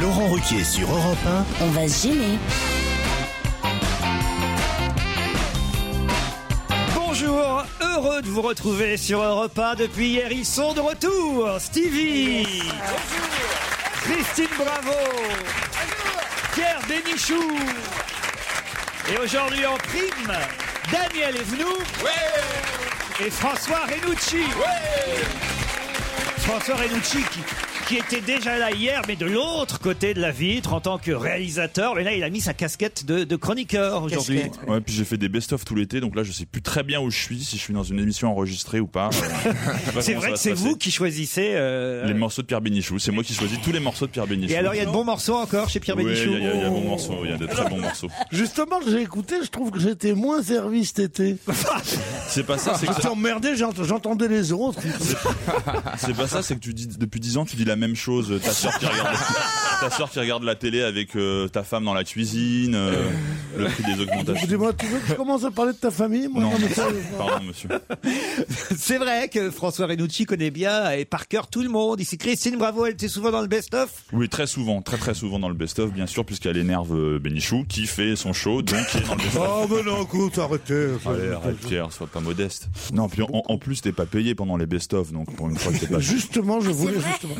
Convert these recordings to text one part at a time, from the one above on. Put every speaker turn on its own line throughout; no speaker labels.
Laurent Ruquier sur Europe 1.
On va se gêner.
Bonjour, heureux de vous retrouver sur Europa depuis hier. Ils sont de retour. Stevie, Christine Bravo, Pierre Bénichou. Et aujourd'hui en prime, Daniel Evenou et François Renucci. François Renucci qui, qui était déjà là hier, mais de l'autre côté de la vitre en tant que réalisateur. Mais là, il a mis sa casquette de, de chroniqueur aujourd'hui.
Ouais, puis j'ai fait des best-of tout l'été, donc là je sais plus très bien où je suis, si je suis dans une émission enregistrée ou pas.
C'est vrai que c'est vous qui choisissez. euh,
Les morceaux de Pierre Bénichou, c'est moi qui choisis tous les morceaux de Pierre Bénichou.
Et alors, il y a de bons morceaux encore chez Pierre
Ouais,
Bénichou.
Il y, a- il y a de bons morceaux, il y a de très bons morceaux.
Justement, j'ai écouté, je trouve que j'étais moins servi cet été.
C'est pas ça, c'est que
J'étais emmerdé, j'ent- j'entendais les autres.
c'est pas ça, c'est que tu dis depuis 10 ans tu dis la même chose. Ta sœur qui regarde, ta sœur qui regarde la télé avec euh, ta femme dans la cuisine, euh, le prix des augmentations.
Écoutez-moi, tu veux que je commence à parler de ta famille moi,
Non,
non, mais ça-
pardon monsieur.
C'est vrai que François Renucci connaît bien et par cœur tout le monde. Ici, Christine Bravo, elle était souvent dans le best-of.
Oui, très souvent, très très souvent dans le best-of, bien sûr, puisqu'elle énerve euh, Bénichou qui fait son show, donc qui est dans le best-of.
Oh, mais non, écoute, arrêtez.
Allez, arrête, Pierre, sois pas modeste. Non, puis en, en plus, t'es pas payé pendant les best-of, donc pour une fois, t'es pas.
Justement, je voulais justement,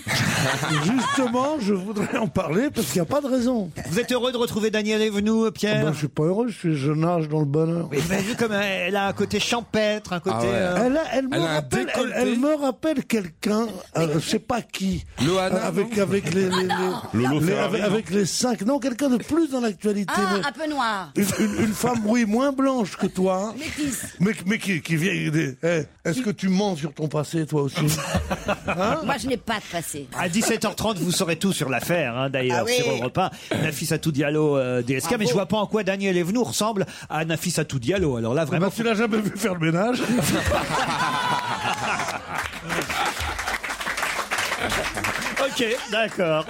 justement, je voudrais en parler parce qu'il n'y a pas de raison.
Vous êtes heureux de retrouver Daniel Evenou,
Ah
Pierre
ben, je suis pas heureux, je, suis- je nage dans le bonheur.
Mais vous avez vu comme elle a un côté champêtre, un côté...
Ah ouais.
euh,
Elle, a- elle me
Elle a un
rappelle, elle,
décolleté.
elle me rappelle quelqu'un, euh, je sais pas qui,
Loana,
euh, avec avec les, les- les-
Lolo
les-
Ferrari,
avec,
non
avec les cinq, non, quelqu'un de plus dans l'actualité.
Ah,
mais-
un peu noir.
Une, une- une femme, oui, moins blanche que toi. hein.
Métisse.
Mais, mais qui, qui vient. aider. Eh, Est-ce que tu mens sur ton passé, toi aussi
Hein
Moi, je n'ai pas de passé.
À 17h30, vous saurez tout sur l'affaire, hein, d'ailleurs,
Ah oui. Ah
sur Europa. Nafisatou Diallo euh, DSK, mais
Bravo.
je vois pas en quoi Daniel Evenou ressemble à Nafisatou Diallo. Alors là, vraiment,
Bah, Tu l'as jamais vu faire le ménage
Ok, d'accord.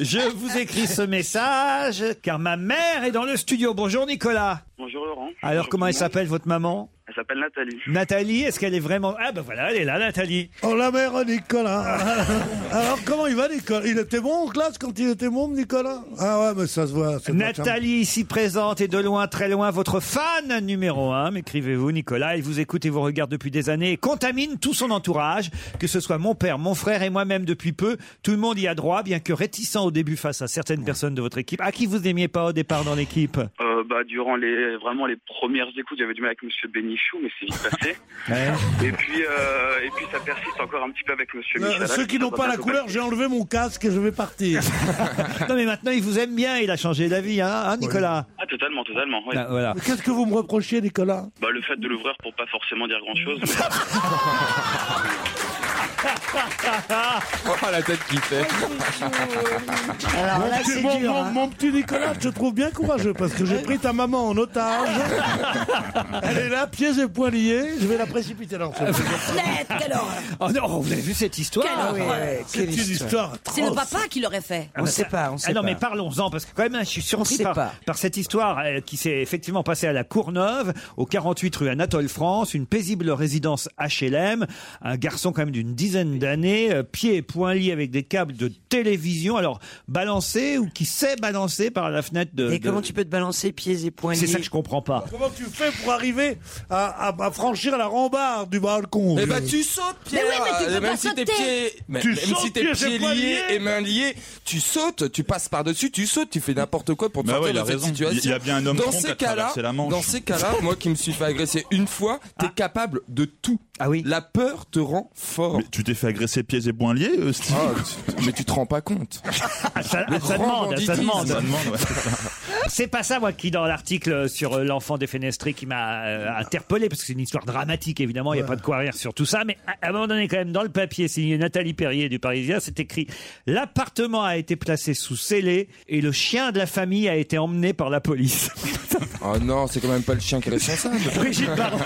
Je vous écris ce message car ma mère est dans le studio. Bonjour Nicolas.
Bonjour Laurent.
Alors
Bonjour
comment
tout
elle
le monde.
s'appelle votre maman
Elle s'appelle Nathalie.
Nathalie, est-ce qu'elle est vraiment Ah ben voilà, elle est là Nathalie.
Oh la mère, Nicolas Alors comment il va, Nicolas Il était bon en classe quand il était môme, Nicolas Ah ouais, mais ça se voit. ça doit être
Nathalie ici présente et de loin très loin votre fan numéro un, m'écrivez-vous Nicolas, il vous écoute et vous regarde depuis des années et contamine tout son entourage, que ce soit mon père, mon frère et moi-même depuis peu, tout le monde y a droit bien que réticent au début face à certaines personnes de votre équipe, à qui vous n'aimiez pas au départ dans l'équipe.
Euh, bah, durant les, vraiment les premières écoutes, j'avais du mal avec Monsieur Bénichou, mais c'est vite passé. et puis, euh, et puis ça persiste encore un petit peu avec Monsieur
charmant. Euh,
Michalak.
ceux qui n'ont pas la couleur, j'ai enlevé mon casque et je vais partir.
Non mais maintenant il vous aime bien, il a changé d'avis, hein, hein, Nicolas
Ah, totalement, totalement. ouais.
Ah, Voilà.
Mais Qu'est-ce que vous me reprochez, Nicolas
Bah, le fait de l'ouvrir pour pas forcément dire grand chose.
Oh, la tête qui fait.
mon, petit, mon-
hein.
mon- mon petit Nicolas, je te trouve bien courageux parce que j'ai pris ta maman en otage. Elle est là, pieds et poings liés. Je vais la précipiter dans ce
Flette, quelle horreur.
Oh non, vous avez vu cette histoire Ah
C'est une histoire
C'est le
Oh,
atroce.
papa qui l'aurait fait.
On sait pas, on sait
Ah non,
pas.
mais parlons-en, parce que quand même, hein, je suis surpris
sait
par,
pas.
par cette histoire euh, qui s'est effectivement passée à la Courneuve, au 48 rue Anatole France, une paisible résidence HLM. Un garçon quand même d'une dizaine d'années, euh, pieds et poings liés avec des câbles de télévision, alors balancé ou qui s'est balancé par la fenêtre de...
Et
de-
comment tu peux te balancer pieds et poings
C'est ça
liés
que je comprends pas.
Comment tu fais pour arriver à, à- à franchir la rambarde du balcon
Eh
je-
bah tu sautes Pierre
Mais oui, mais tu peux
Et Euh, Même
pas
si t'es
sauter.
pieds, mais-
Tu
même
sautes,
si
tu
t'es
es
pieds
pas
liés
lié.
et mains liées, tu sautes, tu passes par-dessus, tu sautes, tu fais n'importe quoi pour te
Bah ouais,
sortir
il a
de cette
raison.
situation.
Il y a bien un homme
dans
con qui
ces
a
cas-là,
traversé la Manche.
Dans ces cas-là, moi qui me suis fait agresser une fois, t'es capable de tout.
Ah oui.
La peur te rend fort.
Mais t'es- tu t'es fait agresser pieds et poings liés, euh, Steve
Ah, tu- mais tu te rends pas compte.
Ah, ça,
Le
ça
grand
demande, ça
banditisme.
demande.
Ça demande, ouais.
C'est pas ça, moi, qui, dans l'article sur euh, l'enfant défenestré, qui m'a euh, interpellé, parce que c'est une histoire dramatique, évidemment, il n'y a pas de quoi rire sur tout ça, mais à, à un moment donné, quand même, dans le papier signé Nathalie Perrier du Parisien, c'est écrit « L'appartement a été placé sous scellé et le chien de la famille a été emmené par la police
Oh non, c'est quand même pas le chien qui est responsable. ».
Brigitte Bardot,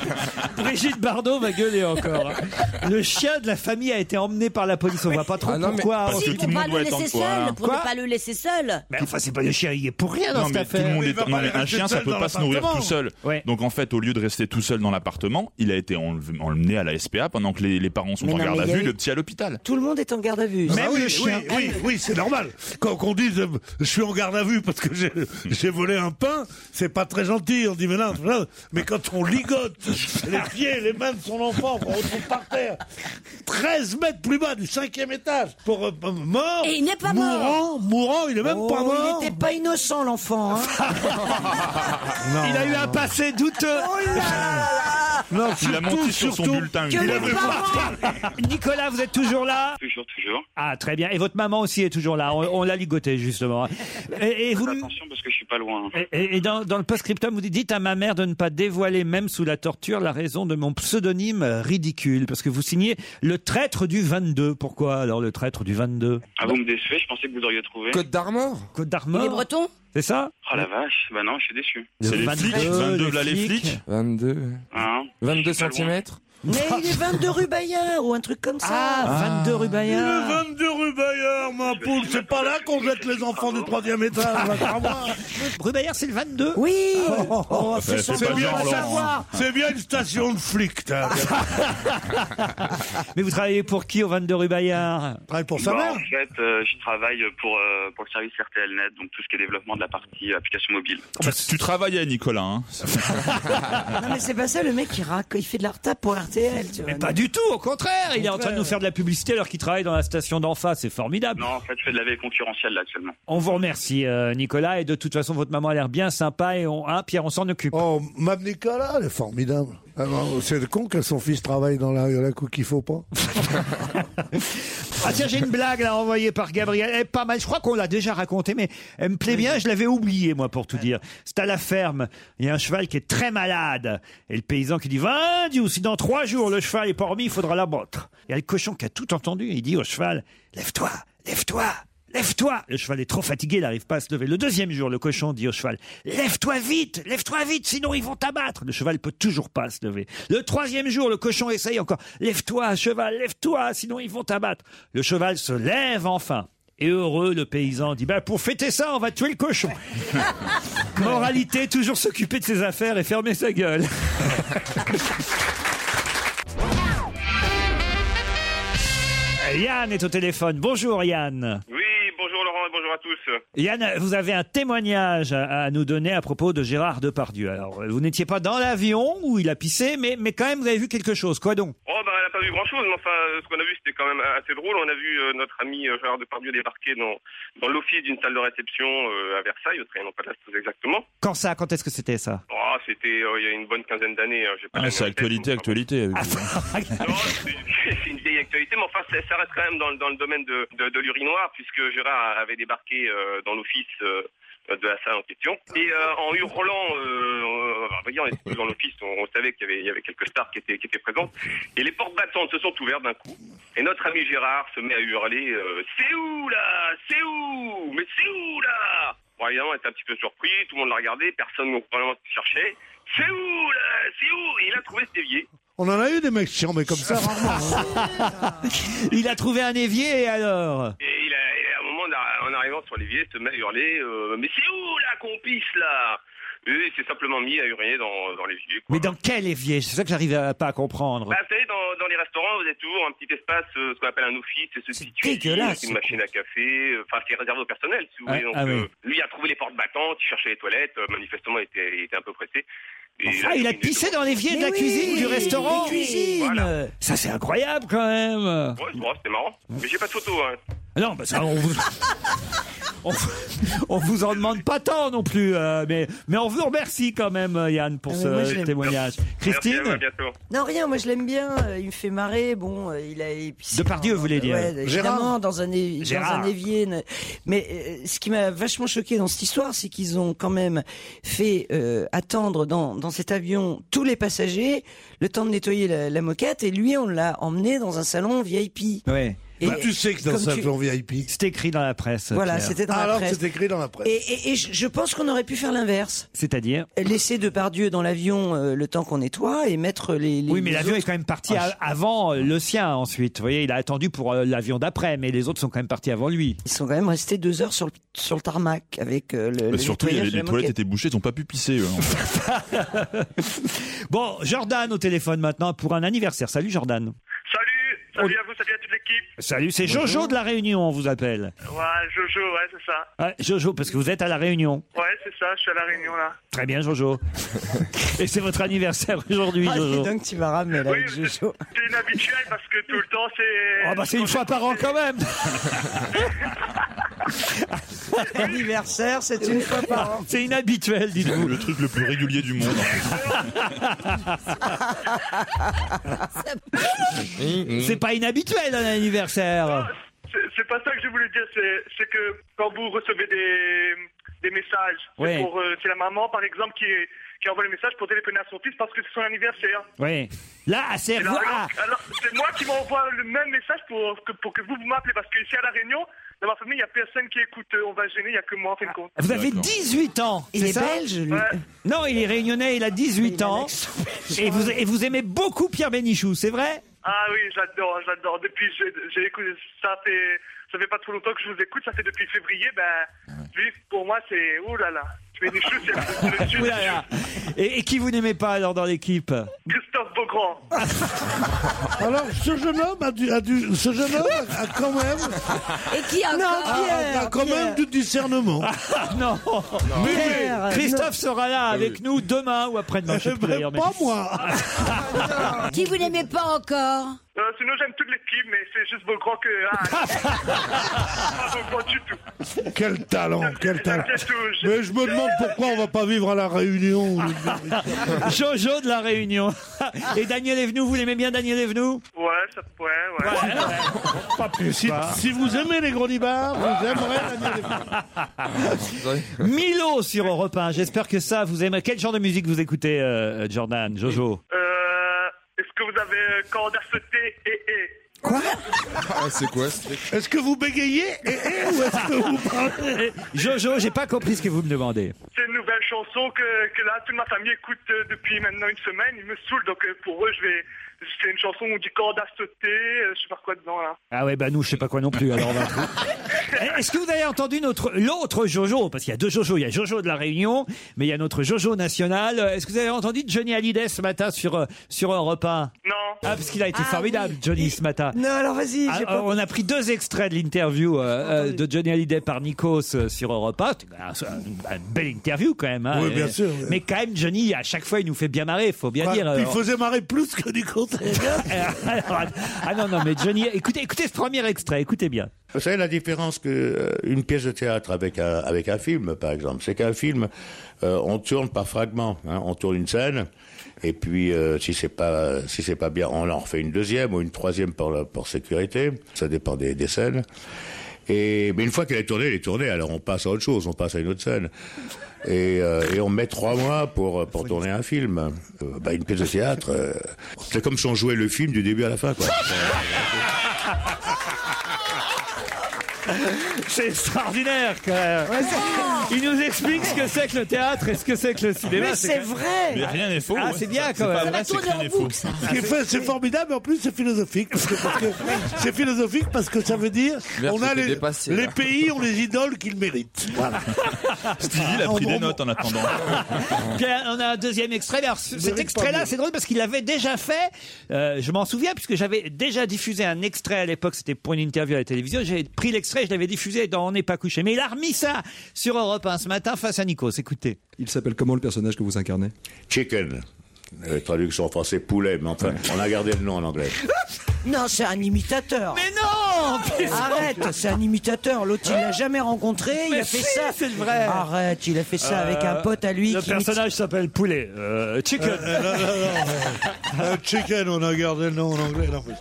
Brigitte Bardot va gueuler encore. hein. Le chien de la famille a été emmené par la police, on voit pas trop
Ah non, mais-
pourquoi. hein.
Parce que
Si,
tout
pour
le
pas
monde
le
doit être en
laisser
quoi,
seul, pour
Quoi
ne pas le laisser seul.
hein. Mais enfin, c'est pas le chien, il est pour rien dans
Non
cette
mais, tout le
affaire.
monde est-
Il va
non,
pas
mais un
rester
chien, ça
seul
peut
dans
pas se nourrir
l'appartement.
tout seul.
Ouais.
Donc en fait, au lieu de rester tout seul dans l'appartement, il a été enlevé- emmené à la SPA pendant que les, les parents sont
Mais
en
non,
garde
mais
à
il y a
vue,
eu-
le petit à l'hôpital.
Tout le monde est en garde à vue.
Ah oui, Oui, oui, oui, c'est normal. Quand on dit euh, je suis en garde à vue parce que j'ai- j'ai volé un pain, c'est pas très gentil. On dit mais non, non. mais quand on ligote les pieds, et les mains de son enfant, on retrouve par terre 13 mètres plus bas du cinquième étage pour euh, euh, mort.
Et il n'est pas mort.
Mourant, mourant, il est même pas
Oh,
mort.
il n'était pas innocent, l'enfant. hein.
Il a eu un passé douteux.
Oh
Ah,
Non,
Il a menti sur son
surtout-
bulletin.
Il
une
avait-
fois.
Nicolas, vous êtes toujours là
Toujours, toujours.
Ah, très bien. Et votre maman aussi est toujours là. On, on l'a ligotée, justement. Et, et vous.
Attention parce que je suis pas loin.
Et, et dans, dans le post-scriptum, vous dites à ma mère de ne pas dévoiler, même sous la torture, la raison de mon pseudonyme ridicule. Parce que vous signez le traître du 22. Pourquoi alors le traître du 22
Ah, vous me décevez, je pensais que vous auriez trouvé.
Côte d'Armor
Côte
Il est
d'Armor
breton
C'est ça
Ah la vache, bah non, je suis déçu.
C'est les flics, 22 là les flics.
22.
Hein
22
Pas loin.
cm
Mais il est 22 rue Bayard ou un truc comme ça.
Ah, 22 rue Bayard.
Le 22 rue Bayard, ma poule, c'est pas là qu'on jette les enfants du troisième étage. crois-moi.
Rue Bayard, c'est le Oh, 22
Oui.
Ouais, c'est
C'est
pas
bien,
genre,
ça-
Laurent.
c'est bien une station de flic,
Ah.
t'as.
Mais vous travaillez pour qui au 22 rue Bayard
Travaille pour sa
Bah,
mère.
en fait, euh, je travaille pour, euh, pour le service RTLNet, donc tout ce qui est développement de la partie euh, application mobile.
Ah, bah,
Tu, tu travaillais, Nicolas. hein.
Non, mais c'est pas ça, le mec, il, rac- il fait de la retape pour RTL. Tu vois.
Pas du tout, au contraire. Il est en train de nous faire de la publicité alors qu'il travaille dans la station d'en face. C'est formidable.
Non, en fait, je fais de la veille concurrentielle là actuellement.
On vous remercie, euh, Nicolas. Et de toute façon, votre maman a l'air bien sympa. Et on, hein, Pierre, on s'en occupe.
Oh, Mme Nicolas, elle est formidable. Alors, C'est con que son fils travaille dans la, la coupe qu'il faut pas.
Ah tiens, j'ai une blague là envoyée par Gabriel. Elle est pas mal. Je crois qu'on l'a déjà racontée, mais elle me plaît bien. Je l'avais oubliée, moi, pour tout dire. C'est à la ferme. Il y a un cheval qui est très malade. Et le paysan qui dit, va, Dieu, si dans trois jours le cheval est pas remis, il faudra l'abattre. Il y a le cochon qui a tout entendu. Il dit au cheval, lève-toi, lève-toi. Lève-toi Le cheval est trop fatigué, il n'arrive pas à se lever. Le deuxième jour, le cochon dit au cheval Lève-toi vite Lève-toi vite, sinon ils vont t'abattre Le cheval peut toujours pas se lever. Le troisième jour, le cochon essaye encore Lève-toi, cheval, lève-toi, sinon ils vont t'abattre Le cheval se lève enfin. Et heureux, le paysan dit bah, Pour fêter ça, on va tuer le cochon Moralité, toujours s'occuper de ses affaires et fermer sa gueule. Yann est au téléphone. Bonjour Yann.
Oui, bonjour Laurent et bonjour à tous.
Yann, vous avez un témoignage à, à nous donner à propos de Gérard Depardieu. Alors, vous n'étiez pas dans l'avion où il a pissé, mais, mais quand même, vous avez vu quelque chose. Quoi donc
Oh bah elle a pas vu grand chose, mais enfin euh, ce qu'on a vu c'était quand même assez drôle. On a vu euh, notre ami euh, Gérard Depardieu débarquer dans, dans l'office d'une salle de réception euh, à Versailles, au train, non pas de la chose exactement.
Quand ça Quand est-ce que c'était ça
Oh c'était euh, il y a une bonne quinzaine d'années. hein, j'ai pas
Ah,
la
c'est
mémoire tête,
actualité, actualité.
donc,
Ah,
avec vous.
Non, c'est c'est une vieille actualité, mais enfin, ça, ça reste quand même dans, le- dans le domaine de, de, de l'urinoir, puisque Gérard avait débarqué euh, dans l'office euh, de la salle en question. Et euh, en hurlant, euh, euh, voyez, on était tous dans l'office, on, on savait qu'il y avait, il y avait quelques stars qui étaient, qui étaient présentes. Et les portes battantes se sont ouvertes d'un coup. Et notre ami Gérard se met à hurler euh, C'est où là C'est où Mais c'est où là Bon, évidemment, on était un petit peu surpris, tout le monde l'a regardé, personne ne vraiment cherchait. C'est où là C'est où Et il a trouvé cet évier.
On en a eu des mecs chiants, mais comme ça, rarement. hein.
Il a trouvé un évier et alors
Et il a, et à un moment, en arri- en arrivant sur l'évier, se met à hurler euh, Mais c'est où là qu'on pisse là Et il s'est simplement mis à hurler dans, dans l'évier. quoi.
Mais dans quel évier C'est ça que j'arrive à- pas à comprendre.
Bah, vous savez, dans, dans les restaurants, vous avez toujours un petit espace, euh, ce qu'on appelle un office, et
C'est
se situe
dégueulasse,
une machine à café, euh, enfin, qui est réservé au personnel, si vous
Ah,
voulez. Donc,
ah oui.
euh, lui a trouvé les portes battantes, il cherchait les toilettes, euh, manifestement, il était, il était un peu pressé. Et
Ah, il a
terminé
pissé
tout.
dans l'évier de la cuisine du restaurant
Des cuisines.
Voilà.
Ça, c'est incroyable quand même Ah
Ouais, c'est- ouais, c'était marrant. Mais j'ai pas de photo, hein.
Non, bah ça, on vous... on, on vous en demande pas tant non plus, euh, mais, mais on vous remercie quand même, euh, Yann, pour
Ah, mais
ce
moi, je l'aime.
témoignage.
Merci à vous, à
Christine
bientôt.
Non, rien, moi je l'aime bien, euh, il me fait marrer, bon, euh, il a... et puis c'est
Depardieu,
un-
vous voulez dire.
Ouais, évidemment,
Gérard.
dans un, é- dans
Gérard.
un évier. ne- Mais euh, ce qui m'a vachement choqué dans cette histoire, c'est qu'ils ont quand même fait euh, attendre dans, dans cet avion tous les passagers, le temps de nettoyer la, la moquette, et lui, on l'a emmené dans un salon VIP.
Oui,
Et,
Bah, tu sais que dans
comme
un
tu-
plan VIP.
c'est écrit dans la presse.
Voilà,
Pierre.
c'était dans la
Ah, Alors,
presse.
c'est écrit dans la presse.
Et, et- et je je pense qu'on aurait pu faire l'inverse.
C'est-à-dire
Laisser Depardieu dans l'avion euh, le temps qu'on nettoie et mettre les... les-
Oui, mais
les
l'avion
autres-
est quand même parti
Ah,
a- avant euh, le sien ensuite. Vous voyez, il a attendu pour euh, l'avion d'après, mais les autres sont quand même partis avant lui.
Ils sont quand même restés deux heures sur le, sur le tarmac avec euh, le.
Bah,
le
surtout, il y avait-
nettoyage de
les
la
toilettes
moquette.
étaient bouchées, ils ont pas pu pisser. eux.
Bon, Jordan au téléphone maintenant pour un anniversaire. Salut Jordan.
Salut, salut à vous, salut à toute l'équipe.
Salut, c'est Jojo de la Réunion, on vous appelle.
Ouais, Jojo, ouais, c'est ça.
Ah, Jojo, parce que vous êtes à la Réunion.
Ouais, c'est ça, je suis à la réunion là.
Très bien, Jojo. Et c'est votre anniversaire aujourd'hui,
Ah,
Jojo.
dis donc tu vas ramener là,
Oui,
avec Jojo.
c'est inhabituel parce que tout le temps c'est.
Ah bah c'est une fois par an quand même.
L'anniversaire, c'est une fois par an.
C'est inhabituel, dites-vous.
le truc le plus régulier du monde.
C'est pas inhabituel un anniversaire.
C'est- C'est pas ça que je voulais dire, c'est c'est que quand vous recevez des, des messages, c'est
Ouais.
pour, euh, c'est la maman par exemple qui, est- qui envoie le message pour téléphoner à son fils parce que c'est son anniversaire.
Oui. Là, à ah,
Et là,
Servois.
alors, alors, c'est moi qui m'envoie le même message pour que, pour que vous, vous m'appelez parce qu'ici à La Réunion, dans ma famille, il n'y a personne qui écoute, euh, on va se gêner, il n'y a que moi en fin de compte.
Vous avez 18 ans.
Il
c'est
est
ça
belge, lui.
Ouais.
Non, il est réunionnais, il a 18
Il a
ans.
l'accent
Et vous, et vous aimez beaucoup Pierre Bénichou, c'est vrai
Ah oui, j'adore, j'adore. Depuis, j'ai j'ai écouté, ça fait, ça fait pas trop longtemps que je vous écoute, ça fait depuis février, ben, lui, pour moi, c'est, ouh là là, je fais des choses, c'est le, le- le-
Ouh là là. Et, et qui vous n'aimez pas alors dans l'équipe
Christophe Beaugrand.
Alors, ce jeune homme a dû, a dû- ce jeune homme a quand même,
Et qui encore
a, a Ah, quand même du discernement.
Ah non, Mais
Pierre, euh,
Christophe sera là avec nous demain ou après-demain. je sais
Eh
plus
ben,
d'ailleurs, mais-
pas moi.
Qui vous n'aimez pas encore
Euh, sinon, j'aime toute l'équipe, mais c'est juste Beaugrand que, ah, pas Beaugrand du tout.
Quel talent, quel talent.
J'aime bien tout, j'aime-
Mais je me demande pourquoi on va pas vivre à la Réunion.
Jojo de la Réunion. Et Daniel Evenou, vous l'aimez bien Daniel Evenou
Ouais, ça, ouais, ouais.
Pas plus.
Si, si vous aimez les gros nibards, vous aimerez Daniel Evenou.
Milo sur Europe 1. J'espère que ça vous aimez. Quel genre de musique vous écoutez, euh, Jordan, Jojo
Euh, est-ce que vous avez euh, corde à sauter et, et,
Ah, c'est quoi ce truc
Est-ce que vous bégayez Eh, eh, ou est-ce que vous parlez
Jojo, j'ai pas compris ce que vous me demandez.
C'est une nouvelle chanson que, que là, toute ma famille écoute euh, depuis maintenant une semaine. Ils me saoulent, donc euh, pour eux, je vais. C'est une chanson où on dit corde à sauter, euh, je sais pas quoi dedans là.
Ah ouais, bah nous, je sais pas quoi non plus. Alors, on va tout. Est-ce que vous avez entendu notre l'autre Jojo Parce qu'il y a deux Jojo. Il y a Jojo de la Réunion, mais il y a notre Jojo national. Est-ce que vous avez entendu Johnny Hallyday ce matin sur euh, sur Europe 1
Non.
Ah, parce qu'il a été
Ah
formidable,
oui.
Johnny, ce matin.
Non, alors vas-y,
Ah,
j'ai pas.
on a pris deux extraits de l'interview euh, euh, de Johnny Hallyday par Nikos euh, sur Europe 1. C'était un- un- Une belle interview quand même. hein.
Oui, bien
Et-
sûr, oui.
Mais quand même, Johnny, à chaque fois, il nous fait bien marrer, faut bien dire.
Il
euh,
faisait marrer plus que du contraire.
ah non, non, mais Johnny, écoutez, écoutez ce premier extrait, écoutez bien.
Vous savez, la différence que euh, une pièce de théâtre avec un, avec un film, par exemple, c'est qu'un film, euh, on tourne par fragments. hein. on tourne une scène, et puis euh, si c'est pas si c'est pas bien, on en refait une deuxième ou une troisième pour, la- pour sécurité. Ça dépend des, des scènes. Et mais une fois qu'elle est tournée, elle est tournée. Alors on passe à autre chose, on passe à une autre scène, et, euh, et on met trois mois pour pour tourner un film. Euh, bah, une pièce de théâtre, euh, c'est comme si on jouait le film du début à la fin, quoi.
C'est extraordinaire quand même. Il nous explique ce que c'est que le théâtre et ce que c'est que le cinéma.
Mais c'est
quand même-
vrai
Mais rien n'est faux.
Ah,
ouais.
c'est bien, quand même.
pas vrai,
Ça
va
c'est que
tourner
rien
en
n'est faux.
boucle, ça.
Ce qui est fait, c'est formidable, mais en plus c'est philosophique. Parce que, parce que- c'est philosophique parce que ça veut dire
Merde,
on a
c'était
les,
dépassé,
les
là.
pays ont les idoles qu'ils méritent. Voilà.
Stevie
Ah,
a pris des notes en attendant.
Pierre, on a un deuxième extrait. Alors, ce- cet
Mérite pas
extrait-là,
mieux.
c'est drôle parce qu'il l'avait déjà fait. Euh, je m'en souviens puisque j'avais déjà diffusé un extrait à l'époque. C'était pour une interview à la télévision. J'avais pris l'extrait, je l'avais diffusé dans On n'est pas couché. Mais il a remis ça sur Europe 1 ce matin face à Nikos. Écoutez.
Il s'appelle comment le personnage que vous incarnez
Chicken. Euh, traduction en français poulet, mais enfin, on a gardé le nom en anglais.
Non, c'est un imitateur.
Mais non non
Arrête, c'est un imitateur. L'autre, il l'a jamais rencontré. Il
Hein Mais
a fait
si,
ça.
c'est vrai.
Euh,
Arrête, il a fait ça avec un pote à lui.
Euh, Le
qui imite-
personnage s'appelle Poulet. Euh, chicken.
Euh, non, non, non, euh, euh, chicken, on a gardé le nom en anglais. non, mais-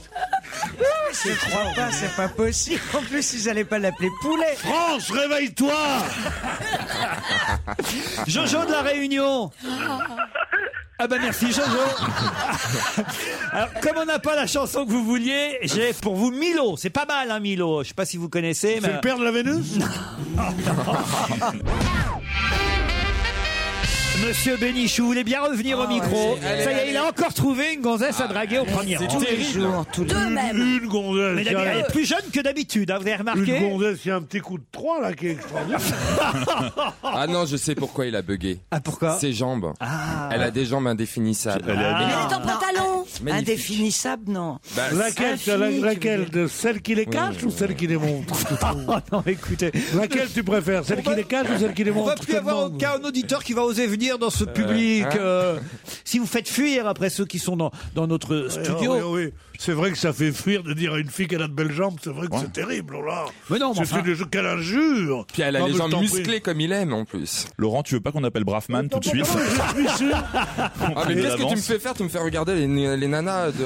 Je crois pas, c'est pas possible. En plus, ils allaient pas l'appeler poulet.
France, réveille-toi
Jojo de la Réunion Ah bah merci Jojo Alors comme on n'a pas la chanson que vous vouliez, j'ai pour vous Milo. C'est pas mal hein Milo, je sais pas si vous connaissez.
C'est le père de la Vénus
Monsieur Bénichou, vous voulez bien revenir au micro
allez,
Ça y est,
Ah, allez. Ah,
il a encore trouvé une gonzesse à draguer au premier rang.
Une- Une gonzesse.
Mais d'habitude, elle est plus jeune que d'habitude, hein, vous avez remarqué
Une gonzesse, il y a un petit coup de trois là qui est extraordinaire.
Ah non, je sais pourquoi il a bugué.
Ah pourquoi Ah.
Ses jambes. Elle a des jambes indéfinissables.
Elle est
C'est en pantalon.
Magnifique.
Ah. Indéfinissable, non.
Bah,
laquelle
c'est
la-
infini, tu
laquelle de Celle qui les cache ou celle qui les montre
Oh non, écoutez.
Laquelle tu préfères Celle qui les cache ou celle qui les
On
montre
va plus avoir aucun auditeur qui va oser venir dans ce public.
hein
euh, si vous faites fuir après ceux qui sont dans, dans notre studio.
Studio. C'est vrai que ça fait fuir de dire à une fille qu'elle a de belles jambes, c'est vrai que c'est terrible, oh là.
Mais non, mais
C'est
enfin-
une- quelle injure
Puis elle a
Non,
les
mais je
jambes
t'en prie.
musclées comme il aime en plus.
Laurent, tu veux pas qu'on appelle Braffman tout de suite
Je suis sûr.
Ah mais
les
qu'est-ce que tu me
avances.
fais faire Tu me fais regarder les, les nanas de...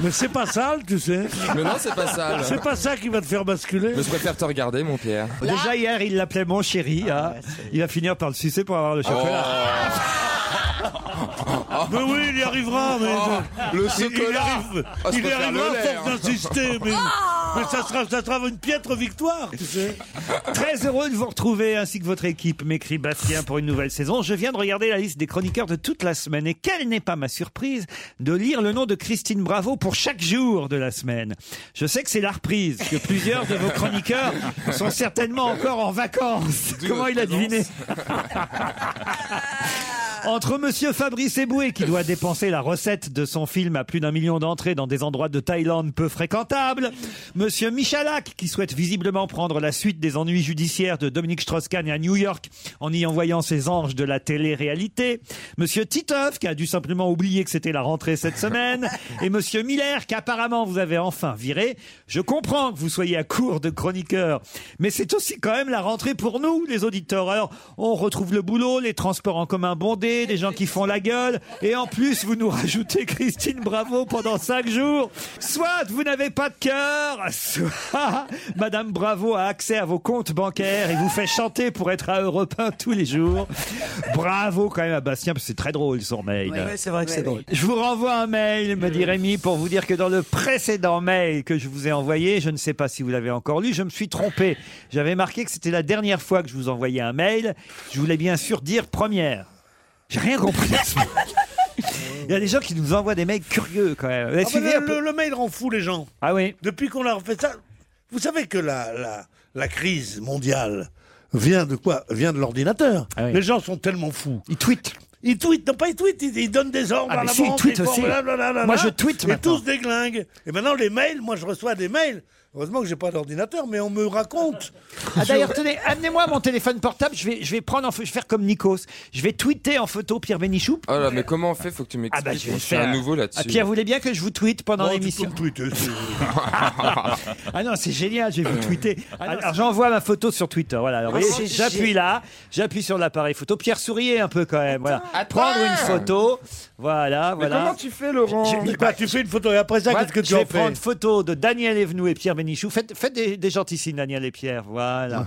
Mais c'est pas sale, tu sais.
Mais non, c'est pas ça. là.
C'est pas ça qui va te faire basculer.
Mais je préfère te regarder, mon Pierre.
Déjà hier, il l'appelait mon chéri.
Ah,
hein. il va finir par le sucer pour avoir le chocolat.
Oh. Mais oui, il y arrivera,
Oh.
mais.
le
Il- Il,
chocolat
arrive,
Ah, je
il y
préfère
arrivera
le
à
lait,
force
hein.
d'insister,
Ah.
mais, mais ça, sera, ça sera une piètre victoire, tu sais.
Très heureux de vous retrouver ainsi que votre équipe, m'écrit Bastien pour une nouvelle saison. Je viens de regarder la liste des chroniqueurs de toute la semaine et quelle n'est pas ma surprise de lire le nom de Christine Bravo pour chaque jour de la semaine. Je sais que c'est la reprise, que plusieurs de vos chroniqueurs sont certainement encore en vacances. Comment il a deviné Entre Monsieur Fabrice Eboué, qui doit dépenser la recette de son film à plus d'un million d'entrées dans des endroits de Thaïlande peu fréquentables, Monsieur Michalak, qui souhaite visiblement prendre la suite des ennuis judiciaires de Dominique Strauss-Kahn à New York en y envoyant ses anges de la télé-réalité, Monsieur Titoff, qui a dû simplement oublier que c'était la rentrée cette semaine, et Monsieur Miller, qu'apparemment vous avez enfin viré. Je comprends que vous soyez à court de chroniqueurs, mais c'est aussi quand même la rentrée pour nous, les auditeurs. Alors, on retrouve le boulot, les transports en commun bondés, des gens qui font la gueule, et en plus, vous nous rajoutez Christine Bravo pendant cinq jours. Soit vous n'avez pas de cœur, soit Madame Bravo a accès à vos comptes bancaires et vous fait chanter pour être à Europe 1 tous les jours. Bravo quand même à Bastien, parce que c'est très drôle son mail.
Ouais, ouais, c'est vrai que c'est drôle.
Je vous renvoie un mail, me dit Rémi, pour vous dire que dans le précédent mail que je vous ai envoyé, je ne sais pas si vous l'avez encore lu, je me suis trompé. J'avais marqué que c'était la dernière fois que je vous envoyais un mail. Je voulais bien sûr dire première. J'ai rien compris. Il y a des gens qui nous envoient des mails curieux quand même. Vous avez
Ah,
suivi
mais
un
le,
peu
le- le mail rend fou les gens.
Ah oui.
Depuis qu'on a refait ça, vous savez que la, la, la crise mondiale vient de quoi Vient de l'ordinateur.
Ah oui.
Les gens sont tellement fous.
Ils tweetent.
Ils tweetent, non pas ils tweetent, ils, ils donnent des ordres
Ah,
à
mais
la
si, ils
banque,
tweetent
ils font
aussi.
blablabla.
Moi, je tweete
et
maintenant.
tous déglinguent. Et maintenant les mails, moi je reçois des mails. Heureusement que j'ai pas d'ordinateur, mais on me raconte.
Ah, D'ailleurs, tenez, amenez-moi mon téléphone portable. Je vais, je vais prendre, en pho- je vais faire comme Nikos. Je vais tweeter en photo Pierre Bénichou.
Oh là, mais comment on fait Faut que tu
Ah
m'expliques.
bah je vais
je suis
faire
un nouveau là-dessus.
Ah, Pierre, vous voulez bien que je vous tweete pendant
Bon, tu peux
l'émission
me tweeter, c'est-
Ah non, c'est génial, je vais vous tweeter.
Euh.
Alors j'envoie ma photo sur Twitter. Voilà, alors, vous
Ah,
voyez,
c'est
j'appuie
génial.
là, j'appuie sur l'appareil photo. Pierre, souriez un peu quand même. Voilà. Prendre une photo. Voilà,
Mais
voilà.
comment tu fais, Laurent
Mais quoi, tu fais une photo et après ça,
Voilà,
qu'est-ce que tu
je vais
en fais
prendre photo de Daniel Evenou et Pierre Bénichou. Faites, faites des, des gentilles, Daniel et Pierre. Voilà.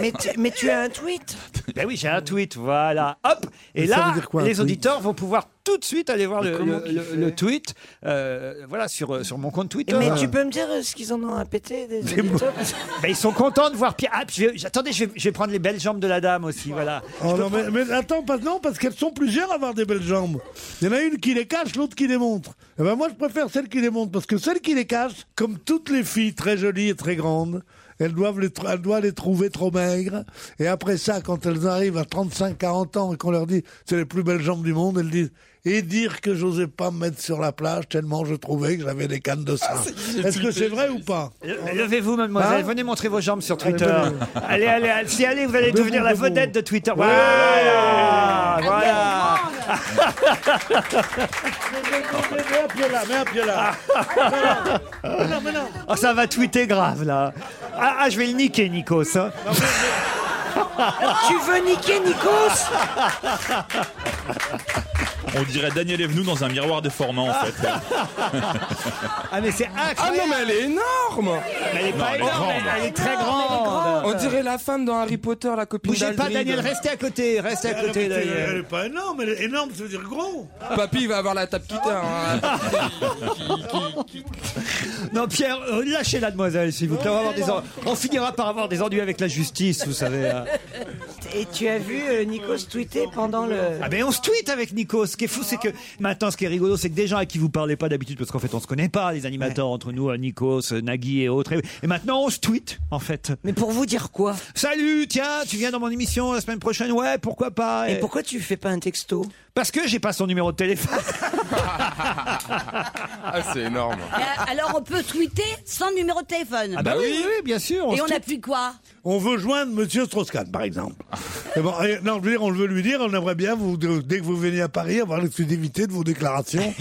Mais tu, mais tu as un tweet.
ben oui, j'ai un tweet. Voilà. Hop. Et
Mais ça
là,
veut dire quoi, un
les
tweet
tweeters vont pouvoir tout de suite aller voir le,
comment
le-
tu
le-
fais
le tweet. euh, voilà, sur, euh, sur mon compte Twitter.
Ah.
Mais tu peux me dire euh, ce qu'ils en ont à péter des auditeurs
Ben, ils sont contents de voir Pierre. Ah, puis je vais- attendez, je vais, je vais prendre les belles jambes de la dame aussi. Voilà.
Oh non, mais, mais attends, pas, non, parce qu'elles sont plusieurs à avoir des belles jambes. Il y en a une qui les cache, l'autre qui les montre. Eh ben moi, je préfère celle qui les montre, parce que celle qui les cache, comme toutes les filles très jolies et très grandes, elles doivent les, tr- elles doivent les trouver trop maigres. Et après ça, quand elles arrivent à 35, 40 ans et qu'on leur dit c'est les plus belles jambes du monde, elles disent et dire que j'osais pas me mettre sur la plage tellement je trouvais que j'avais des cannes de sang. Est-ce que Ah, c'est vrai ou pas
Le- Levez-vous, mademoiselle.
Hein
Venez montrer vos jambes sur Twitter. Allez, allez, allez, si allez, vous allez devenir la
debout.
vedette de Twitter. Voilà, voilà.
Mets un pied là, mets un pied là. Mais non, mais non.
Ah, ça va tweeter grave, là. Ah, ah, je vais le niquer, Nikos. hein.
Tu veux niquer Nikos
On dirait Daniel Evenou dans un miroir déformant en fait.
Ah, mais c'est incroyable.
Ah non, mais elle est énorme
Elle est
Non, pas elle est énorme, grande. elle est très grande.
On dirait la femme dans Harry Potter, la copine
Bougez pas,
d'Hagrid.
Daniel, restez à côté, restez à côté,
Ah, Elle est
Daniel.
pas énorme, elle est énorme, ça veut dire gros.
Papy, il va avoir la tape guitare. hein.
Non, Pierre, euh, lâchez la demoiselle, s'il vous plaît. On, va avoir des en- on finira par avoir des ennuis avec la justice, vous savez. hein.
Et tu as vu euh, Nikos tweeter pendant le.
Ah ben on se tweet avec Nico. Ce qui est fou, c'est que maintenant, ce qui est rigolo, c'est que des gens à qui vous parlez pas d'habitude, parce qu'en fait, on se connaît pas, les animateurs entre nous, euh, Nikos, euh, Nagui et autres. Et et maintenant, on se tweet, en fait.
Mais pour vous dire quoi
Salut, tiens, tu viens dans mon émission la semaine prochaine. Ouais, pourquoi pas
Et pourquoi tu fais pas un texto
Parce que j'ai pas son numéro de téléphone.
Ah, c'est énorme.
Euh, Alors on peut tweeter sans numéro de téléphone.
Ah bah oui, oui, bien sûr.
Et
se
on
tweet.
appuie quoi
On veut joindre Monsieur Strauss-Kahn, par exemple. Et bon, et non, je veux dire, on veut lui dire, on aimerait bien, vous, de- dès que vous venez à Paris, avoir l'exclusivité de vos déclarations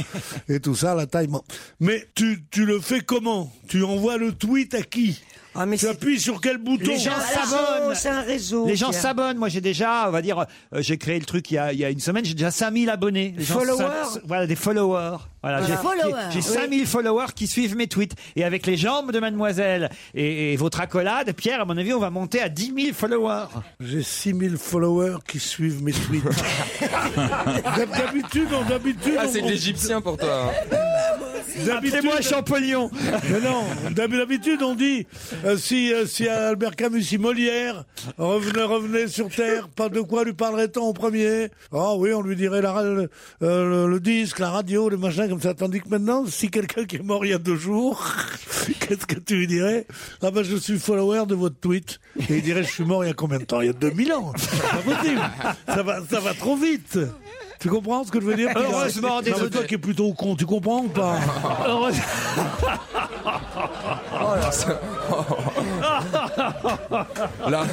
et tout ça, la taille. bon. Mais tu, tu le fais comment Tu envoies le tweet à qui
Ah, mais
Tu appuies sur quel bouton
Les gens
C'est un
s'abonnent.
réseau, C'est un réseau.
Les gens
euh,
Pierre.
s'abonnent. Moi, j'ai déjà, on va dire, euh, j'ai créé le truc il y a, il y a une semaine, j'ai déjà 5000 abonnés. Les gens
Followers.
s'ab- Voilà, des followers. Voilà,
Des
j'ai-
followers.
J'ai
Oui.
5000 followers qui suivent mes tweets. Et avec les jambes de mademoiselle et, et votre accolade, Pierre, à mon avis, on va monter à 10 000 followers.
J'ai 6000 followers qui suivent mes tweets. D'hab- d'habitude, on- d'habitude,
Ah, c'est
on-
de l'égyptien pour toi. hein.
d'habitude,
Appelez-moi Champollion.
Mais non, d'hab- d'habitude on dit euh, si euh, si Albert Camus, si Molière revenez revenez sur terre, pas de quoi lui parlerait-on en premier Ah oui, on lui dirait la, ra- le, euh, le- le disque, la radio, les machins comme ça. Tandis que maintenant, si quelqu'un qui est mort il y a deux jours, qu'est-ce que tu lui dirais Ah ben je suis follower de votre tweet et il dirait je suis mort il y a combien de temps Il y a 2000 ans. C'est pas possible. Ça va ça va trop vite. Tu comprends ce que je veux dire
Heureusement,
Non, mais
désolé.
toi qui es plutôt con, tu comprends ou pas
Heureuse-
Ah, Là.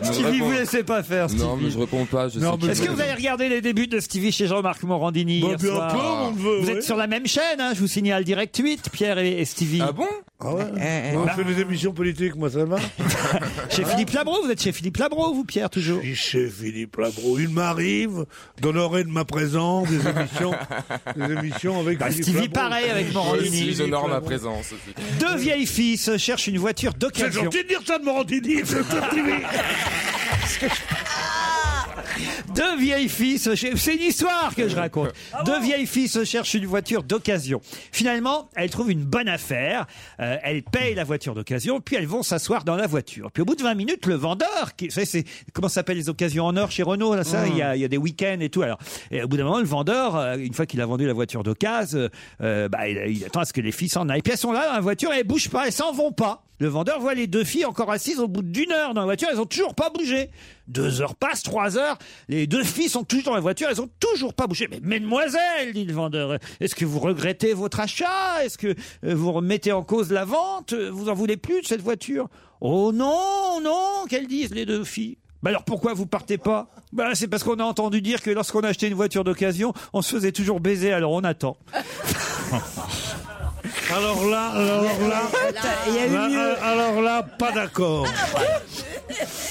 je
Stevie,
réponds-
vous laissez pas faire, Stevie.
Non, mais je réponds pas. Bah, Je
Non,
sais
mais-
Est-ce que vous avez regardé les débuts de Stevie chez Jean-Marc Morandini
Bon,
hier
puis un
soir
peu, mon neveu,
Vous
ouais.
êtes sur la même chaîne, hein, je vous signale Direct 8, Pierre et, et Stevie.
Ah bon
Ah ouais On fait des émissions politiques, moi ça va
Bah, Chez Philippe Labro, vous êtes chez Philippe Labro, vous, Pierre, toujours
Et chez Philippe Labro, il m'arrive d'honorer de ma présence des émissions, des émissions avec
Bah,
Philippe
Stevie,
Labro.
pareil, avec
Moi aussi,
Morandini.
j'honore ma présence. aussi.
Deux vieilles filles se cherchent une voiture
C'est
d'occasion.
gentil de dire ça de Morandini, c'est ça, Stevie.
Deux vieilles filles se cherchent. C'est une histoire que je raconte. Deux vieilles filles se cherchent une voiture d'occasion. Finalement, elles trouvent une bonne affaire. Euh, elles payent la voiture d'occasion, puis elles vont s'asseoir dans la voiture. Puis au bout de 20 minutes, le vendeur, qui, vous savez, c'est comment ça s'appelle les occasions en or chez Renault, là, ça, il y, a, il y a des week-ends et tout. Alors, et au bout d'un moment, le vendeur, euh, une fois qu'il a vendu la voiture d'occasion, euh, euh, bah, il, il attend à ce que les filles s'en aillent. Puis elles sont là dans la voiture, et elles bougent pas, elles s'en vont pas. Le vendeur voit les deux filles encore assises au bout d'une heure dans la voiture, elles ont toujours pas bougé. Deux heures passent, trois heures, les deux filles sont toujours dans la voiture, elles ont toujours pas bougé. Mais mesdemoiselles, dit le vendeur, est-ce que vous regrettez votre achat Est-ce que euh, vous remettez en cause la vente Vous en voulez plus de cette voiture Oh non, non, qu'elles disent les deux filles. Bah alors pourquoi vous partez pas Bah c'est parce qu'on a entendu dire que lorsqu'on achetait une voiture d'occasion, on se faisait toujours baiser, alors on attend.
Alors là, alors là,
Il y a eu
Bah,
là,
Ah, mieux.
euh, alors là, pas d'accord.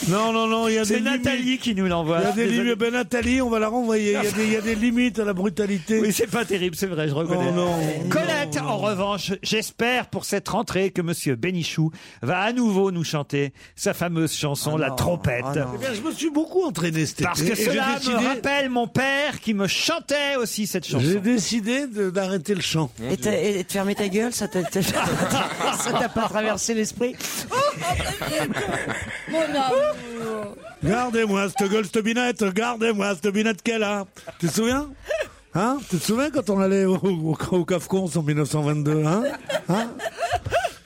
Non, non, non, il y a des
C'est
limites.
Nathalie qui nous l'envoie.
Il y a des
Désolé.
limites. Ben, Nathalie, on va la renvoyer. Il y a des- il y, a des limites à la brutalité.
Oui, c'est pas terrible, c'est vrai, je reconnais.
Oh non.
Colette, en revanche, j'espère pour cette rentrée que Monsieur Bénichou va à nouveau nous chanter sa fameuse chanson
Ah
La Trompette.
Eh bien, je me suis beaucoup entraîné cet été.
parce
Et
que
j'ai
cela
décidé-
me rappelle mon père qui me chantait aussi cette
J'ai
chanson.
décidé de- d'arrêter le chant.
Et, t'as- et de fermer ta gueule, ça t'a t'a- ça t'a pas traversé l'esprit
Mon amour.
Gardez-moi cette gueule, cette binette, gardez-moi cette binette qu'elle a. Tu te souviens Hein Tu te souviens quand on allait au, au, au Cafcons en 1922 Hein Hein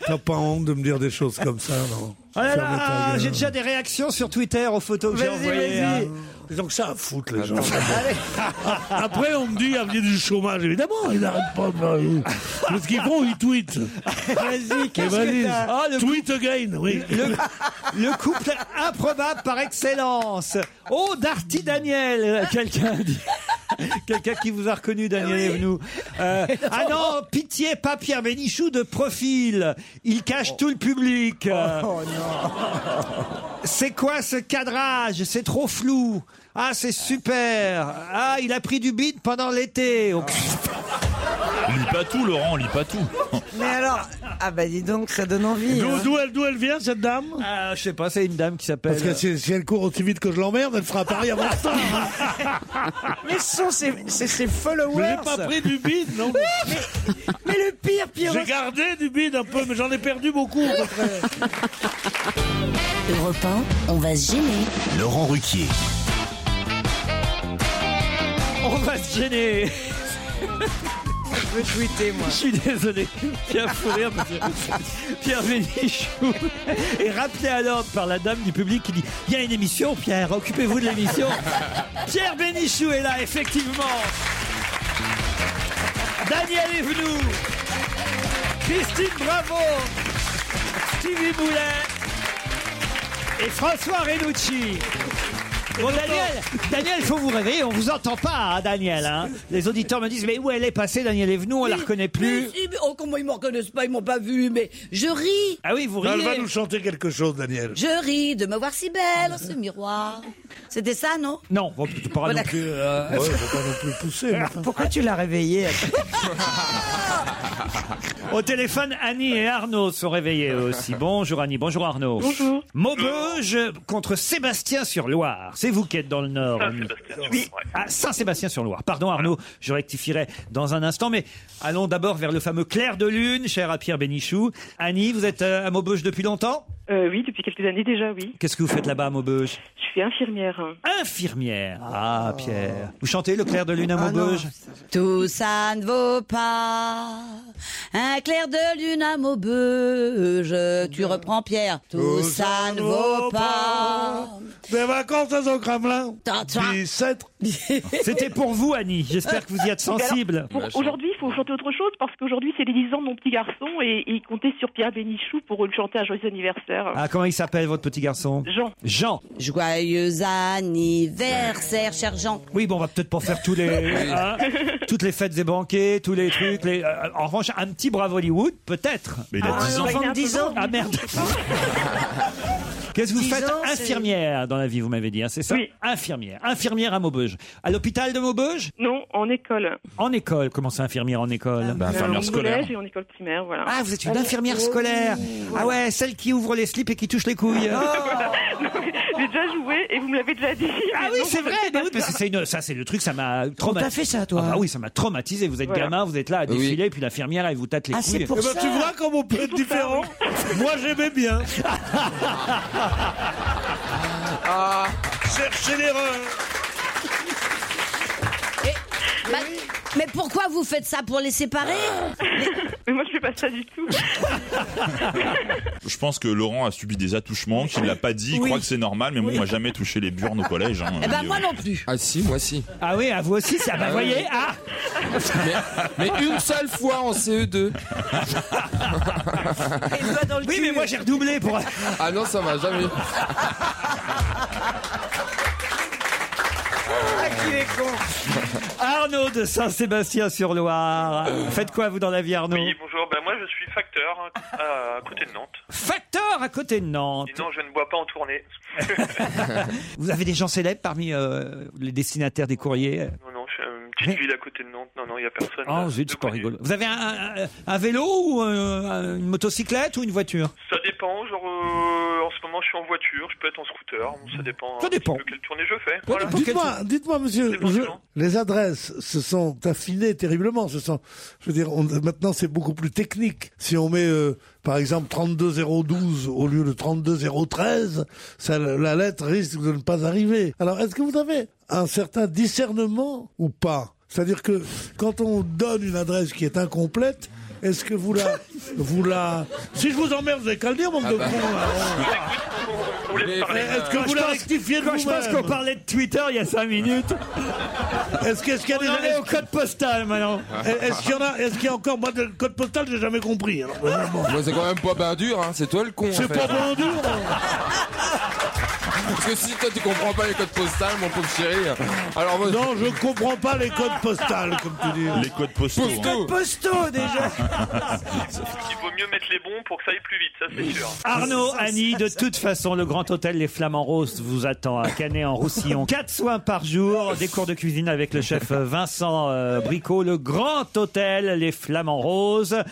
T'as pas honte de me dire des choses comme ça, non
Oh là
Ferme ta
là,
gueule.
j'ai déjà des réactions sur Twitter aux photos que j'ai envoyées. hein. Ah
Ils ont que ça à foutre, les gens. Après, on me dit, ah, il y a du chômage. Évidemment, ils n'arrêtent pas de parler. Mais ce qu'ils font, ils tweetent. Vas-y, qu'est-ce que
Ah, le
Tweet again, oui.
Le, le couple improbable par excellence. Oh, Darty Daniel, euh, quelqu'un dit. Quelqu'un qui vous a reconnu, Daniel Evenou. Euh, ah non, pitié, pas Pierre Bénichou de profil. Il cache tout le public.
Oh,
Euh, C'est quoi ce cadrage C'est trop flou. Ah, c'est super. Ah, il a pris du bide pendant l'été. Oh,
Lis pas tout, Laurent, lis pas tout.
Mais alors, ah bah dis donc, ça donne envie.
D'où d'où elle, d'où elle vient cette dame
Euh, Je sais pas, c'est une dame qui s'appelle.
Parce que si, si elle court aussi vite que je l'emmerde, elle fera à Paris avant ça. hein.
Mais ce sont ses, ses- ses
Mais
followers.
j'ai pas pris du bide, non
mais, mais le pire, pire.
J'ai gardé du bide un peu, mais j'en ai perdu beaucoup. au contraire.
Europe on va se gêner. Laurent Ruquier.
On va se gêner.
Je veux tweeter, moi.
Je suis désolé. Pierre fou rire, monsieur. Pierre Bénichou est rappelé à l'ordre par la dame du public qui dit Il y a une émission, Pierre, occupez-vous de l'émission. Pierre Bénichou est là, effectivement. Daniel Evenou. Christine Bravo. Stevie Boulet. Et François Renucci. Bon, Daniel, Daniel, il faut vous réveiller, on vous entend pas, hein, Daniel. hein. Les auditeurs me disent Mais où elle est passée, Daniel Evenou On la reconnaît plus.
Mais si, mais- oh, comment ils me reconnaissent pas, ils m'ont pas vu, mais je ris.
Ah oui, vous
Non, Elle va
riez.
nous chanter quelque chose, Daniel.
Je ris de me voir si belle, ce miroir. C'était ça, non
Non, bon, tu parles
Voilà.
non plus. euh,
Ouais, faut pas non plus pousser. mais enfin.
Pourquoi tu l'as réveillé
Au téléphone, Annie et Arnaud sont réveillés eux aussi. Bonjour Annie, bonjour Arnaud. Bonjour. Maubeuge contre Sébastien sur Loire. C'est vous qui êtes dans le Nord. Annie. Oui. Ah, Saint-Sébastien sur Loire. Pardon Arnaud, je rectifierai dans un instant, mais allons d'abord vers le fameux clair de lune, cher à Pierre Bénichou. Annie, vous êtes euh, à Maubeuge depuis longtemps
Euh, oui, depuis quelques années déjà, oui.
Qu'est-ce que vous faites là-bas à Maubeuge
Je suis infirmière.
Infirmière. Ah Pierre, vous chantez le clair de lune à
Ah,
Maubeuge
Tout ça ne vaut pas un clair de lune à Maubeuge. Tu reprends Pierre. Tout ça ne vaut pas.
Des vacances au Kremlin.
Ta- ta-
17.
C'était pour vous Annie. J'espère que vous y êtes
Mais alors,
sensible.
pour- Aujourd'hui, il faut chanter autre chose parce qu'aujourd'hui, c'est les 10 ans de mon petit garçon et, et il comptait sur Pierre Bénichou pour le chanter un joyeux anniversaire.
Ah comment il s'appelle votre petit garçon
Jean.
Jean.
Joyeux anniversaire, cher Jean.
Oui, bon, on va peut-être pas faire tous les, hein, toutes les fêtes et banquets, tous les trucs. les- euh, en revanche, un petit Bravo Hollywood, peut-être.
Mais il a
Ah,
10 ans.
non, il est un peu
10 ans.
grand.
Ah merde. Qu'est-ce que vous
10
faites
ans, c'est-
Infirmière dans la vie, vous m'avez dit, hein, c'est ça
Oui.
Infirmière. Infirmière à Maubeuge. À l'hôpital de Maubeuge
Non, en école.
En école. Comment c'est infirmière en école
Bah, infirmière
Euh, en
scolaire.
collège et en école primaire, voilà.
Ah, vous êtes une infirmière scolaire. Oh. Ah ouais, celle qui ouvre les slips et qui touche les couilles.
J'ai déjà joué et vous me l'avez déjà dit.
Ah
mais
oui,
non,
c'est
vous
vrai.
faites
mais
pas
oui, parce que c'est une, ça, c'est le truc, ça m'a
T'as
traumatisé.
fait ça, toi
Ah bah oui, ça m'a traumatisé. Vous êtes
Voilà.
gamin, vous êtes là à
Oui.
défiler, puis l'infirmière, elle vous tâte les
Ah,
couilles.
c'est pour
Eh ben,
ça.
tu vois comme on peut être différent. Moi, j'aimais bien. Ah. Cherchez l'erreur.
Bah, mais pourquoi vous faites ça pour les séparer
Mais moi, je fais pas ça du tout.
Je pense que Laurent a subi des attouchements, qu'il l'a pas dit, il
Oui.
croit que c'est normal, mais moi, on m'a jamais touché les burnes au collège. hein.
Eh ben
Et,
moi
euh,
non plus.
Ah si, moi si.
Ah oui, à vous aussi, ça. Bah,
oui.
voyez, ah.
Mais, mais une seule fois en E CE2.
Oui, mais moi j'ai redoublé pour.
Ah non, ça va jamais.
ah.
Ah,
Arnaud de Saint-Sébastien-sur-Loire. Faites quoi vous dans la vie, Arnaud
Oui, bonjour. Ben, moi, je suis facteur hein, à, à côté de Nantes.
Facteur à côté de Nantes.
Et non, je ne bois pas en tournée.
Vous avez des gens célèbres parmi euh, les destinataires des courriers
Non, non, je suis une petite ville à côté de Nantes. Non, non, il n'y a personne.
Oh
euh,
zut,
de
c'est pas
connu.
rigolo. Vous avez un, un- un vélo ou euh, une motocyclette ou une voiture
Ça dépend. Genre, euh, en ce moment, je suis en voiture. Je peux être en scooter. Bon, ça dépend.
Ça
un petit
dépend.
peu quelle tournée je fais. Voilà.
Dites-moi, dites-moi, monsieur,
C'est bon,
je-
c'est bon.
les adresses se sont affinées terriblement. Ce sont, je veux dire, on- maintenant c'est beaucoup plus technique. Si on met, euh, par exemple, 32012 au lieu de 32013, ça, la lettre risque de ne pas arriver. Alors, est-ce que vous avez un certain discernement ou pas C'est-à-dire que quand on donne une adresse qui est incomplète, est-ce que vous la, vous la, si je vous emmerde, vous avez qu'à le dire, mon
Ah bah.
de con, là.
On laisse
Mais-
parler.
Est-ce que vous la rectifiez de
Quand Euh, je pense qu'on
vous-même
parlait de Twitter il y a 5 minutes,
Est-ce que- est-ce qu'il y a
on
des
en est
adresses
au code postal maintenant.
Est- Est-ce qu'il y en a Est-ce qu'il y a encore Moi, le code postal, j'ai jamais compris. hein. alors, vraiment.
Moi, c'est quand même pas ben dur, hein. C'est toi le con. en
C'est
fait.
pas bon dur. hein.
Parce que si toi tu comprends pas les codes postales, mon pauvre chéri. hein. Alors
Non, je comprends pas les codes postales, comme tu dis.
Les codes postaux.
Postaux.
hein.
Postaux, déjà.
Il vaut mieux mettre les bons pour que ça aille plus vite, ça c'est sûr.
Arnaud, Annie, de toute façon, le grand hôtel Les Flamands Roses vous attend à Canet-en-Roussillon. Quatre soins par jour, des cours de cuisine avec le chef Vincent euh, Bricot. Le grand hôtel Les Flamands Roses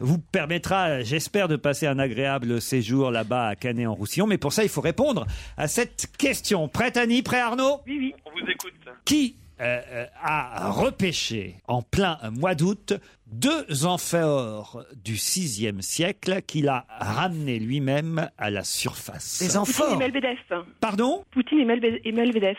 vous permettra, j'espère, de passer un agréable séjour là-bas à Canet-en-Roussillon. Mais pour ça, il faut répondre à cette question. Prête Annie, prêt Arnaud
Oui, oui. On vous écoute.
Qui euh, euh, a repêché en plein mois d'août deux amphores du 6e siècle qu'il a ramenés lui-même à la surface
Poutine et Melvedev.
Pardon
Poutine et, Melve- et Melvedev.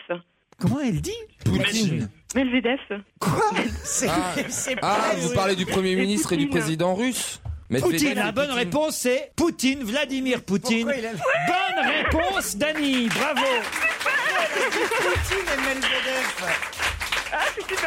Comment elle dit
Poutine. Melvedev.
Quoi
Ah, Ah, vous parlez du Premier ministre et du président russe
Poutine, la bonne réponse c'est Poutine, Vladimir Poutine. Bonne réponse Dani, bravo
Poutine et Melvedev.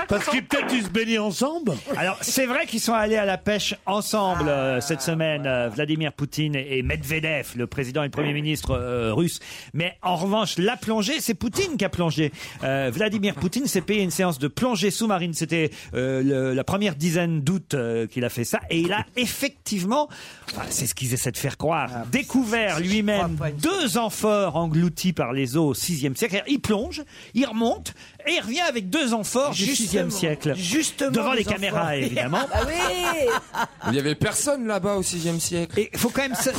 Parce qu'ils peut-être ils se baignaient ensemble. Ah.
Alors, c'est vrai qu'ils sont allés à la pêche ensemble euh, cette semaine, euh, Vladimir Poutine et et Medvedev, le président et le premier ministre euh, russe. Mais en revanche, la plongée, c'est Poutine qui a plongé. Euh, Vladimir Poutine s'est payé une séance de plongée sous-marine. C'était euh, le- la première dizaine d'août euh, qu'il a fait ça. Et il a effectivement, enfin, c'est ce qu'ils essaient de faire croire, découvert lui-même deux amphores engloutis par les eaux au 6e siècle. C'est-à-dire, Il plonge, il remonte et il revient avec deux amphores du 6e siècle.
Justement.
Devant
des
les
enfants.
caméras, évidemment.
Ah oui
Il y avait personne là-bas au 6e siècle.
Et faut quand même se...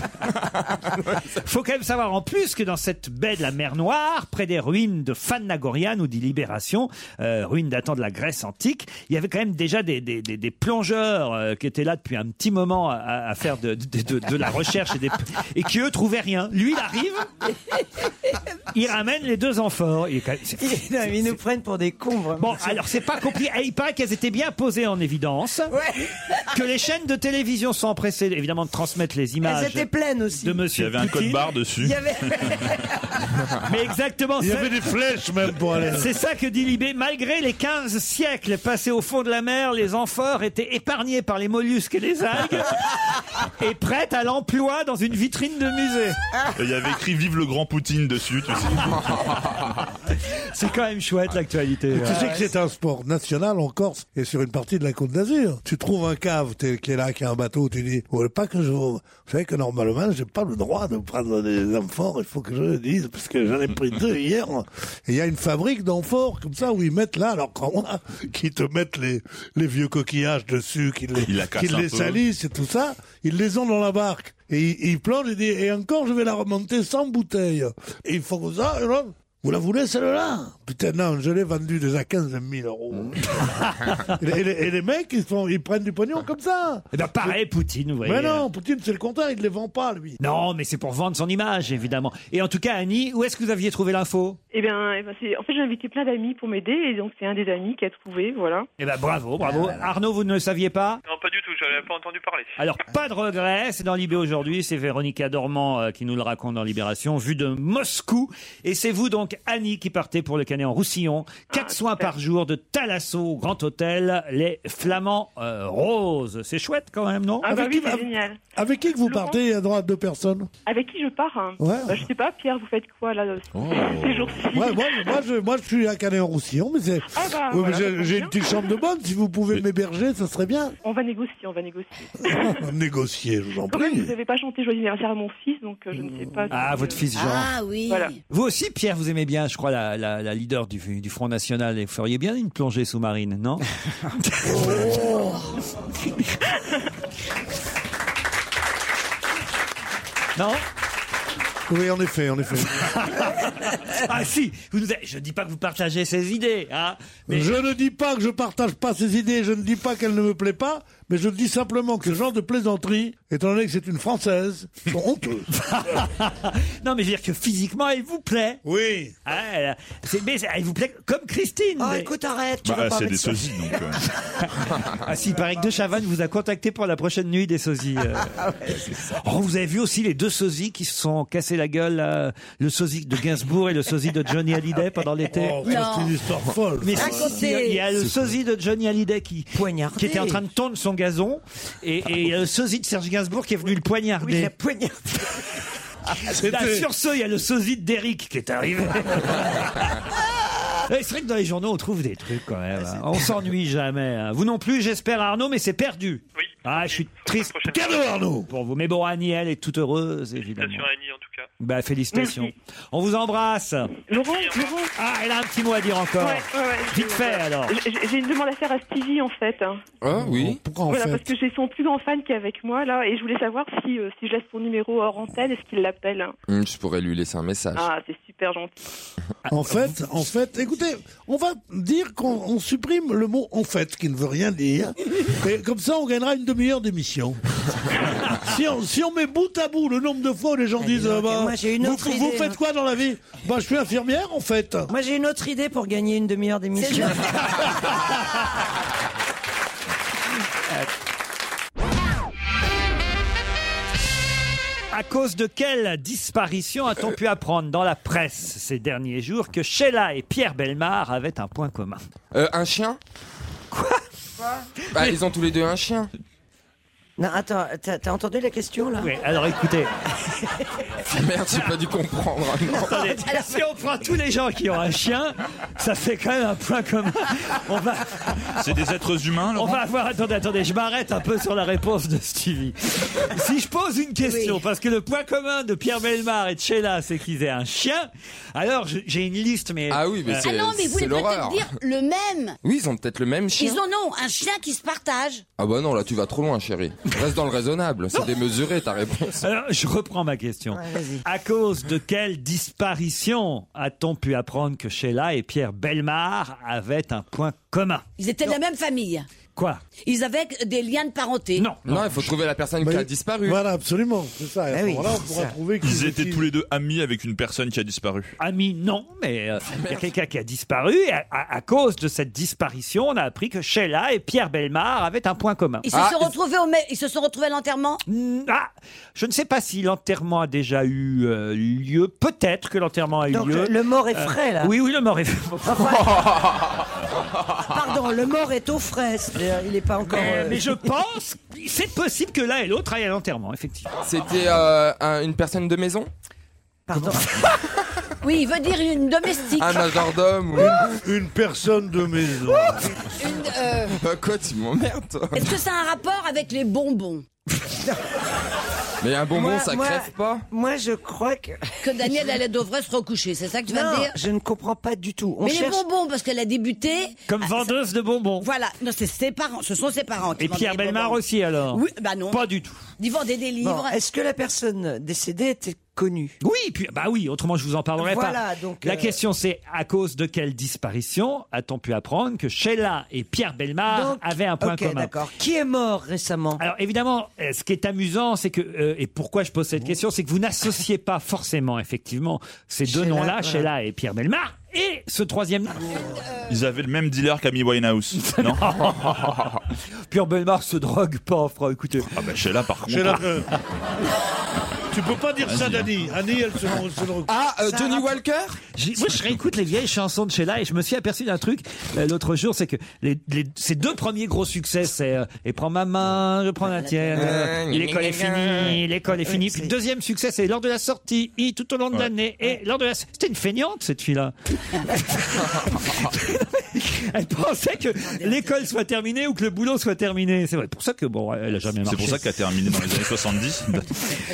Faut quand même savoir en plus que dans cette baie de la mer Noire, près des ruines de Phanagoria, nous dit Libération, euh, ruines datant de la Grèce antique, il y avait quand même déjà des, des- des- des plongeurs euh, qui étaient là depuis un petit moment à, à faire de, de- de- de la recherche et, des- et qui eux trouvaient rien. Lui, il arrive, il ramène les deux amphores. Il est quand même- c'est-
Ils nous prennent pour des cons, vraiment.
Bon, alors c'est pas compliqué. Et il paraît qu'elles étaient bien posées en évidence. Que les chaînes de télévision sont empressées, évidemment, de transmettre les images.
Elles étaient pleines aussi.
De monsieur.
Il y avait un
Poutine.
code barre dessus.
Il y avait-
Mais exactement.
Il y
ça-
avait des flèches même pour aller.
C'est ça que dit Libé. Malgré les 15 siècles passés au fond de la mer, les amphores étaient épargnés par les mollusques et les algues et prêtes à l'emploi dans une vitrine de musée.
Et il y avait écrit Vive le grand Poutine dessus, tu sais.
C'est quand même chouette l'actualité.
Tu sais que c'est un sport national en Corse et sur une partie de la Côte d'Azur. Tu trouves un cave t'es- qui est là, qui a un bateau, tu dis, oh, pas que je, vous savez que normalement, j'ai pas le droit de prendre des amphores, il faut que je le dise, parce que j'en ai pris deux hier. Et il y a une fabrique d'amphores, comme ça, où ils mettent là, alors quand moi, qui te mettent les, les vieux coquillages dessus, qui les,
Ils la cassent
qui
un
les
peu.
salissent et tout ça, ils les ont dans la barque. Et ils, ils plongent et disent, et encore, je vais la remonter sans bouteille. Et ils font ça, et alors, vous la voulez celle-là Putain, non, je l'ai vendue déjà 15 000 euros. et, les, et les- et les mecs, ils, font- ils prennent du pognon comme ça.
Eh ben pareil, Poutine, vous voyez.
Mais non, Poutine, c'est le contraire, il ne les vend pas, lui.
Non, mais c'est pour vendre son image, évidemment. Et en tout cas, Annie, où est-ce que vous aviez trouvé l'info
Eh bien, eh bien, c'est- en fait, j'ai invité plein d'amis pour m'aider, et donc c'est un des amis qui a trouvé, voilà.
Eh ben bravo, bravo. Arnaud, vous ne le saviez pas
Non, pas du tout, j'avais pas entendu parler.
Alors, pas de regret, c'est dans Libé aujourd'hui, c'est Véronica Dormand euh, qui nous le raconte dans Libération, vue de Moscou. Et c'est vous donc, Annie, qui partez pour le Canet en Roussillon.
Ah,
Quatre soins par jour de Thalasso, au Grand Hôtel, les Flamands euh, Roses. C'est chouette quand même, non
Ah bah
Avec
oui,
qui va-
c'est génial.
Avec qui que vous
Laurent
partez Il y a droit à deux personnes.
Avec qui je pars hein
Ouais.
Bah, Je sais pas, Pierre, vous faites quoi, là euh,
Oh.
Ces jours-ci
Ouais, moi, je- moi, je, moi, je suis à Canet-en-Roussillon, mais c'est.
Ah bah,
Ouais, mais
voilà,
j'ai-
ça tombe
j'ai
bien.
une petite chambre de bonne, si vous pouvez m'héberger, ça serait bien.
On va négocier, on va négocier.
Négocier, je vous en
Quand même, vous
prie.
n'avez pas chanté Joyeux anniversaire à mon fils, donc euh, je ne sais pas.
Ah, votre fils Jean.
Ah oui. Voilà.
Vous aussi, Pierre, vous aimez bien, je crois, la, la- la leader du, du Front National. Et vous feriez bien une plongée sous-marine, non Non
Oui, en effet, en effet.
Ah si vous nous avez- Je ne dis pas que vous partagez ces idées, hein, mais
Je ne dis pas que je partage pas ses idées, je ne dis pas qu'elle ne me plaît pas, mais je dis simplement que ce genre de plaisanterie, étant donné que c'est une Française, sont honteuses.
non, mais je veux dire que physiquement, elle vous plaît. Ah,
Oui.
mais elle vous plaît comme Christine.
Oh,
mais-
écoute, arrête. tu
Bah,
vas pas
c'est
mettre
des
ça.
sosies, donc. euh.
Ah si, il paraît que De Chavannes vous a contacté pour la prochaine nuit des sosies. euh.
Ah
Oh, vous avez vu aussi les deux sosies qui se sont cassés la gueule, euh, le sosie de Gainsbourg et le sosie de Johnny Hallyday pendant l'été.
Oh, ça, c'est une histoire folle.
Mais
ça.
si, si, il y a- il y a le
C'est-
sosie de Johnny Hallyday qui, qui était en train de tondre son gazon et, et il y a le sosie de Serge Gainsbourg qui est venu le poignarder.
Poignard.
Là, sur ce, il y a le sosie d'Eric qui est arrivé. Et Eh, C'est vrai que dans les journaux, on trouve des trucs quand même. hein. On s'ennuie jamais. hein. Vous non plus, j'espère, Arnaud, mais c'est perdu. Oui. Ah, je suis triste. Cadeau, Arnaud Pour vous. Mais bon, Annie, elle est toute heureuse, évidemment.
Félicitations, Annie, en tout cas.
Bah, félicitations. On vous embrasse.
Laurent, Laurent.
Ah, elle a un petit mot à dire encore. Vite fait, alors.
J'ai j'ai une demande à faire à Stevie en fait. hein.
Ah, oui. Pourquoi en
voilà,
fait
parce que j'ai son plus grand fan qui est avec moi là et je voulais savoir si, euh, si je laisse son numéro hors antenne, est-ce qu'il l'appelle hein.
Hum, Je pourrais lui laisser un message.
Ah, c'est super gentil.
En fait, en fait, écoutez, on va dire qu'on on supprime le mot en fait, qui ne veut rien dire. Et comme ça, on gagnera une demi-heure d'émission. si, on, si on met bout à bout le nombre de fois où les gens disent
donc,
ah bah,
Eh moi, j'ai une
vous,
autre
vous
idée, hein.
faites quoi dans la vie Bah, je suis infirmière en fait.
Moi, j'ai une autre idée pour gagner une demi-heure d'émission.
Ah,
À cause de quelle disparition a-t-on pu apprendre dans la presse ces derniers jours que Sheila et Pierre Belmar avaient un point commun
Euh, un chien Bah, ils ont tous les deux un chien.
non, attends, t'as t'as entendu la question là
Oui, alors écoutez.
Merde, j'ai pas dû comprendre.
Attendez, si on prend tous les gens qui ont un chien, ça fait quand même un point commun. On va,
C'est des êtres humains,
on
Laurent
va avoir. Attendez, attendez, je m'arrête un peu sur la réponse de Stevie. Si je pose une question, parce que le point commun de Pierre Belmar et de Sheila, c'est qu'ils aient un chien, alors je- j'ai une liste, mais. Ah
oui, mais
Ah non, mais vous voulez peut-être dire le même.
Oui, ils ont peut-être le même chien.
Ils en ont un chien qui se partage.
Ah bah non, là tu vas trop loin, chérie. Reste dans le raisonnable, c'est démesuré ta réponse.
Alors, je reprends ma question. à cause de quelle disparition a-t-on pu apprendre que Sheila et Pierre Belmar avaient un point commun
Ils étaient de la même famille.
Quoi
Ils avaient des liens de parenté. Non.
Non, il faut trouver la personne qui a disparu.
Voilà, absolument, c'est ça. Et à ce
Eh oui,
moment-là, on
c'est
pourra
ça.
trouver qui.
Ils étaient tous les deux amis avec une personne qui a disparu.
Ami, non, Ah, mais euh, il y a quelqu'un qui a disparu. et à, à- à cause de cette disparition, on a appris que Sheila et Pierre Belmar avaient un point commun.
Ils se, sont retrouvés au... mai- ils se sont retrouvés à l'enterrement
Ah, je ne sais pas si l'enterrement a déjà eu euh, lieu. Peut-être que l'enterrement a eu
Donc,
lieu. Euh,
le- le mort est frais, là.
Oui, oui, le mort est frais.
Pardon, le mort est au frais, c'est-à-dire, il n'est pas encore.
mais,
euh,
mais je pense, c'est possible que l'un et l'autre aillent à l'enterrement, effectivement.
C'était euh, un- une personne de maison
Pardon.
Oui, il veut dire une domestique.
Un majordome ou...
Une, personne de maison.
Une, euh,
Bah quoi, tu m'emmerdes toi.
Est-ce que ça a un rapport avec les bonbons
Mais un bonbon,
Moi-
ça
moi-
crève pas
Moi, je crois que.
Que Daniel, elle devrait se recoucher, c'est ça que tu vas
Non,
me dire
je ne comprends pas du tout. On
Mais les
cherche.
bonbons, parce qu'elle a débuté.
Comme
Ah,
vendeuse de bonbons.
Voilà, non, c'est ses parents, ce sont ses parents. qui
Et
vendaient
Pierre
les bonbons.
Belmar aussi, alors
Oui, bah non.
Pas du tout.
Ils vendaient des livres.
Bon, Est-ce que la personne décédée était connue
Oui, puis, bah oui, autrement je vous en parlerai
Voilà,
pas.
donc,
La
euh,
question c'est à cause de quelle disparition a-t-on pu apprendre que Sheila et Pierre Belmar
Donc,
avaient un point
ok,
commun
d'accord. Qui est mort récemment
Alors évidemment, euh, ce qui est amusant, c'est que euh, et pourquoi je pose cette question, c'est que vous n'associez pas forcément effectivement ces deux
Sheila,
noms-là,
voilà.
Sheila et Pierre Belmar, et ce troisième. nom.
Ils avaient le même dealer qu'Amy Winehouse, non
Pierre Belmar se drogue pas, frère. Écoutez,
Ah bah Sheila, par contre.
J'ai la- euh, Tu peux pas dire ça
Vas-y.
hein.
d'Annie. Annie, elle se, elle se le recoupe.
Ah, euh, Johnny Walker
J'ai- Moi, je réécoute les vieilles chansons de Sheila et je me suis aperçu d'un truc euh, l'autre jour, c'est que les, les- ses deux premiers gros succès, c'est euh, Et prends ma main, je prends la tienne, euh, l'école est finie, l'école est finie. Puis le deuxième succès, c'est Lors de la sortie, I, tout au long de l'année. Et lors de la... C'était une feignante, cette fille-là. Elle pensait que l'école soit terminée ou que le boulot soit terminé. C'est vrai. pour ça que, bon, elle a jamais
C'est
marché.
pour ça qu'elle a terminé dans les années 70.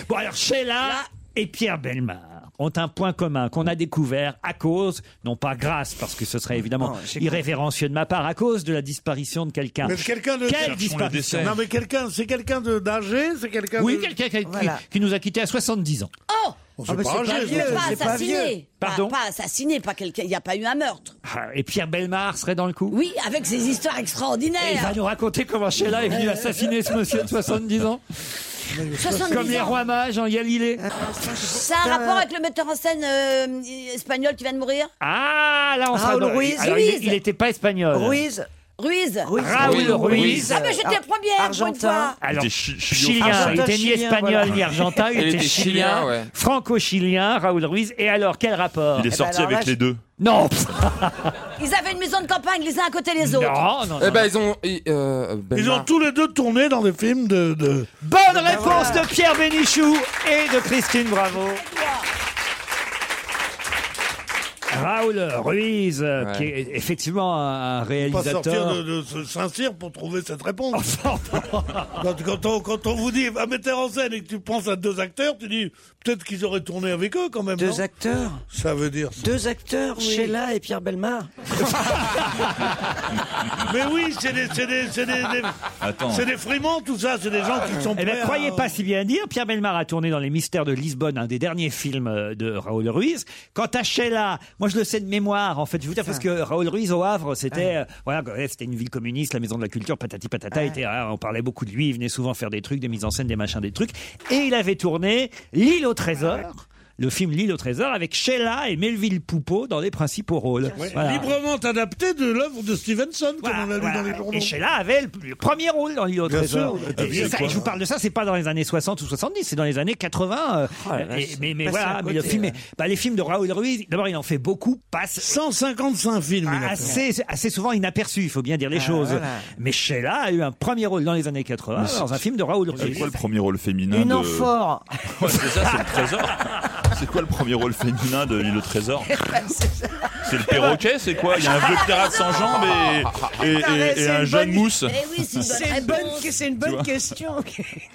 Bon, alors Sheila et Pierre Belmar ont un point commun qu'on a découvert à cause, non pas grâce, parce que ce serait évidemment irrévérencieux de ma part, à cause de la disparition de quelqu'un.
Oh, Mais quelqu'un de.
Quelle disparition
Non, mais quelqu'un, c'est quelqu'un de d'âgé, c'est quelqu'un
Oui,
de.
quelqu'un qui,
Voilà.
qui nous a quittés à 70 ans.
Oh
Oh,
Ah,
c'est
mais
pas
c'est pas
âgé,
vieux,
ça.
Pas
c'est pas
assassiné.
vieux.
Pas-
Pardon
Pas, assassiné, pas quelqu'un. Il n'y a pas eu un meurtre.
Ah, Et Pierre Belmar serait dans le coup
Oui, avec ces histoires
Et il va
extraordinaires.
nous raconter comment Sheila est venue assassiner ce monsieur de 70 ans,
70
comme les
ans.
rois mages en Galilée.
Euh,
Ça a un rapport avec le metteur en scène euh, espagnol qui vient de mourir
Ah, là on sera
Raoul
dans...
Ruiz.
Alors, il-
Ruiz.
il n'était pas espagnol.
Ruiz
Ruiz.
Ruiz.
Raoul Ruiz.
Ah, mais j'étais
Ar-
première pour une
Argentin.
fois.
Alors,
Des chi-
Chilien,
Argentin,
il était ni
Ah, Chilien,
espagnol
voilà.
ni argentin, il, était, chilien,
ouais.
franco-chilien, Raoul Ruiz. Et Eh ben, alors, quel rapport
Il est sorti
Eh ben, alors là,
avec les deux.
Non
Ils avaient une maison de campagne les uns à côté des autres.
Eh ben, ils ont. Ils, euh,
Ben
Ils
Belmar.
ont tous les deux tourné dans des films de. de-
Ben
Bonne réponse de Pierre Bénichou et de Christine Bravo. Raoul Ruiz, euh, qui est effectivement un un
Pas sortir de,
réalisateur. Ah,
de ce Saint-Cyr pour trouver cette réponse. quand, quand on, quand on vous dit un metteur en scène et que tu penses à deux acteurs, tu dis peut-être qu'ils auraient tourné avec eux quand même.
Deux
non
acteurs
Ça veut dire.
Deux acteurs, Sheila et Pierre Belmar.
Mais oui, c'est des, c'est des, c'est des, des-
Attends.
c'est des frimons, tout ça. C'est des gens qui sont
Eh
prêts.
ben,
à-
croyez pas si bien dire. Pierre Belmar a tourné dans Les Mystères de Lisbonne, un des derniers films euh, de Raoul Ruiz. Quant à Sheila, moi je le sais de mémoire, en fait, je vous dire, parce que Raoul Ruiz au Havre, c'était euh, voilà, ouais, c'était une ville communiste, la maison de la culture, patati patata, était rare, on parlait beaucoup de lui, il venait souvent faire des trucs, des mises en scène, des machins, des trucs. Et il avait tourné L'île au trésor. Le film L'île au trésor avec Sheila et Melville Poupeau dans les principaux rôles.
Ouais.
Voilà.
Librement adapté de l'œuvre de Stevenson, comme on l'a lu dans les journaux.
Et Sheila avait le, le premier rôle dans L'île au
Bien
trésor.
sûr,
Et-
et puis,
et ça,
quoi.
je vous parle de ça, c'est pas dans les années 60 ou 70, c'est dans les années 80. euh,
Oh la
et-
vache,
mais mais
passé
voilà,
à
mais le
côté,
film, est-
ouais.
bah, les films de Raoul Ruiz, d'abord il en fait beaucoup, passe
155 films. il a fait.
Assez, assez souvent inaperçu, il faut bien dire les
Ah,
choses.
voilà.
Mais Sheila a eu un premier rôle dans les années 80
Mais
Ah, dans
c'est-
un film de Raoul
C'est
Ruiz.
quoi le premier rôle féminin de... Ouais, c'est ça, c'est le trésor. C'est quoi le premier rôle féminin de l'île au trésor C'est le perroquet, c'est quoi Il y a un vieux pirate sans jambes et, et- et- et un jeune mousse.
C'est une bonne, que- c'est une
Tu
bonne
vois.
question.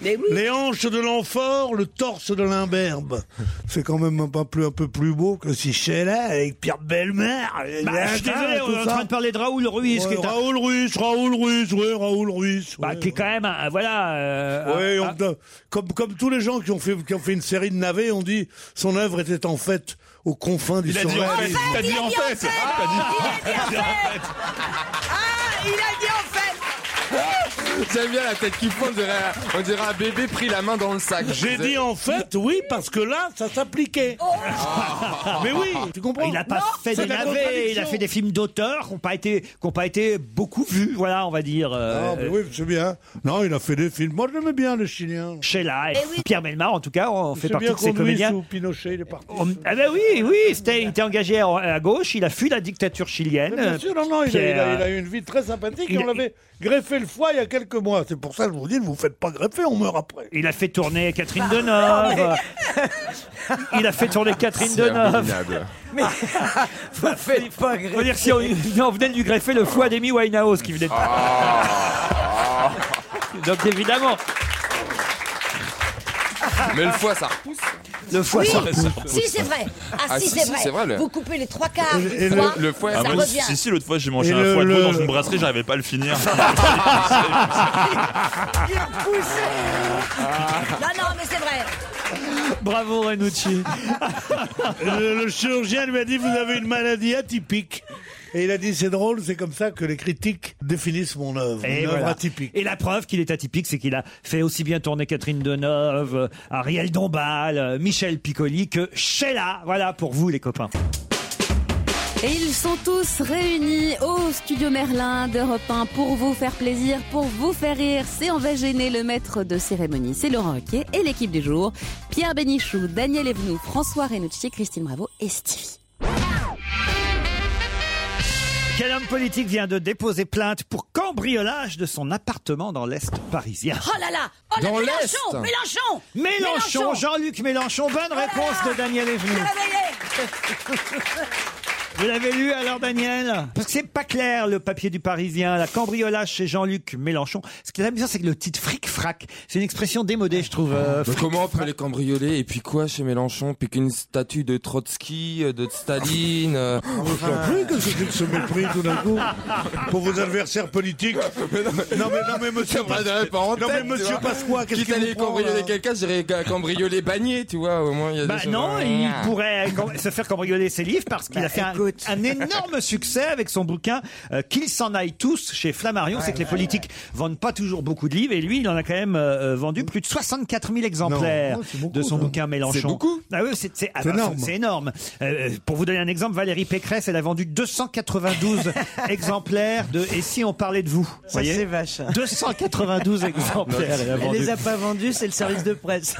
Les hanches de l'amphore, le torse de l'imberbe. C'est quand même pas plus, un peu plus beau que si Sheila avec Pierre Belmer.
Bah, je suis désolé, on est en train de parler de Raoul Ruiz.
Ouais,
qui est un-
Raoul Ruiz, Raoul Ruiz, oui, Raoul Ruiz.
Bah, qui est quand même, un- voilà. euh,
Ouais,
un-
on- comme, comme tous les gens qui ont, fait, qui ont fait une série de navets, on dit son œuvre était en fait aux confins du
Il a dit en fait,
surréalisme.
t'as dit en fait, Ah. T'as dit en fait.
Ah,
Il a dit en fait.
J'aime bien la tête qui fond, on dirait, on dirait un bébé pris la main dans le sac.
J'ai dit en fait, oui, parce que là, ça s'appliquait. Ah. Mais oui, tu comprends
Il n'a pas
Oh. Non,
fait
c'est de
des
la
navets, il a
contradiction.
fait des films d'auteurs qui n'ont pas, été- qui ont pas été beaucoup vus, voilà, on va dire.
Ah,
euh,
mais oui, c'est bien. Non, il a fait des films. Moi, j'aimais bien les Chiliens.
Sheila et Pierre Belmar, en tout cas, on fait
C'est
partie
bien
de ces
qu'on lui
comédiens.
sous Pinochet, il est parti.
On- Ah ben oui, oui, c'était- il était engagé à, à gauche, il a fui la dictature chilienne.
Mais Bien sûr, non, non, il a, il a- il a eu une vie très sympathique et
il-
on l'avait greffé le foie il y a quelques mois. C'est pour ça que je vous dis, ne vous faites pas greffer, on meurt après.
Il a fait tourner Catherine Deneuve. il a fait tourner Catherine Deneuve.
Mais vous faites pas agréer.
Faut dire Bah, si on, on venait de lui greffer le foie d'Amy Winehouse qui venait de...
Ah.
Donc évidemment,
Mais le foie, ça repousse.
le foie
Oui,
ça
si c'est vrai. Ah,
Ah,
si,
si,
c'est
si,
vrai.
c'est vrai, le-
Vous coupez les trois quarts,
Et-
les
et
trois,
le- le foie,
ça
Ah, moi,
revient.
si, si, l'autre fois, j'ai mangé
Et
un
le-
foie de
le-
veau dans une brasserie, j'arrivais pas à le finir.
Non, non, mais c'est vrai.
Bravo Renucci.
le, le chirurgien lui a dit, vous avez une maladie atypique. Et il a dit, c'est drôle, c'est comme ça que les critiques définissent mon œuvre. Une
Et,
œuvre
voilà.
atypique.
Et la preuve qu'il est atypique, c'est qu'il a fait aussi bien tourner Catherine Deneuve, euh, Ariel Dombal, euh, Michel Piccoli que Sheila. Voilà pour vous les copains.
Et ils sont tous réunis au studio Merlin d'Europe 1 pour vous faire plaisir, pour vous faire rire. C'est On va gêner le maître de cérémonie, c'est Laurent Ruquier et l'équipe du jour. Pierre Bénichou, Daniel Evenou, François Renucci, Christine Bravo et Stevie.
Quel homme politique vient de déposer plainte pour cambriolage de son appartement dans l'Est parisien
Oh là là Oh là
Dans
Mélenchon
l'Est.
Mélenchon Oh
Mélenchon, Jean-Luc Mélenchon, bonne réponse de Daniel Evenou. Vous l'avez lu alors, Daniel Parce que c'est pas clair le papier du Parisien, la cambriolage chez Jean-Luc Mélenchon. Ce qui est amusant, c'est que le titre fric-frac, c'est une expression démodée, je trouve. euh,
Mais comment on peut les cambrioler et puis quoi chez Mélenchon Puis qu'une statue de Trotsky, euh, de Staline. euh,
Ah, J'en plus que c'est de se mépris tout d'un coup pour vos adversaires politiques. Non mais non mais monsieur,
Pas de réponse,
non mais
tu
monsieur
vois.
Pasqua, qu'est-ce
Quitte
qu'il
à aller
vous prend,
cambrioler
là
quelqu'un, j'irais ga- cambrioler Bagné, tu vois, au moins il y a
Bah
des choses- hein.
non, il pourrait cam- se faire cambrioler ses livres parce qu'il a fait un, un énorme succès avec son bouquin euh, Qu'ils s'en aillent tous chez Flammarion. c'est que les politiques vendent pas toujours beaucoup de livres et lui, il en a quand même euh, euh, vendu plus de 64 000 exemplaires
Non, c'est beaucoup,
de son
ça.
bouquin Mélenchon.
C'est beaucoup
Ah oui, c'est c'est- ah
C'est
bah,
énorme.
c'est- c'est énorme. Euh, pour vous donner un exemple, Valérie Pécresse, elle a vendu 292 exemplaires de Et si on parlait de vous Vous
Ça,
voyez
c'est vache.
292 exemplaires. Elle, a
Elle
vendu.
les a pas vendus, c'est le service de presse.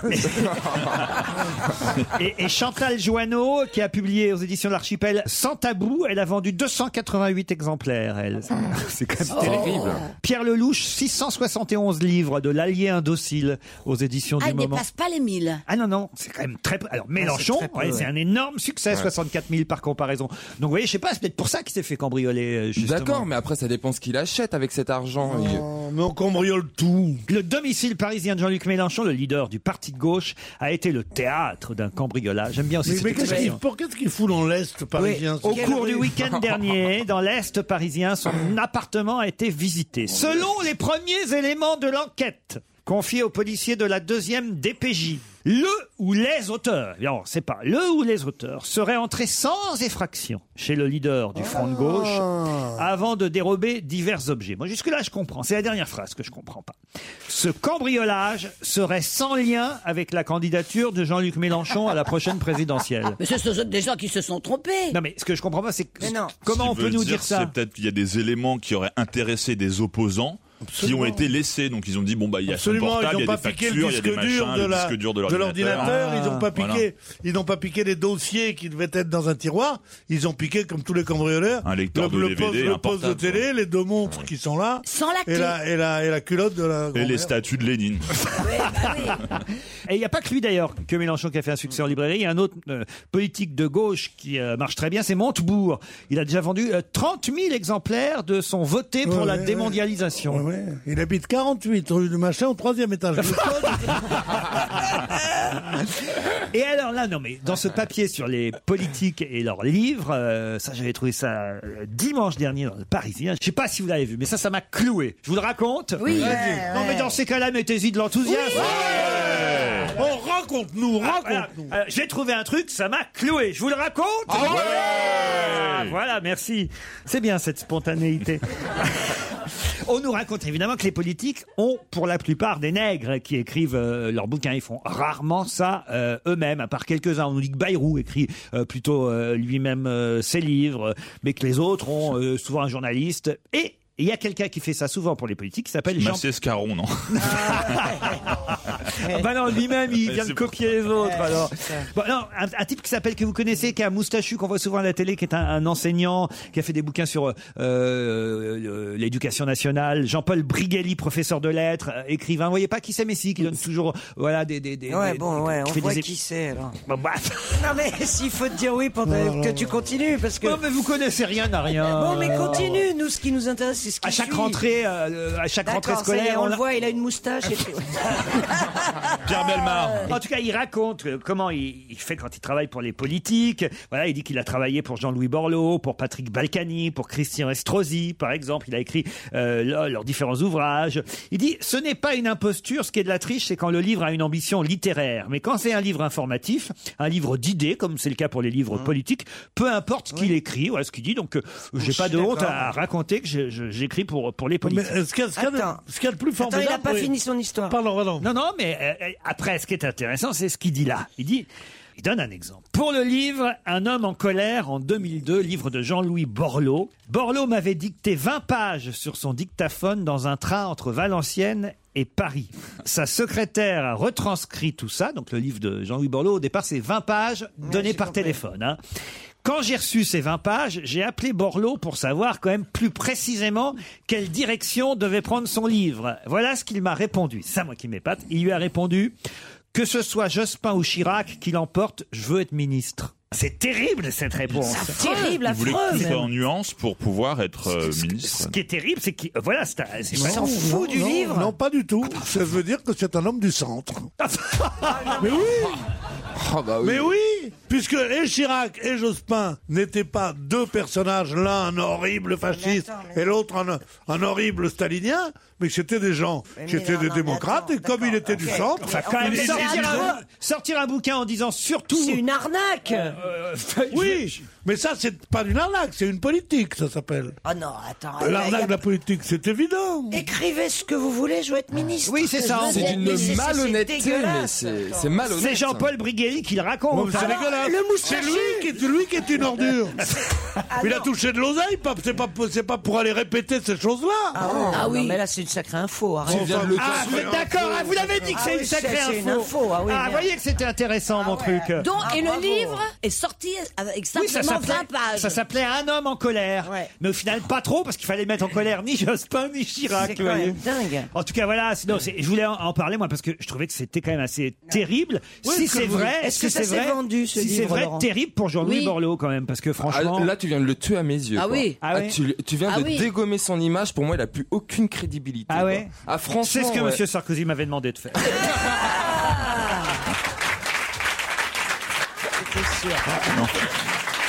Et, et Chantal Joanneau, qui a publié aux éditions de l'Archipel Sans tabou, elle a vendu 288 exemplaires, elle.
Ah.
C'est quand même
Oh.
terrible. Pierre Lelouch, 671 livres de l'Allié indocile aux éditions
Ah,
du
il
moment.
dépasse pas les 1000.
Ah non, non, c'est quand même très peu. Alors Mélenchon,
c'est très peu, ouais.
ouais, c'est un énorme succès,
Ouais.
64 000 par comparaison. Donc vous voyez, je sais pas, c'est peut-être pour ça qu'il s'est fait cambrioler. euh, Justement.
D'accord, mais après ça dépend ce qu'il achète avec cet argent.
mais on cambriole tout. Le domicile parisien de Jean-Luc Mélenchon, le leader du parti de gauche, a été le théâtre d'un cambriolage. J'aime bien aussi
Mais,
cette
mais qu'est-ce qu'il
expression.
pour qu'est-ce qu'il fout dans l'Est parisien
Au cours du week-end dernier, dans l'Est parisien, son appartement a été visité. Selon les premiers éléments de l'enquête, confiée aux policiers de la deuxième DPJ, le ou les auteurs, eh non, c'est pas, le ou les auteurs seraient entrés sans effraction chez le leader du Front de Gauche avant de dérober divers objets. Moi, jusque-là, je comprends. C'est la dernière phrase que je comprends pas. Ce cambriolage serait sans lien avec la candidature de Jean-Luc Mélenchon à la prochaine présidentielle.
Mais ce ce sont des gens qui se sont trompés.
Non, mais ce que je comprends pas, c'est que-
Ce
comment
qui
on peut
veut
nous dire, ça
C'est peut-être qu'il y a des éléments qui auraient intéressé des opposants. Qui ont été laissés, donc ils ont dit bon bah il y a son
Absolument,
portable,
ils
il
n'ont
y a
pas
des
piqué
factures,
le
il y a
disque
des machins,
dur de,
le
la-
disque dur de
de l'ordinateur. ils n'ont pas
Voilà.
piqué, ils n'ont pas piqué les dossiers qui devaient être dans un tiroir. Ils ont piqué comme tous les cambrioleurs
Un lecteur
le,
de
le
DVD,
poste-
un
le poste de
portable,
télé, les deux montres qui sont là,
Sans la
et
clé.
la, et la et la culotte de la.
Et les statues de Lénine.
Et il n'y a pas que lui d'ailleurs que Mélenchon qui a fait un succès en librairie. Il y a un autre euh, politique de gauche qui euh, marche très bien, c'est Montebourg. Il a déjà vendu euh, 30 000 exemplaires de son voté pour
Ouais,
la
ouais,
démondialisation.
Ouais, ouais. Il habite 48 rue du machin au troisième
Ah,
étage.
Et alors là, non mais dans ce papier sur les politiques et leurs livres, euh, ça j'avais trouvé ça euh, dimanche dernier dans le Parisien. Je sais pas si vous l'avez vu, mais ça, ça m'a cloué. Je vous le raconte.
Oui.
Vas-y.
Ouais,
non mais
ouais.
dans ces cas-là, mettez-y de l'enthousiasme.
On raconte-nous,
raconte-nous. Euh, J'ai trouvé un truc, ça m'a cloué. Je vous le raconte. Ah, voilà, merci. C'est bien cette spontanéité. On nous raconte évidemment que les politiques ont pour la plupart des nègres qui écrivent euh, leurs bouquins. Ils font rarement ça euh, eux-mêmes, à part quelques-uns. On nous dit que Bayrou écrit euh, plutôt euh, lui-même euh, ses livres, euh, mais que les autres ont euh, souvent un journaliste. Et il y a quelqu'un qui fait ça souvent pour les politiques qui s'appelle Jean.
Massé Scarron, non
Ah bah non, lui-même, il vient de
C'est
copier les autres.
Ouais,
Alors,
c'est ça.
Bon, non, un, un type qui s'appelle que vous connaissez, qui a un moustachu qu'on voit souvent à la télé, qui est un, un enseignant, qui a fait des bouquins sur euh, euh, l'éducation nationale. Jean-Paul Brigelli, professeur de lettres, euh, écrivain. Vous voyez pas qui c'est, mais si, qui donne toujours, voilà, des, des, des-
Ouais,
des-
bon, ouais, on
fait
voit
des-
qui c'est alors.
Bon, bah,
Non mais s'il faut te dire oui pendant que tu continues parce que.
Non mais vous connaissez rien à rien.
Bon mais continue, nous ce qui nous intéresse c'est ce qui
À chaque
suit.
rentrée, euh, le- à chaque rentrée
D'accord, ça y est,
scolaire,
on,
l'a-
le voit, il a une moustache et tout.
Pierre En tout cas, il raconte euh, comment il, il fait quand il travaille pour les politiques. Voilà, il dit qu'il a travaillé pour Jean-Louis Borloo, pour Patrick Balkany, pour Christian Estrosi, par exemple. Il a écrit euh, le- leurs différents ouvrages. Il dit ce n'est pas une imposture. Ce qui est de la triche, c'est quand le livre a une ambition littéraire. Mais quand c'est un livre informatif, un livre d'idées, comme c'est le cas pour les
Mmh.
livres politiques, peu importe ce qu'il écrit, voilà ce qu'il dit. Donc, euh, j'ai pas de honte
d'accord.
à raconter que je- je- j'écris pour pour les
Mais
politiques.
euh, ce qu'il y a- ce qu'il y a de- ce qu'il y a de plus formidable. oui.
son histoire.
Pardon, pardon.
Non, non, mais euh, euh, après, ce qui est intéressant, c'est ce qu'il dit là. Il dit, il donne un exemple. Pour le livre Un homme en colère en 2002, livre de Jean-Louis Borloo. Borloo m'avait dicté 20 pages sur son dictaphone dans un train entre Valenciennes et Paris. Sa secrétaire a retranscrit tout ça, donc le livre de Jean-Louis Borloo, au départ, c'est 20 pages données par téléphone. hein. Quand j'ai reçu ces 20 pages, j'ai appelé Borloo pour savoir quand même plus précisément quelle direction devait prendre son livre. Voilà ce qu'il m'a répondu. C'est Ça, moi qui m'épate. Il lui a répondu Que ce soit Jospin ou Chirac qui l'emporte, je veux être ministre. C'est terrible cette réponse.
C'est terrible,
Vous voulez que tout soit en
Ce
nuance pour pouvoir être euh, ministre
qui est terrible, c'est qu'il. euh, Voilà, c'est un- c'est
Non,
vraiment-
non, non, Non, pas du tout. Ça veut dire que c'est un homme du centre. Mais oui
Oh.
Oh, bah Ah
Mais oui Puisque et Chirac et Jospin n'étaient pas deux personnages, l'un un horrible fasciste et l'autre un, un horrible stalinien, mais que c'était des gens qui étaient des démocrates, et comme il était du centre...
Enfin, quand même,
il était du
sortir,
centre.
un, sortir un bouquin en disant surtout. Euh, C'est
une arnaque
Oui, mais ça, c'est pas une arnaque, c'est une politique, ça s'appelle.
Oh non,
Ah,
attends.
Euh,
L'arnaque de la politique, c'est évident.
Écrivez ce que vous voulez, je veux être ministre.
Oui, c'est ça.
hein. Je veux être- mais c'est- c'est- c'est dégueulasse.
C'est Jean-Paul Brigelli qui le raconte.
Vous savez dégueulasse.
le
C'est
moustachu.
lui qui, est- lui qui est une ordure. Il a touché de l'oseille, pas- c'est pas, c'est pas pour aller répéter ces choses-là.
Ah,
oh,
ouais, non, mais là, c'est une sacrée info. arrête.
Tu viens de le
Ah, vous êtes d'accord ah, Vous l'avez dit que c'est
Ah
une
oui,
sacrée info.
c'est une info. Ah, oui,
Ah,
merde.
voyez que c'était intéressant, mon truc. euh,
Donc,
Ah,
et le
bravo.
livre est sorti avec
Oui, ça
simplement 20
s'appelait-
pages.
ça s'appelait Un homme en colère. Mais au final, pas trop, parce qu'il fallait mettre en colère ni Jospin, ni Chirac.
C'est
vous
quand
voyez.
même dingue.
En tout cas, voilà. c'est- non, c'est- je voulais en, en parler, moi, parce que je trouvais que c'était quand même assez terrible.
Oui, parce
si
que
c'est
vous-
vrai,
est-ce
si
que ça
c'est
s'est
vrai-
vendu, ce
si c'est
livre,
vrai,
Laurent
terrible pour Jean-Louis
Oui.
Borloo, quand même, parce que franchement.
Ah, là, tu viens de le tuer à mes yeux.
Ah
quoi.
oui. Ah oui.
tu, tu viens
Ah
de
oui.
dégommer son image. Pour moi, il a plus aucune crédibilité.
Ah ouais
quoi. Ah, franchement.
C'est ce que
ouais.
Monsieur Sarkozy m'avait demandé de faire.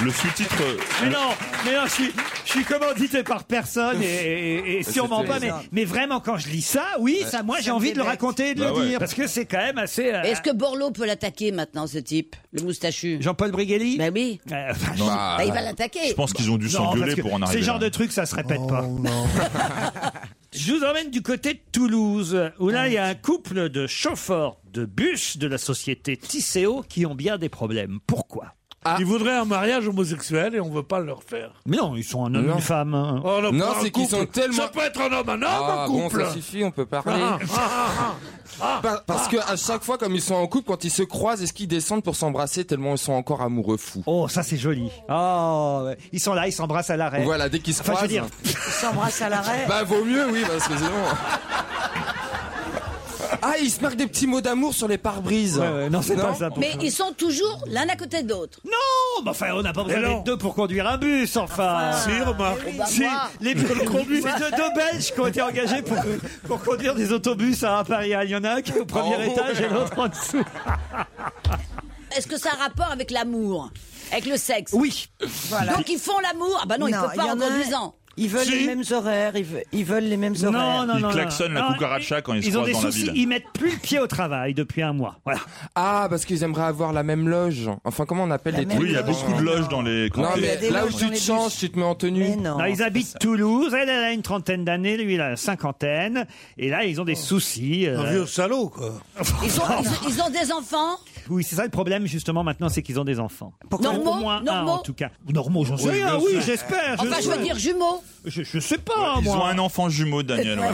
Le sous-titre. euh,
Mais non, mais non, je suis, je suis commandité par personne et, et- et
Ah, C'était-
sûrement pas. Mais, mais vraiment, quand je lis ça, oui,
Ouais.
ça, moi, j'ai
Ça me
envie de le
débecte.
raconter et de
Bah
le
ouais.
dire parce que c'est quand même assez. euh,
Est-ce que Borloo peut l'attaquer maintenant, ce type, le moustachu
Jean-Paul Brigelli
Ben oui.
Euh,
Bah, il va l'attaquer.
Je pense qu'ils ont dû
Non, parce
s'engueuler
que
pour en arriver
Ces genres
là.
de trucs, ça se répète pas. Je vous emmène du côté de Toulouse, où là, il y a un couple de chauffeurs de bus de la société Tisséo qui ont bien des problèmes. Pourquoi
Ils voudraient un mariage homosexuel et on veut pas le refaire.
Mais non, ils sont un homme et une femme. hein.
Oh, là,
Non,
pour un
c'est qu'ils
couple.
sont tellement.
Ça peut être un homme, un homme,
Ah,
un
bon,
couple.
ça suffit, on peut parler.
Ah, ah,
Par- parce que à chaque fois, comme ils sont en couple, quand ils se croisent, est-ce qu'ils descendent pour s'embrasser tellement ils sont encore amoureux fous
Oh, ça c'est joli. Oh, ouais. ils sont là, ils s'embrassent à l'arrêt.
Voilà, dès qu'ils se
Enfin, je veux
croisent.
dire,
Ils s'embrassent à l'arrêt.
Bah vaut mieux, oui, parce que sinon. Ah, ils se marquent des petits mots d'amour sur les pare-brises.
Ouais, ouais, non, c'est pas ça, pour
Mais ils sont toujours l'un à côté de l'autre.
Eh Non, mais Bah, enfin, on n'a pas besoin d'être deux pour conduire un bus, enfin.
Si, remarque.
Eh oui.
Si,
Bah, moi.
les
Je le conduis.
C'est deux, deux Belges qui ont été engagés pour, pour conduire des autobus à Paris. Il y en a un qui est au premier
Oh,
étage et
ouais.
l'autre en dessous.
Est-ce que ça a un rapport avec l'amour Avec le sexe
Oui.
Voilà.
Donc ils font l'amour Ah bah non, ils ne peuvent
il y
pas en
en a un,
conduisant.
Ils veulent
Si.
les mêmes horaires. Ils, ve- ils veulent les mêmes horaires.
non,
ils
non,
klaxonnent
non.
la cucaracha quand ils, se
Ils ont
croisent
des
dans la
soucis,
ville.
ils mettent plus le pied au travail depuis un mois. Voilà.
Ah, parce qu'ils aimeraient avoir la même loge. Enfin, comment on appelle les
Oui, il y a beaucoup de loges dans les.
Non,
campings.
mais là où tu te changes, tu te mets en tenue.
Non, ils habitent Toulouse, elle, elle a une trentaine d'années, lui il a la cinquantaine, et là ils ont des soucis. euh,
Un vieux salaud, quoi.
Ils ont, ils, ils ont des enfants
Oui, c'est ça le problème justement maintenant, c'est qu'ils ont des enfants.
Pourquoi
Au
Normaux
moins un
Normaux
Oh.
en tout cas. Normaux, j'en sais
Oui,
rien,
bien
oui,
sûr.
j'espère.
Enfin, je veux
Ah.
dire jumeaux.
Je, je sais pas,
Ils
moi.
ont un enfant jumeau, Daniel. ouais.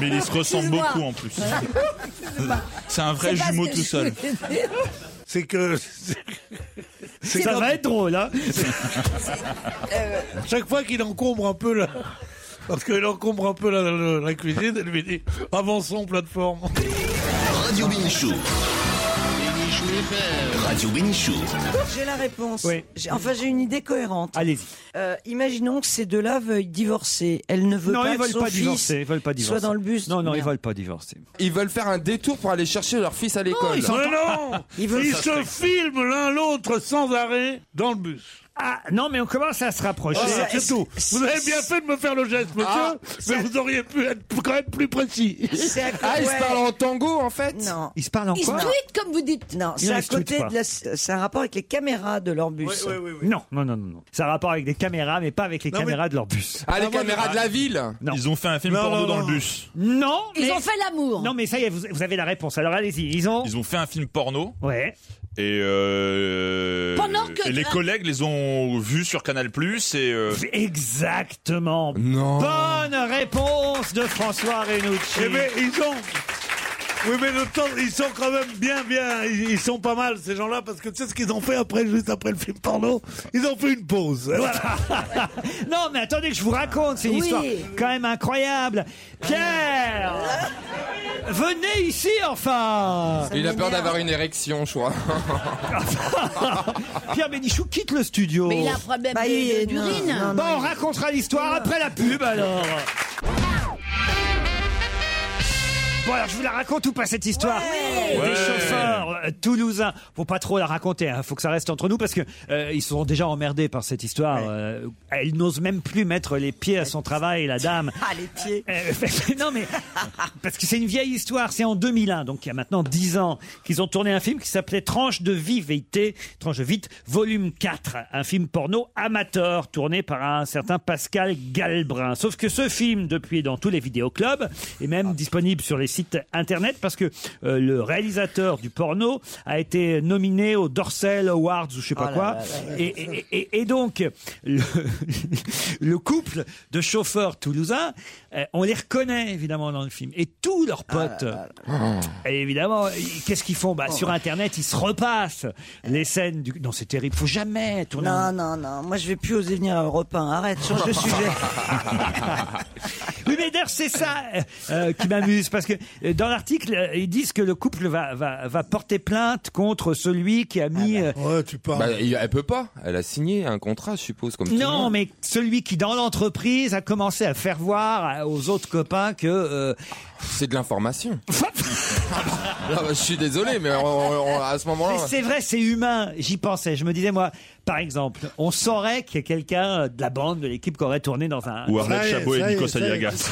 Mais ils se ressemblent
Excuse-moi.
beaucoup en plus. C'est un vrai jumeau tout seul.
C'est que
Ça va être drôle, hein
Euh, chaque fois qu'il encombre un peu la. Parce qu'il encombre un peu la, la- la cuisine, elle lui dit avançons plateforme.
Radio Bénichou. Radio Bénichou.
J'ai la réponse.
Oui.
J'ai- Enfin, j'ai une idée cohérente.
Allez-y.
Euh, imaginons que ces deux-là veuillent divorcer. Elle ne veut
Non,
pas
ils
que
veulent
son
pas
fils
divorcer, ils veulent pas divorcer.
soit dans le bus.
Non, non, ils
Merde.
veulent pas divorcer.
Ils veulent faire un détour pour aller chercher leur fils à l'école.
ils sont-
Mais non
Ils veulent-
Ils se filment l'un l'autre sans arrêt dans le bus.
Ah, non, mais on commence à se rapprocher.
Voilà, c'est tout. Vous avez bien fait de me faire le geste, monsieur,
Ah,
mais vous auriez pu être quand même plus précis.
C'est à côté-
Ah, ils se
ouais.
parlent en tango en fait
Non.
Ils se parlent en
Ils se
quoi
tweetent comme vous dites.
Non,
Ils
c'est à
restent toutes,
côté
quoi.
de la. C'est un rapport avec les caméras de leur bus.
Non, non, non, non, non. Ça a rapport avec des caméras, mais pas avec les caméras de leur bus.
Ah, les caméras de la ville
Non.
Ils ont fait un film
Non,
porno
non,
dans le
non.
bus.
Non,
Ils
mais-
ont fait l'amour.
Non, mais ça y est, vous, vous avez la réponse. Alors allez-y. Ils ont.
Ils ont fait un film porno
Ouais.
et, euh,
Pendant que-
et les collègues les ont vus sur Canal Plus et euh,
Exactement.
Non.
Bonne réponse de François Renucci.
Eh ben, ils ont. Oui, mais le temps, ils sont quand même bien, bien. Ils, ils sont pas mal, ces gens-là, parce que tu sais ce qu'ils ont fait après, juste après le film porno Ils ont fait une pause. Et voilà.
Non, mais attendez que je vous raconte, c'est une
Oui.
histoire quand même incroyable. Pierre Venez ici, enfin
Il a peur d'avoir une érection, je crois.
Pierre Bénichou quitte le studio.
Mais il a un problème
Bah,
de-
il est-
de- d'urine.
non, non,
Bon, on racontera l'histoire après la pub, alors Bon, alors je vous la raconte ou pas cette histoire
Ouais.
des chauffeurs euh, toulousains Faut pas trop la raconter, hein, faut que ça reste entre nous parce que euh, ils sont déjà emmerdés par cette histoire. euh, elle n'ose même plus mettre les pieds à son travail, la dame.
Ah, les pieds.
Euh, non mais parce que c'est une vieille histoire, c'est en 2001 donc il y a maintenant 10 ans qu'ils ont tourné un film qui s'appelait Tranche de vie vérité, Tranche de vite volume 4, un film porno amateur tourné par un certain Pascal Galbrin. Sauf que ce film depuis est dans tous les vidéoclubs et même disponible sur les sites internet parce que euh, le réalisateur du porno Renault a été nominé au Dorsel Awards ou je sais pas
Oh là
quoi.
là là là.
Et, et- et- et donc, le, le couple de chauffeurs toulousains, euh, on les reconnaît évidemment dans le film. Et tous leurs
Ah
potes. Et évidemment, ils- qu'est-ce qu'ils font bah,
Oh.
Sur Internet, ils se repassent les scènes du. Non, c'est terrible. Faut jamais tourner.
Non, non, non. Moi, je vais plus oser venir à Europe 1. Arrête, change de sujet.
Oui, mais d'ailleurs, c'est ça euh, euh, qui m'amuse, parce que euh, dans l'article, euh, ils disent que le couple va, va, va porter plainte contre celui
Ah
qui a mis... euh,
Bah, il- elle peut pas. Elle a signé un contrat, je suppose, comme tout le
non,
monde.
mais celui qui, dans l'entreprise, a commencé à faire voir euh, aux autres copains que... euh,
C'est de l'information. Ah bah, je suis désolé, mais on- on- à ce moment-là.
Mais c'est vrai, c'est humain. J'y pensais. Je me disais, moi, par exemple, on saurait qu'il y a quelqu'un euh, de la bande, de l'équipe, qui aurait tourné dans un.
Ou Arlette Ça y est, Chabot et ça y est, Nikos ça y est. Aliagas.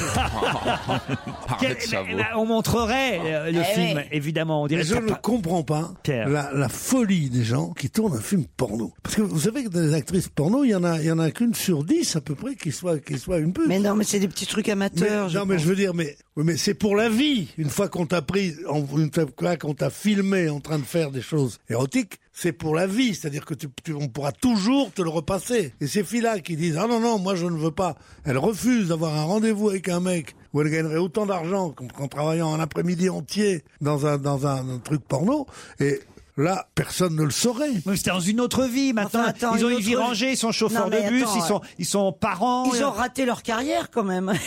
Quel-
Arlette Chabot.
eh ben, on montrerait euh, le
Eh
film,
oui.
évidemment. On dirait
Mais je
qu'il y a
ne
pas-
comprends pas
Pierre.
la, la folie des gens qui tournent un film porno. Parce que vous savez que dans les actrices porno, il y en a, il y en a qu'une sur dix à peu près qui soit, qui soit une pute. Mais
non, mais c'est des petits trucs amateurs, je
non, mais
pense.
je veux dire, mais, oui, mais c'est pour la vie. Une fois qu'on t'a pris, en- une fois qu'on t'a filmé en train de faire des choses érotiques, c'est pour la vie. C'est-à-dire que tu, tu- on pourra toujours te le repasser. Et ces filles-là qui disent, ah non, non, moi je ne veux pas. Elles refusent d'avoir un rendez-vous avec un mec où elles gagneraient autant d'argent qu'en qu'en travaillant un après-midi entier dans un, dans un, un truc porno. Et là, personne ne le saurait.
Mais c'était dans une autre vie maintenant.
attends,
ils ont
une
une vie
autre-
rangée, ils sont chauffeurs
Non, mais
de bus,
attends,
ils, sont,
euh,
ils sont parents.
Ils ont raté leur carrière quand même.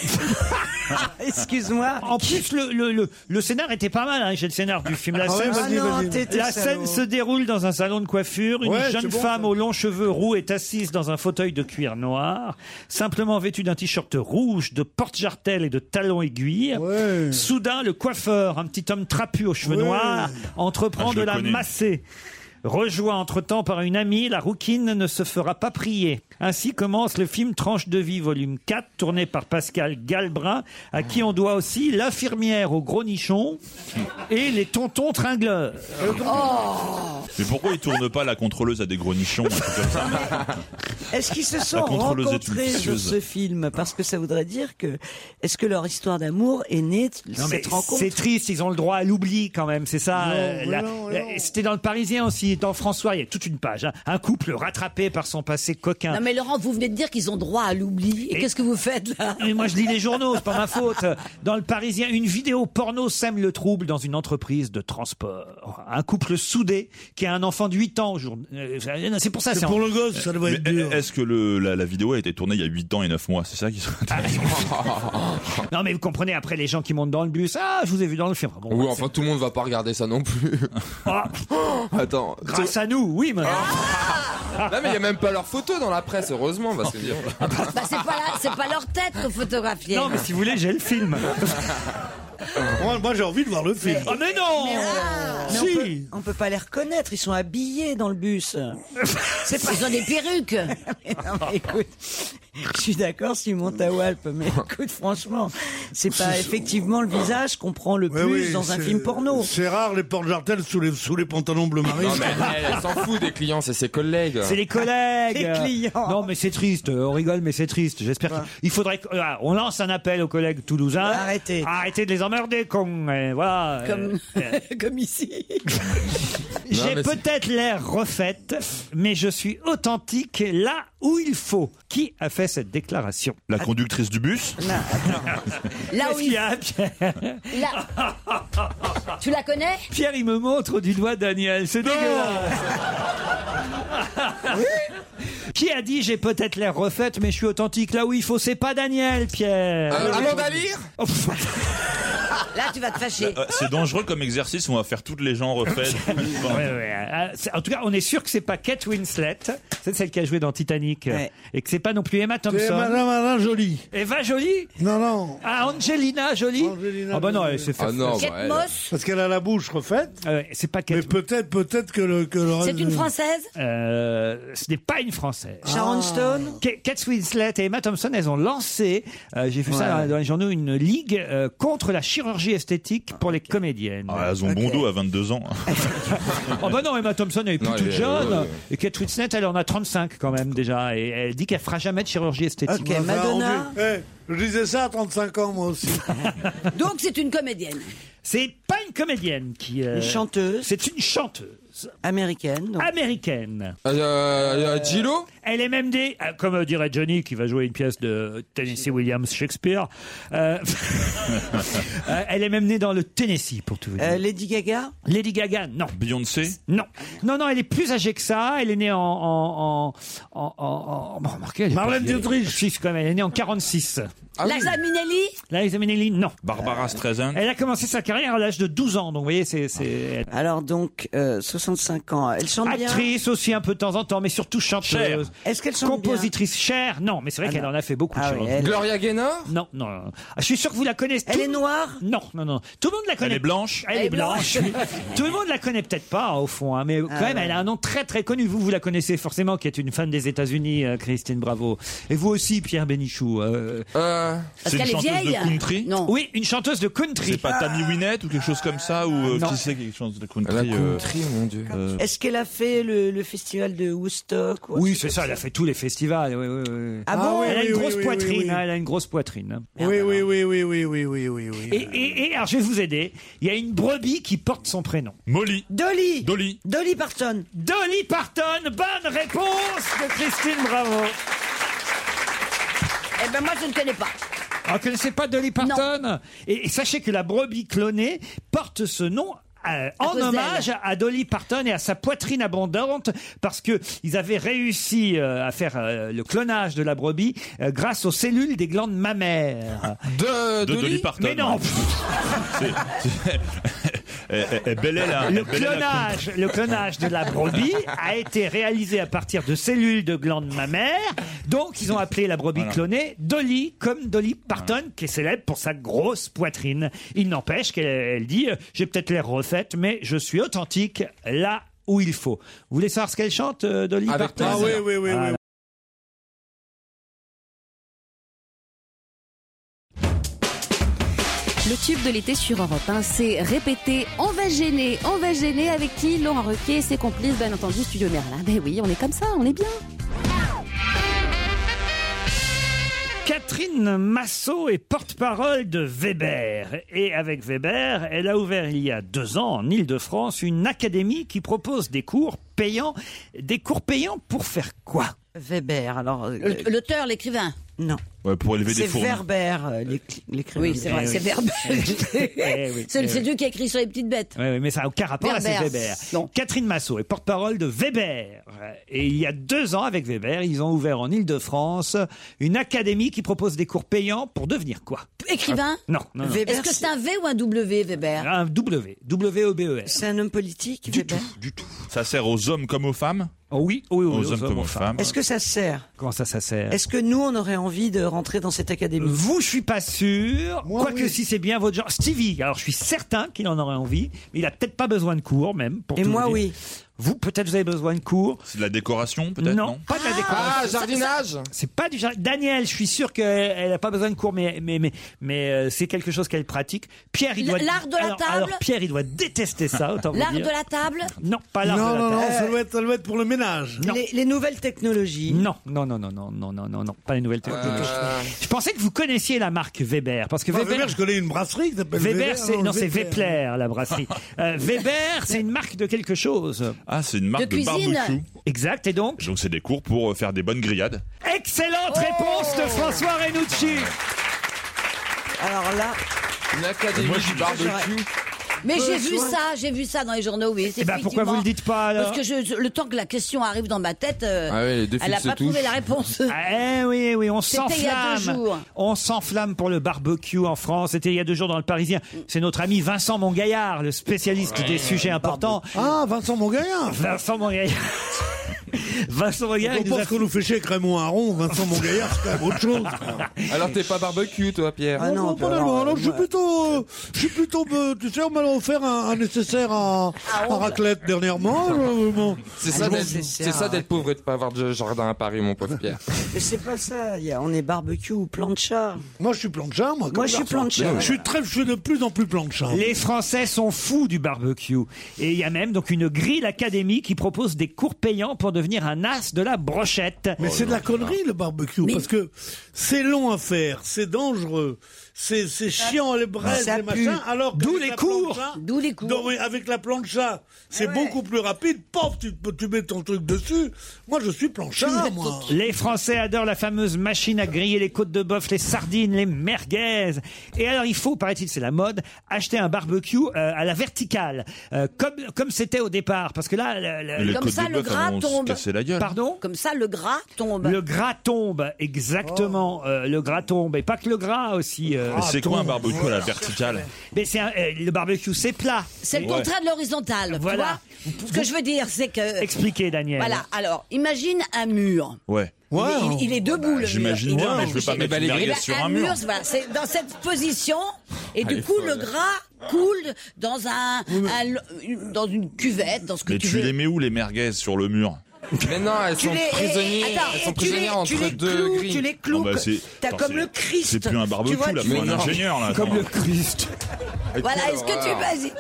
Excuse-moi.
En plus, le, le, le, le scénar était pas mal. hein. J'ai le scénar du film. La
Ah ouais,
scène,
vas-y, Ah non, vas-y. t'es-
la
t'es
scène
salaud.
se déroule dans un salon de coiffure. Une
Ouais,
jeune
c'est bon,
femme
ça.
aux longs cheveux roux est assise dans un fauteuil de cuir noir, simplement vêtue d'un t-shirt rouge, de porte-jartel et de talons aiguilles. Soudain, le coiffeur, un petit homme trapu aux cheveux
Ouais.
noirs, entreprend
Ah, je
de
le
la
connais.
masser. Rejoint entre-temps par une amie, la rouquine ne se fera pas prier. Ainsi commence le film Tranche de vie, volume 4, tourné par Pascal Galbrun, à qui on doit aussi l'infirmière au gros nichon et les tontons tringleurs.
Oh
Mais pourquoi ils tournent pas la contrôleuse à des gros nichons un truc comme ça
Est-ce qu'ils se
La
sont
contrôleuse est une
rencontrés sur
vicieuse.
ce film Parce que ça voudrait dire que est-ce que leur histoire d'amour est née de
Non, mais
cette rencontre
c'est triste, ils ont le droit à l'oubli quand même, c'est ça.
Non,
euh,
mais
la-
non,
euh, C'était dans le Parisien aussi, dans François, il y a toute une page. hein. Un couple rattrapé par son passé coquin.
Non mais Laurent, vous venez de dire qu'ils ont droit à l'oubli. Et, qu'est-ce que vous faites là
Mais moi, je lis les journaux, c'est pas ma faute. Dans le Parisien, une vidéo porno sème le trouble dans une entreprise de transport. Un couple soudé qui a un enfant de 8 ans. au jour- euh, C'est pour ça. en-
Mais Est-ce que le- la, la vidéo a été tournée il y a 8 ans et 9 mois C'est ça qui serait intéressant.
euh, Non, mais vous comprenez, après, les gens qui montent dans le bus. Ah, je vous ai vu dans le film. Bon,
Oui, enfin, tout le monde va pas regarder ça non plus. Attends.
Ah.
Ah.
Grâce à nous, oui, mais.
non, mais il y a même pas leur photo dans la presse, heureusement,
Ah,
parce que.
Bah, c'est pas la- c'est pas leur tête qu'on photographiait.
Non, mais si vous voulez, j'ai le film.
moi, moi, j'ai envie de voir le film.
Ah, mais non
oh, Mais on, peut, on peut pas les reconnaître, ils sont habillés dans le bus. C'est pas...
Ils ont des perruques.
Mais non, mais écoute, je suis d'accord s'ils montent à Walp, mais écoute, franchement, c'est pas effectivement le visage qu'on prend le
Ouais,
plus
oui,
dans un
c'est-
film porno.
C'est rare les portes jartelles sous les, sous les pantalons bleu marine.
Non, mais elle, elle s'en fout des clients, c'est ses collègues.
C'est les collègues. Non, mais c'est triste. euh, On rigole, mais c'est triste. J'espère qu'il faudrait que- ah, on lance un appel aux collègues toulousains. Arrêtez. Arrêtez de les emmerder, con. Et voilà.
Comme,
Euh,
comme ici.
J'ai
mais
peut-être l'air refaite, mais je suis authentique là où il faut. Qui a fait cette déclaration
La conductrice du bus
Là où
Qu'est-ce qu'il y a, Pierre Ah,
Là. Tu la connais
Pierre, il me montre du doigt Daniel. C'est dégueulasse. Qui a dit j'ai peut-être l'air refaite, mais je suis authentique là où il faut C'est pas Daniel, Pierre.
Euh,
Ah,
Amanda Lear
Oh, pff,
Là, tu vas te fâcher.
Euh, C'est dangereux comme exercice, on va faire toutes les gens refaites.
Ouais, ouais, euh, c'est- En tout cas, on est sûr que c'est pas Kate Winslet, c'est celle qui a joué dans Titanic, euh, et que c'est pas non plus Emma
C'est
Thompson.
Madame Alain Jolie.
Eva Jolie
Non, non.
Ah, Angelina Jolie Ah bah non, elle s'est fait.
Ah non, bah, elle- Moss Parce qu'elle a la bouche refaite.
Euh, c'est pas
Mais peut-être, peut-être que le. que le-
Euh, Ce n'est pas une Française.
Ah,
Sharon Stone
Ka- Ah. Kate Winslet et Emma Thompson, elles ont lancé, euh, j'ai vu
Ouais.
ça dans les journaux, une ligue euh, contre la chirurgie chirurgie esthétique pour les comédiennes.
Ah, elles ont bon dos à 22 ans.
Oh bah non, Emma Thompson, elle est plus
Non,
toute
elle est- euh,
jeune.
ouais, ouais.
Et Kate Winslet, elle en a 35 quand même déjà. Et elle dit qu'elle fera jamais de chirurgie esthétique.
Ah, Madonna. Eh, je disais ça à 35 ans, moi aussi.
Donc c'est une comédienne.
C'est pas une comédienne qui. euh,
Une chanteuse.
C'est une chanteuse.
Américaine. donc.
Américaine.
Euh, euh, Gillo
Elle est même des, euh, comme euh, dirait Johnny, qui va jouer une pièce de Tennessee Williams Shakespeare. euh, euh, elle est même née dans le Tennessee, pour tout vous dire.
Euh, Lady Gaga
Lady Gaga, non.
Beyoncé
Non. Non, non, elle est plus âgée que ça. Elle est née en. en, en, en, en- en- bon, remarquez, elle est
Marlène
pas vieille. Si, c'est quand même. Elle est née en 46.
Liza Minnelli
Liza Minnelli, non.
Barbara Streisand.
Elle a commencé sa carrière à l'âge de 12 ans, donc vous voyez, c'est. c'est-
Alors donc, euh, 65 ans. Elle chante bien.
Actrice aussi un peu de temps en temps, mais surtout chanteuse.
Est-ce qu'elle chante
Compositrice chère, non, mais c'est vrai
Ah
qu'elle
non.
en a fait beaucoup
Ah
de
oui,
choses.
elle- Gloria
Gaynor
Non, non. non. Ah, je suis sûr que vous la connaissez. Elle est
noire
Non, non, non. Tout le monde la connaît.
est blanche
Elle, est blanche. Tout le monde la connaît peut-être pas au fond, hein, mais quand
Ah
même,
ouais.
elle a un nom très très connu. Vous, vous la connaissez forcément, qui est une fan des États-Unis, euh, Christine Bravo. Et vous aussi, Pierre Bénichou. euh,
C'est une chanteuse de country
Oui, une chanteuse de country.
C'est pas Tammy Wynette ou quelque chose comme ça ou euh,
Non.
qui c'est quelque chose de country
La country, mon dieu.
Est-ce qu'elle a fait le, le festival de Woodstock ou-
Oui, c'est ça, elle a fait tous les festivals. oui, oui, oui.
Ah bon
Elle a
oui,
une
oui,
grosse
oui,
poitrine,
oui, oui.
hein, elle a une grosse poitrine.
Oui, oui, oui, oui, oui, oui, oui, oui, oui.
Et, et- et, alors, je vais vous aider. Il y a une brebis qui porte son prénom.
Molly.
Dolly.
Dolly.
Dolly Parton.
Dolly Parton, bonne réponse de Christine Bravo.
Eh ben moi je ne connais pas.
Ah, Vous ne connaissez pas Dolly Parton et, et sachez que la brebis clonée porte ce nom. euh, en
cause
hommage à Dolly Parton et à sa poitrine abondante, parce que ils avaient réussi euh, à faire euh, le clonage de la brebis euh, grâce aux cellules des glandes mammaires.
De,
de Dolly Parton.
Mais non.
C'est- c'est- elle, elle- elle bellait la-
Le
elle bellait la
clonage, le clonage de la brebis a été réalisé à partir de cellules de glandes mammaires. Donc, ils ont appelé la brebis
Voilà.
clonée Dolly, comme Dolly Parton, qui est célèbre pour sa grosse poitrine. Il n'empêche qu'elle elle dit euh, J'ai peut-être l'air refaite, mais je suis authentique là où il faut. Vous voulez savoir ce qu'elle chante, euh, Dolly
Avec
Parton
plaisir. Ah oui, oui, oui, oui,
Voilà.
oui.
Le tube de l'été sur Europe 1, c'est répété On va gêner, on va gêner avec qui Laurent Requet, ses complices, bien entendu, Studio Merlin. Ben oui, on est comme ça, on est bien.
Catherine Massot est porte-parole de Weber. Et avec Weber, elle a ouvert il y a deux ans en Ile-de-France une académie qui propose des cours payants. Des cours payants pour faire quoi
Weber, alors... euh,
Le- L'auteur, l'écrivain.
Non.
Ouais, pour élever
C'est
des fourmis.
Werber, euh, l'é- l'écrivain.
Oui, c'est vrai, c'est Werber.
Eh oui,
C'est
eh
c'est
oui.
lui qui a écrit sur les petites bêtes.
Oui, oui, mais ça n'a aucun rapport à ces
Weber.
Weber. Catherine Massot est porte-parole de Weber. Et il y a deux ans, avec Weber, ils ont ouvert en Ile-de-France une académie qui propose des cours payants pour devenir quoi Ah,
Écrivain
Non, non, non.
Est-ce que c'est un V ou un W, Weber
Un W. E W-E-B-E-R.
C'est un homme politique, Weber
Ça sert aux hommes comme aux femmes
Oh oui, oui,
Aux, hommes comme aux
Ah,
femmes.
Est-ce que ça sert
Comment ça, ça sert
Est-ce que nous, on aurait envie de rentrer dans cette
Euh,
académie
Vous, je suis pas sûr. Quoique si c'est bien votre genre. Stevie, alors je suis certain qu'il en aurait envie, mais il a peut-être pas besoin de cours même. Pour
Et
tout
moi,
vous dire.
oui.
Vous, peut-être vous avez besoin de cours.
C'est de la décoration peut-être
Non,
Non.
pas de la décoration.
Ah, jardinage
C'est pas du jardin. Daniel, je suis sûr qu'elle n'a pas besoin de cours, mais, mais, mais, mais euh, c'est quelque chose qu'elle pratique. Pierre,
L-
il doit.
l'art de la
alors-
table
alors, Pierre, il doit détester ça, Ah, autant vous
L'art de
dire.
la table
Non, pas l'art
Non,
de la
non, non,
table.
ça doit, être, ça doit être pour le ménage.
Non.
Les, les nouvelles technologies.
Non, non, non, non, non, non, non, non, non, pas les
Ah.
nouvelles technologies. Je pensais que vous connaissiez la marque Weber, parce que
Enfin,
Weber,
Ah, Bah, Weber, je connais une brasserie qui s'appelle Weber. hein,
Weber, c'est non, c'est
Weber.
Wepler, la brasserie. Euh, Weber, c'est une marque de quelque chose.
Ah, c'est une marque
De
de,
cuisine.
barbecue.
Exact. Et donc,
Donc c'est des cours pour euh, faire des bonnes grillades.
excellente réponse de François Renucci.
Alors là,
Une académie
Moi, je-
du barbecue.
Mais
Peu
j'ai vu
soin.
ça, j'ai vu ça dans les journaux, oui.
Eh ben, pourquoi vous le dites pas, alors
Parce que je- le temps que la question arrive dans ma tête, euh,
Ah ouais, les deux
elle n'a
fils se
pas trouvé
touchent.
la réponse.
Ah, eh oui, eh oui, on
C'était il y a deux jours.
s'enflamme. On s'enflamme pour le barbecue en France. C'était il y a deux jours dans le Parisien. C'est notre ami Vincent Mongaillard, le spécialiste des sujets importants.
Ah, Vincent Mongaillard
Vincent Mongaillard. Vincent Regard,
On
il nous
comprend
a
ce qu'on nous fait chier avec Raymond Aron, Vincent Montgaillard, c'est quand même autre chose.
Alors t'es pas barbecue toi Pierre
Ah non, pas loin. Alors, je suis plutôt, euh, je suis plutôt, euh, tu sais, on m'a offert un, un nécessaire à,
Ah,
à
oh.
raclette dernièrement. je- bon.
C'est ça
Je m'en-
d'être- c'est ça d'être pauvre et de pas avoir de jardin à Paris mon pauvre Pierre.
Mais c'est pas ça, il y a- on est barbecue ou plancha.
Moi je suis plancha, moi.
Moi je suis plancha.
Je suis très, je suis de plus en plus plancha.
Les Français sont fous du barbecue. Et il y a même donc une grille académie qui propose des cours payants pour devenir un as de la brochette.
Mais Oh c'est de la connerie le barbecue parce que c'est long à faire, c'est dangereux, c'est c'est chiant les braises
ça
les
pue.
machins. Alors
D'où les cours. Ah
d'où les cours. avec la plancha, c'est beaucoup plus rapide. Pof, tu, tu mets ton truc dessus. Moi je suis plancha moi.
Oh Les Français adorent la fameuse machine à griller les côtes de bœuf, les sardines, les merguez. Et alors, il faut, paraît-il, c'est la mode, acheter un barbecue euh, à la verticale, euh, comme comme c'était au départ, parce que là, Euh, le-
Mais les Comme côtes ça, de le bœuf, elles gras vont se tombe. casser la gueule.
Pardon
Comme ça, le gras tombe. Oh.
Le gras tombe, exactement. euh, le gras tombe, et pas que le gras aussi. euh.
Mais c'est quoi un barbecue à la verticale
Mais c'est un- euh, le barbecue, c'est plat.
C'est le
Ouais.
contraire de l'horizontal.
Voilà.
Tu vois Ce que je veux dire, c'est que.
Expliquez, Daniel.
Voilà. Alors, imagine un mur.
Ouais. Bah,
Il est- Il, il est debout le mur.
j'imagine
Il
bien,
est
mais je vais
couché.
pas mettre
Eh ben,
une merguez
eh ben,
sur un mur.
voilà, c'est dans cette position et
Elle est
du coup
folle.
le gras coule dans un, un lo- une- dans une cuvette, dans ce que
Mais
tu
tu
veux.
les mets où les merguez sur le mur
Mais non, elles
Tu sont les- prisonniers- eh, attends, elles sont tu les- prisonnières tu entre les deux cloues, grilles. tu
Ah,
les cloues, t'as comme le Christ.
bah, C'est plus un
Tu
barbecue
vois,
là,
tu-
pour un
Mais non.
ingénieur là.
Comme
attends.
le Christ.
Voilà, est-ce que tu vas-y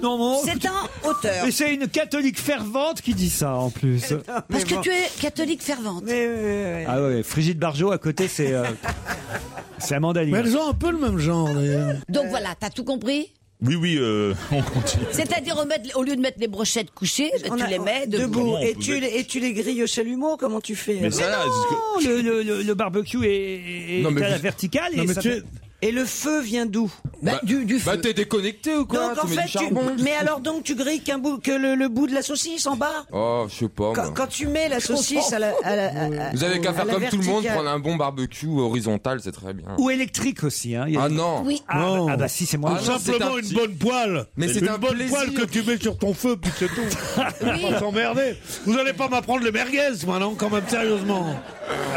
Non, mon-
C'est en hauteur.
Mais c'est une catholique fervente qui dit ça en plus.
Parce que tu es catholique fervente.
Ah ouais, Frigide Barjot à côté, c'est euh, c'est Amanda
Mais
Lear.
elles ont un peu le même genre d'ailleurs.
Euh,
Donc voilà, t'as tout compris
Oui, oui, euh, on continue.
C'est-à-dire au, mettre- au lieu de mettre les brochettes couchées, ben,
On
tu
a-
les mets debout.
debout.
Comment on
Et
peut
tu,
mettre-
les, et tu les grilles au chalumeau, comment tu fais hein
Mais ça, là,
Non, le, le- le- le barbecue est, est
Non, mais
à la
vous-
verticale.
Non,
et
mais
ça
tu-
fait-
Et le feu vient d'où
du, Bah t'es déconnecté ou quoi
Donc en
Tu mets
fait,
du
tu-
charbon
mais alors donc tu grilles qu'un bout, que le, le bout de la saucisse en bas
Oh, je sais pas.
quand,
moi.
quand tu mets la saucisse à la, à la- à-
Vous avez qu'à
à
faire
la
comme tout le monde,
verticale.
prendre un bon barbecue horizontal, c'est très bien.
Ou électrique aussi. Hein. il y a-
Ah non. Oui.
Ah,
Oh.
Non.
ah bah si, c'est
Ah
moi.
non,
Simplement
c'est un-
une bonne poêle.
Mais c'est
une
un
bonne
plaisir.
poêle que tu mets sur ton feu, puis c'est tout.
Oui.
Faut pas s'emmerder. Vous allez pas m'apprendre les merguez, maintenant, quand même, sérieusement.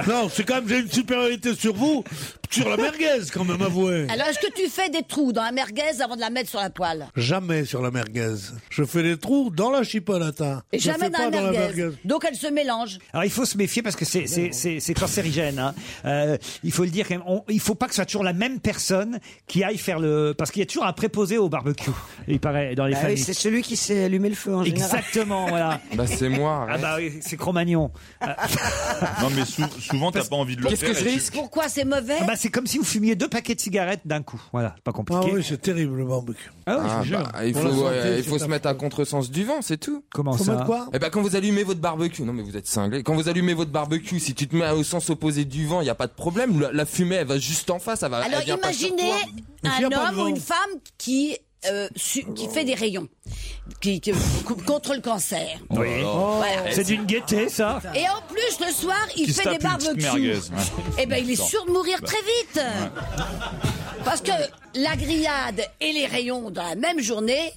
Non, c'est quand même, j'ai une supériorité sur vous, sur la merguez, quand même, avouez.
Alors est-ce que tu fais des trous dans la merguez avant de la mettre sur la poêle
Jamais sur la merguez. Je fais des trous dans la chipolata.
Et
Je
jamais
fais
dans
pas
la,
dans la
merguez.
merguez.
Donc elle se mélange.
Alors il faut se méfier parce que c'est c'est- c'est- c'est cancérigène. hein. Euh, il faut le dire quand même. On- il faut pas que ce soit toujours la même personne qui aille faire le parce qu'il y a toujours un préposé au barbecue. Il paraît dans les
Ah oui,
familles.
c'est celui qui s'est allumé le feu en général.
Exactement, voilà.
Bah c'est moi.
Ah
arrête.
bah oui, c'est Cro-Magnon. Ah
Non, mais sou- souvent, t'as pas envie de le Ah
Qu'est-ce
faire.
que je
et tu-
risque
Pourquoi c'est mauvais
bah c'est comme si vous fumiez deux paquets de cigarettes d'un coup. Voilà,
Ah
pas compliqué.
oui, c'est terrible, le barbecue.
Ah oui, je
Ah,
vous jure.
bah, il
Pour
faut,
la santé,
ouais, il
c'est
faut
un
se mettre à contresens du vent, c'est tout.
Comment
Faut
ça
mettre quoi
Eh ben quand vous allumez votre barbecue, non mais vous êtes cinglé. Quand vous allumez votre barbecue, si tu te mets au sens opposé du vent, il y a pas de problème. La, la fumée, elle va juste en face, elle va.
Alors
elle vient pas sur
imaginez
toi.
Il y a
un
pas de
homme ou
vent.
une femme qui, euh, su- qui fait des rayons, qui, qui- cou- contre le cancer.
Oui.
Oh
Voilà.
C'est d'une gaieté ça.
Et en plus, le soir, il
Qui se
fait des
tape une petite merguez.
barbecues. Eh ben, il est
Attends.
sûr de mourir
Bah.
très vite. Parce que la grillade et les rayons dans la même journée,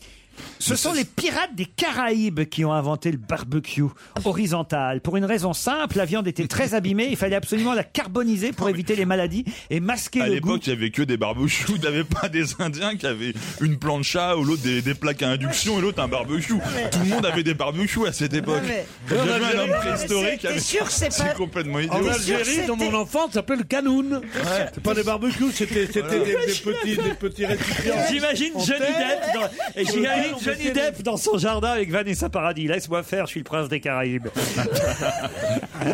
Ce sont les pirates des Caraïbes qui ont inventé le barbecue horizontal. Pour une raison simple, la viande était très abîmée, il fallait absolument la carboniser pour éviter les maladies et masquer
À
le goût.
l'époque, il y avait que des barbecues. T'avais pas des Indiens qui avaient une plancha ou l'autre des, des plaques à induction et l'autre un barbecue. Tout le monde avait des barbecues à cette époque.
mais-
J'ai
En
vu un
Algérie,
homme préhistorique
T'es
avec-
sûr que c'est pas...
C'est complètement
En
idiot.
Algérie, dans mon enfance, ça s'appelait le canoun. C'est pas des barbecues, c'était c'était des, des petits, des petits récipients.
J'imagine
En
Johnny
terre.
Depp, dans, et j'imagine
on
Johnny
mettait
Depp dans son jardin avec Vanessa Paradis. Laisse-moi faire, je suis le prince des Caraïbes.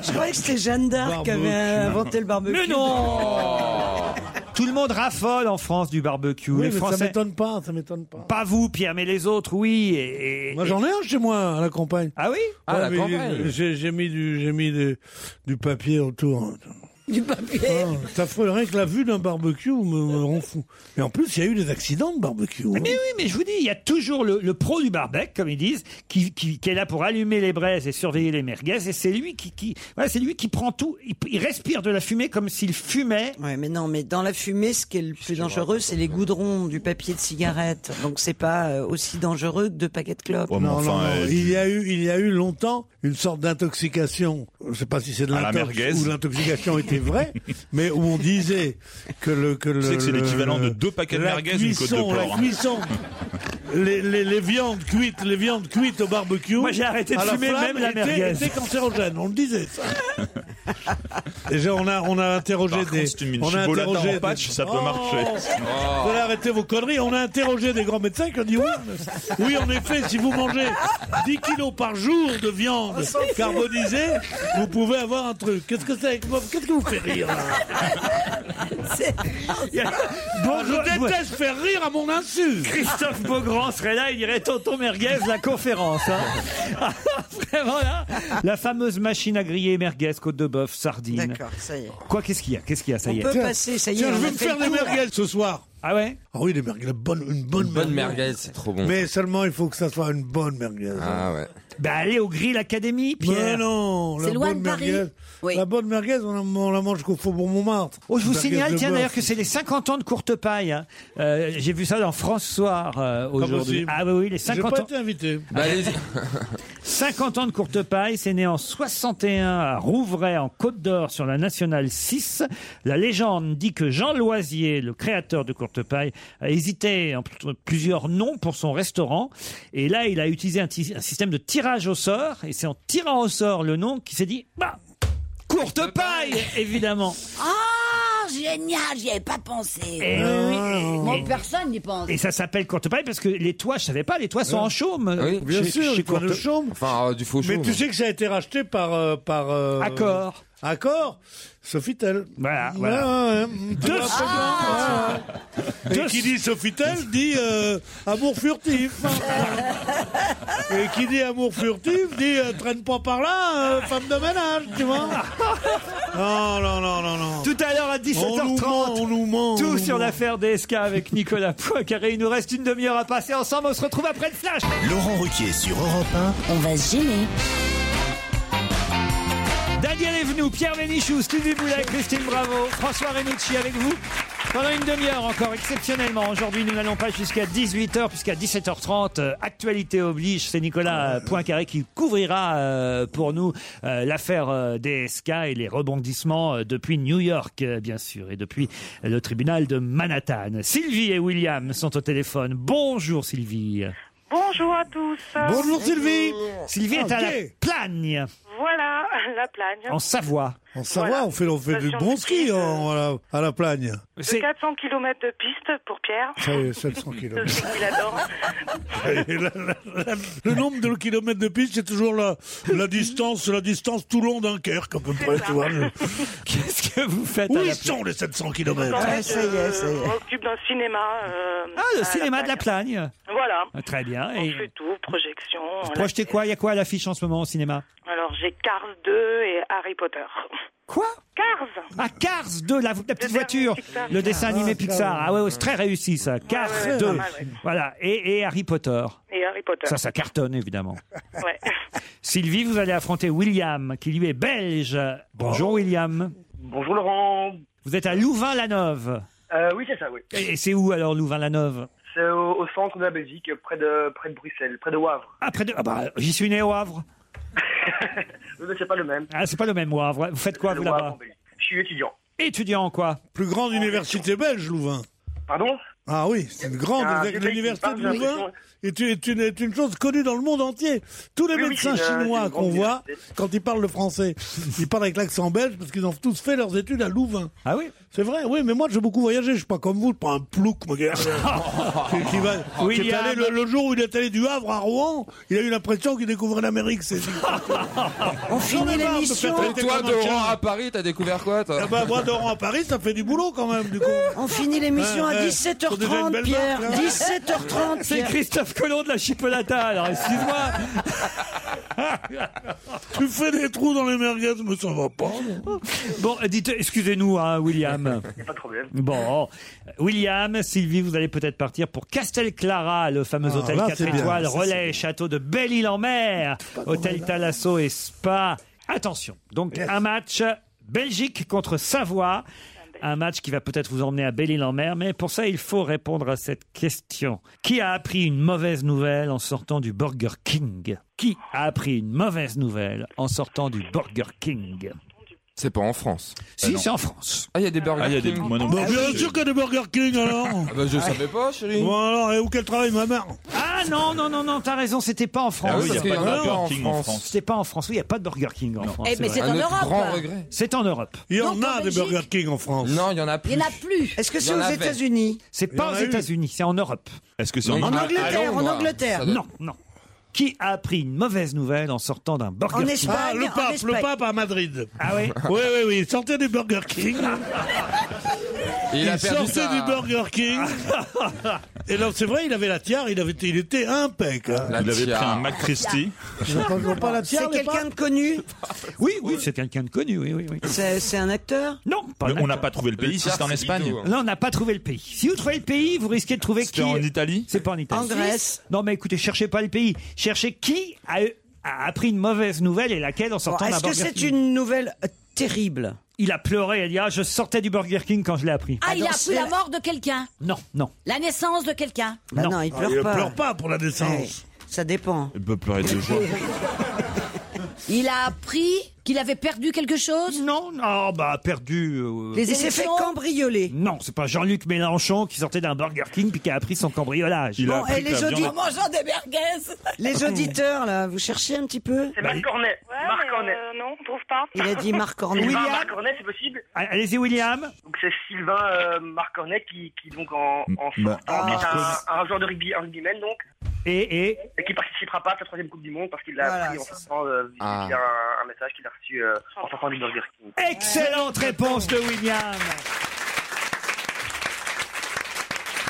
Je croyais que c'était Jeanne d'Arc qui
Barbecue.
avait inventé le barbecue.
Oh, Mais non Tout le monde raffole en France du barbecue.
Oui,
les
mais ça
Français,
m'étonne pas, ça m'étonne pas.
pas vous Pierre, mais les autres, oui. Et, et-
Moi, j'en ai un chez moi, à la campagne.
Ah oui
Ah, la
Ouais, mais
campagne.
J'ai j'ai mis du, j'ai mis du, du papier autour. Du papier. ça ferait rien que la vue d'un barbecue me, me rend fou. Mais en plus, il y a eu des accidents de barbecue. hein.
Mais oui, mais je vous dis, il y a toujours le, le pro du barbecue, comme ils disent, qui, qui- qui est là pour allumer les braises et surveiller les merguez, et c'est lui qui, qui- voilà, c'est lui qui prend tout. Il, il respire de la fumée comme s'il fumait.
Ouais, mais non, mais dans la fumée, ce qui est le plus dangereux, c'est les goudrons du papier de cigarette. Donc c'est pas euh, aussi dangereux que deux paquets de clopes.
non, non, non. il y a eu, il y a eu longtemps une sorte d'intoxication. Je sais pas si c'est de
À la
l'intox
merguez.
ou l'intoxication était vraie, mais où on disait que le que
Tu
le.
sais que c'est
le-
l'équivalent
le-
de deux paquets de
la
merguez, une côte
cuisson,
de porc,
La
hein.
cuisson. Les, les, les viandes cuites, les viandes cuites au barbecue.
Moi, j'ai arrêté de
à
fumer
flamme,
même la
étaient-
merguez.
étaient cancérogènes, on le disait ça. Déjà, on a on a interrogé
Par
des.
contre, si tu mets une
on a
chibolata
interrogé
en patch, ça peut
Oh
marcher.
Vous allez arrêter vos conneries. On a interrogé des grands médecins qui ont dit oui. Oui, en effet, si vous mangez 10 kilos par jour de viande carbonisée, vous pouvez avoir un truc. Qu'est-ce que c'est Qu'est-ce que vous fait rire
Bon,
Je déteste faire rire à mon insu.
Christophe Beaugrand serait là, il dirait Tonton Merguez, la conférence. hein. Vraiment là, la fameuse machine à griller merguez, côte de bœuf, sardine.
D'accord, ça y est.
Quoi, qu'est-ce qu'il y a Qu'est-ce qu'il y a Ça
On
y est.
peut passer, ça y est,
Tiens,
on
je
a
vais me
fait
faire
le
des
tour.
merguez ce soir.
Ah ouais
Ah oui, des merguez, la bonne- une bonne,
Bonne merguez, c'est trop bon.
Mais seulement, il faut que ça soit une bonne merguez.
Ah ouais.
Bah allez au Grill Academy,
Mais
Pierre.
Bah non, la
C'est loin
bonne
de Paris.
merguez. La bonne merguez, on, la- on la mange qu'au Faubourg Montmartre.
Oh, je vous
Merguez
signale,
de
tiens
bœuf.
d'ailleurs, que c'est les 50 ans de courte paille. hein. Euh, J'ai vu ça dans François aujourd'hui.
possible.
Ah oui, oui, les 50
J'ai
ans.
pas été invité.
Bah, allez-y.
50 ans de courte paille, c'est né en 61 à Rouvray, en Côte d'Or, sur la Nationale 6. La légende dit que Jean Loisier, le créateur de courte paille, a hésité entre plusieurs noms pour son restaurant. Et là, il a utilisé un, ti- un système de tirage au sort. Et c'est en tirant au sort le nom qu'il s'est dit, bah, courte paille, évidemment.
Ah, génial, j'y avais pas pensé.
Eh oui, oui.
Moi,
Et-
personne n'y pense.
Et ça s'appelle courte paille parce que les toits, je savais pas, les toits sont en chaume. euh,
Oui,
bien sûr, les toits de chaume.
Enfin, euh, du faux
Mais
chaume.
tu sais que ça a été racheté par. euh, par euh,
Accor.
Accor Sofitel.
Voilà, hein.
voilà.
Deux-
Ah. Et qui dit Sofitel dit euh, amour furtif. Et qui dit amour furtif dit euh, traîne pas par là, euh, femme de ménage, tu vois. Non, non, non, non, non.
Tout à l'heure à 17h30.
On nous ment, on nous ment, on
Tout
nous
sur
ment.
l'affaire DSK avec Nicolas Poincaré. Il nous reste une demi-heure à passer ensemble. On se retrouve après le flash.
Laurent Ruquier sur Europe 1.
On va se gêner.
Daniel Evenou, Pierre Vénichou, Stevie Boulet, Christine Bravo, François Renucci avec vous. Pendant une demi-heure encore, exceptionnellement. Aujourd'hui, nous n'allons pas jusqu'à 18h, puisqu'à 17h30, euh, actualité oblige, c'est Nicolas euh, Poincaré qui couvrira euh, pour nous euh, l'affaire euh, DSK et les rebondissements euh, depuis New York, euh, bien sûr, et depuis le tribunal de Manhattan. Sylvie et William sont au téléphone. Bonjour Sylvie.
Bonjour à tous.
Bonjour Sylvie. Ah,
Sylvie est à la Ah, Plagne,
Voilà, la plagne.
en Savoie.
En Savoie, on fait, on fait du
Station
bon
de
ski en- à, la, à la plagne.
De 400 km de piste pour Pierre.
Ça y est, 700 km.
Je sais qu'il adore.
le nombre de kilomètres de piste, c'est toujours la, la distance, la distance Toulon-Dunkerque, à peu près, tu vois.
Qu'est-ce que vous faites
Où
à la
ils sont les 700 kilomètres
En fait,
ça y est, ça y est.
euh, m'occupe d'un cinéma. euh,
Ah,
à
le cinéma de la Plagne.
Voilà.
Ah, Très bien.
On
Et
fait tout, projection. on
vous
l'a-
projetez quoi Il y a quoi à l'affiche en ce moment au cinéma
Alors j'ai Cars 2 et Harry Potter.
Quoi
Cars
Ah, Cars 2, la, la petite
dernier
voiture,
Pixar.
le dessin animé Pixar. Ah ouais, ouais, c'est très réussi ça. Cars
ouais, ouais,
2.
pas mal, ouais.
Voilà. Et, et Harry Potter.
et Harry Potter.
Ça, ça cartonne évidemment.
Ouais.
Sylvie, vous allez affronter William, qui lui est belge. Bonjour William.
Bonjour Laurent.
Vous êtes à Louvain-la-Neuve.
Euh, oui, c'est ça, oui.
Et, et c'est où alors Louvain-la-Neuve
C'est au, au centre de la Belgique, près de, près de Bruxelles, près de Wavre.
Ah, près de. Ah bah, j'y suis né au Havre.
Mais c'est pas le même.
Ah, c'est pas le même au Havre. Vous faites quoi
Le
vous
Wavre
là-bas
en Belgique. Je suis étudiant.
Étudiant en quoi
Plus grande université belge, Louvain.
Pardon
Ah oui, c'est une
Il
grande.
y a un vieux mec
L'université
qui
de
parle, j'ai
Louvain
l'impression.
est une, est une- est une chose connue dans le monde entier. Tous les
Oui, oui,
médecins
c'est une- c'est
chinois
une
qu'on
grande
voit, quand ils parlent le français, ils parlent avec l'accent belge parce qu'ils ont tous fait leurs études à Louvain.
Ah oui
C'est vrai, oui, mais moi j'ai beaucoup voyagé, je suis pas comme vous, je prends un plouc, mon gars. qui, qui va, qui est
William.
allé le, le jour où il est allé du Havre à Rouen, il a eu l'impression qu'il découvrait l'Amérique. c'est- J'en
On
ai
finit
marre de faire
l'émission.
traiter
Toi,
comme un chien.
Doran, à Paris, t'as découvert quoi, toi
Ah bah, moi, Doran à Paris, ça fait du boulot quand même, du coup.
On finit l'émission
Ouais,
à
ouais. Faut déjà une
17h30,
belle
Pierre.
marque, hein.
17h30.
C'est
Pierre.
Christophe Colomb de la Chipolata, alors excuse-moi.
tu fais des trous dans les merguez, mais ça va pas. non
Bon, dites, excusez-nous, hein, William.
Pas de problème.
Bon, William, Sylvie, vous allez peut-être partir pour Castel Clara, le fameux
Ah,
hôtel
là,
4
c'est bien.
étoiles,
Ça, c'est
relais et château de Belle-Île-en-Mer, hôtel Talasso et Spa. Attention, donc un match Belgique contre Savoie, un match qui va peut-être vous emmener à Belle-Île-en-Mer, mais pour ça, il faut répondre à cette question. Qui a appris une mauvaise nouvelle en sortant du Burger King Qui a appris une mauvaise nouvelle en sortant du Burger King
C'est pas en France.
Si,
non.
c'est en France.
Ah, il y a des Burger
Ah, il y a
King.
des- moi non
Bah, bien sûr qu'il y a des Burger King alors.
Ah bah, je savais pas, chérie.
Bon alors, et où qu'elle travaille ma mère
Ah non, non, non, non, t'as raison, c'était pas en France.
Ah oui, il y a Parce pas qu'il y de en a Burger pas en King en France. France.
C'était pas en France, oui, il n'y a pas de Burger King en France.
Eh, mais c'est en Un autre Europe. grand regret.
C'est en Europe.
Il y en a des Burger King en France.
Non, il y en a
Il n'y en a plus.
Est-ce que
Il y
c'est
en
aux
avait.
États-Unis
C'est
Il y en
pas aux
a eu.
États-Unis, c'est en Europe.
Est-ce que
c'est en Mais en Angleterre Angleterre, en Angleterre. Ça doit-
Non, non. Qui a appris une mauvaise nouvelle en sortant d'un Burger King
Ah, le pape, le pape à Madrid.
Ah oui
Oui, oui, oui, il sortait des Burger King.
Il a perdu
sortait
sa-
du Burger King. Et là, c'est vrai, il avait la tiare, il, avait, il était impec. hein.
La
Il avait
tiare.
pris un Mac Christie.
C'est quelqu'un de connu
Oui, oui, c'est quelqu'un de connu, oui, oui, oui.
C'est c'est un acteur
Non, pas
Mais
un
on n'a
acteur.
pas trouvé le pays, si c'est en Espagne.
Là, on n'a pas trouvé le pays. Si vous trouvez le pays, vous risquez de trouver qui.
C'était en Italie
C'est pas en Italie.
En Grèce.
Non, mais écoutez, cherchez pas le pays. Cherchez qui a, a appris une mauvaise nouvelle et laquelle en
Bon,
sortant d'un
Est-ce que
Burger
c'est
King.
une nouvelle euh, terrible
Il a pleuré, il a dit Ah, je sortais du Burger King quand je l'ai appris.
Ah, il a
dans
appris
ce-
la mort de quelqu'un,
Non, non.
la naissance de quelqu'un.
Bah non, il
Ah,
pleure
il
pas.
pleure pas pour la
Ouais,
naissance.
ça dépend.
Il peut pleurer de joie.
Il a appris qu'il avait perdu quelque chose.
Non, non, bah, perdu. euh,
Les
Il s'est fait
élections.
cambrioler.
Non, c'est pas Jean-Luc Mélenchon qui sortait d'un Burger King puis qui a appris son cambriolage.
Il a
Bon,
appris
et
que
les
la viande-
auditeurs
mangeant des merguez.
Les auditeurs, là, vous cherchez un petit peu
C'est Marc Cornet. Marc Cornet.
euh,
euh,
non, on trouve pas.
Il a dit Marc Cornet.
Sylvain
William.
Marc Cornet, c'est possible.
Allez-y, William.
Donc c'est Sylvain euh, Marc Cornet qui, qui donc en, en
Bah,
Ma-
sortant, qui est
Marc
un, un joueur de rugby, un rugbyman donc,
Et, et,
et qui participera pas à sa troisième Coupe du Monde parce qu'il l'a
Voilà,
appris en
c'est ça.
sortant euh, via
Ah.
un, un message qu'il a reçu euh, en sortant du Burger King.
excellente réponse de William.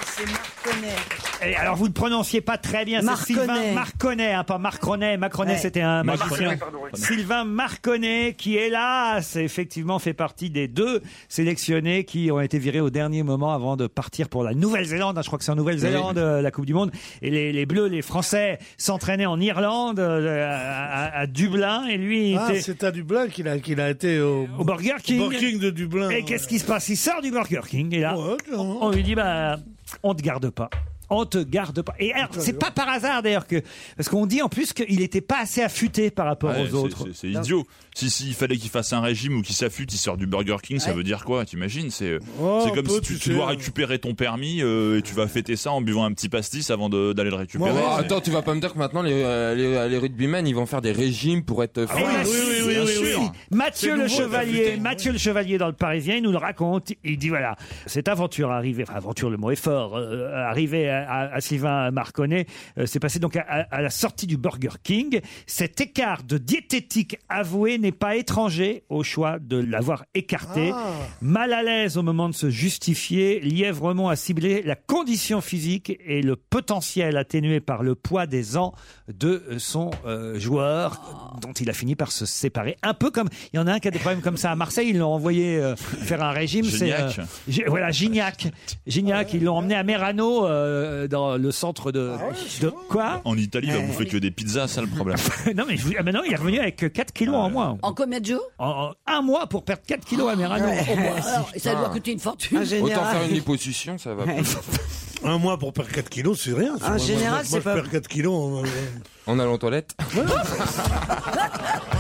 C'est Marc Cornet.
Et alors, vous ne prononciez pas très bien, c'est
Marconnet.
Sylvain Marconnet, hein, pas Marconnet. Marconnet,
Ouais.
c'était un magicien.
Marconnet, pardon, ouais.
Sylvain Marconnet, qui hélas, effectivement, fait partie des deux sélectionnés qui ont été virés au dernier moment avant de partir pour la Nouvelle-Zélande. hein. Je crois que c'est en Nouvelle-Zélande, euh, la Coupe du Monde. Et les, les Bleus, les Français, s'entraînaient en Irlande, euh, à, à- à Dublin, et lui, il
Ah,
était
c'est à Dublin qu'il a, qu'il a été euh, au,
au Burger King.
Burger King de Dublin.
Et qu'est-ce qui se passe Il sort du Burger King et là,
Ouais, clairement.
on lui dit bah, on te garde pas. On te garde pas. Et alors, c'est pas par hasard d'ailleurs que. Parce qu'on dit en plus qu'il n'était pas assez affûté par rapport
Ouais,
aux
c'est-
autres.
c'est- C'est idiot. Si s'il fallait qu'il fasse un régime ou qu'il s'affûte, il sort du Burger King, ça veut dire quoi T'imagines C'est euh,
Oh,
c'est
un
comme
peu,
si tu,
tu
tu
sais.
dois récupérer ton permis euh, et tu vas fêter ça en buvant un petit pastis avant de- d'aller le récupérer.
Oh,
C'est-
attends, tu vas pas me dire que maintenant les, euh, les, les rugbymen ils vont faire des régimes pour être
Et
forts.
là, si,
Ah oui,
bien
oui,
sûr.
oui.
Mathieu
C'est
le
nouveau,
Chevalier,
putain.
Mathieu le Chevalier dans le Parisien, il nous le raconte. Il dit voilà, cette aventure arrivée, enfin aventure, le mot est fort, euh, arrivée à, à- à Sylvain Marconnet, euh, c'est passé donc à, à- à la sortie du Burger King. Cet écart de diététique avoué n'est pas étranger au choix de l'avoir écarté. Mal à l'aise au moment de se justifier, Lièvremont a ciblé la condition physique et le potentiel atténué par le poids des ans de son euh, joueur, dont il a fini par se séparer. Un peu comme il y en a un qui a des problèmes comme ça à Marseille, ils l'ont envoyé euh, faire un régime. c'est, euh,
Gignac.
Gi- voilà, Gignac. Gignac, ils l'ont emmené à Merano, euh, dans le centre de. de quoi
En Italie, il va bouffer que des pizzas, ça le problème.
Non, mais je vous- ah, maintenant, il est revenu avec 4 kilos en moins.
En combien de jours
Ah En, en un mois pour perdre 4 kilos à Merano.
Alors, ça doit coûter une
En
fortune.
Autant faire une
général,
liposuction, ça va. plus.
Un mois pour perdre 4 kilos, c'est rien. c'est vrai.
En
Moi,
général,
moi,
c'est
moi,
pas-
je perds 4 kilos. euh,
En allant aux toilettes.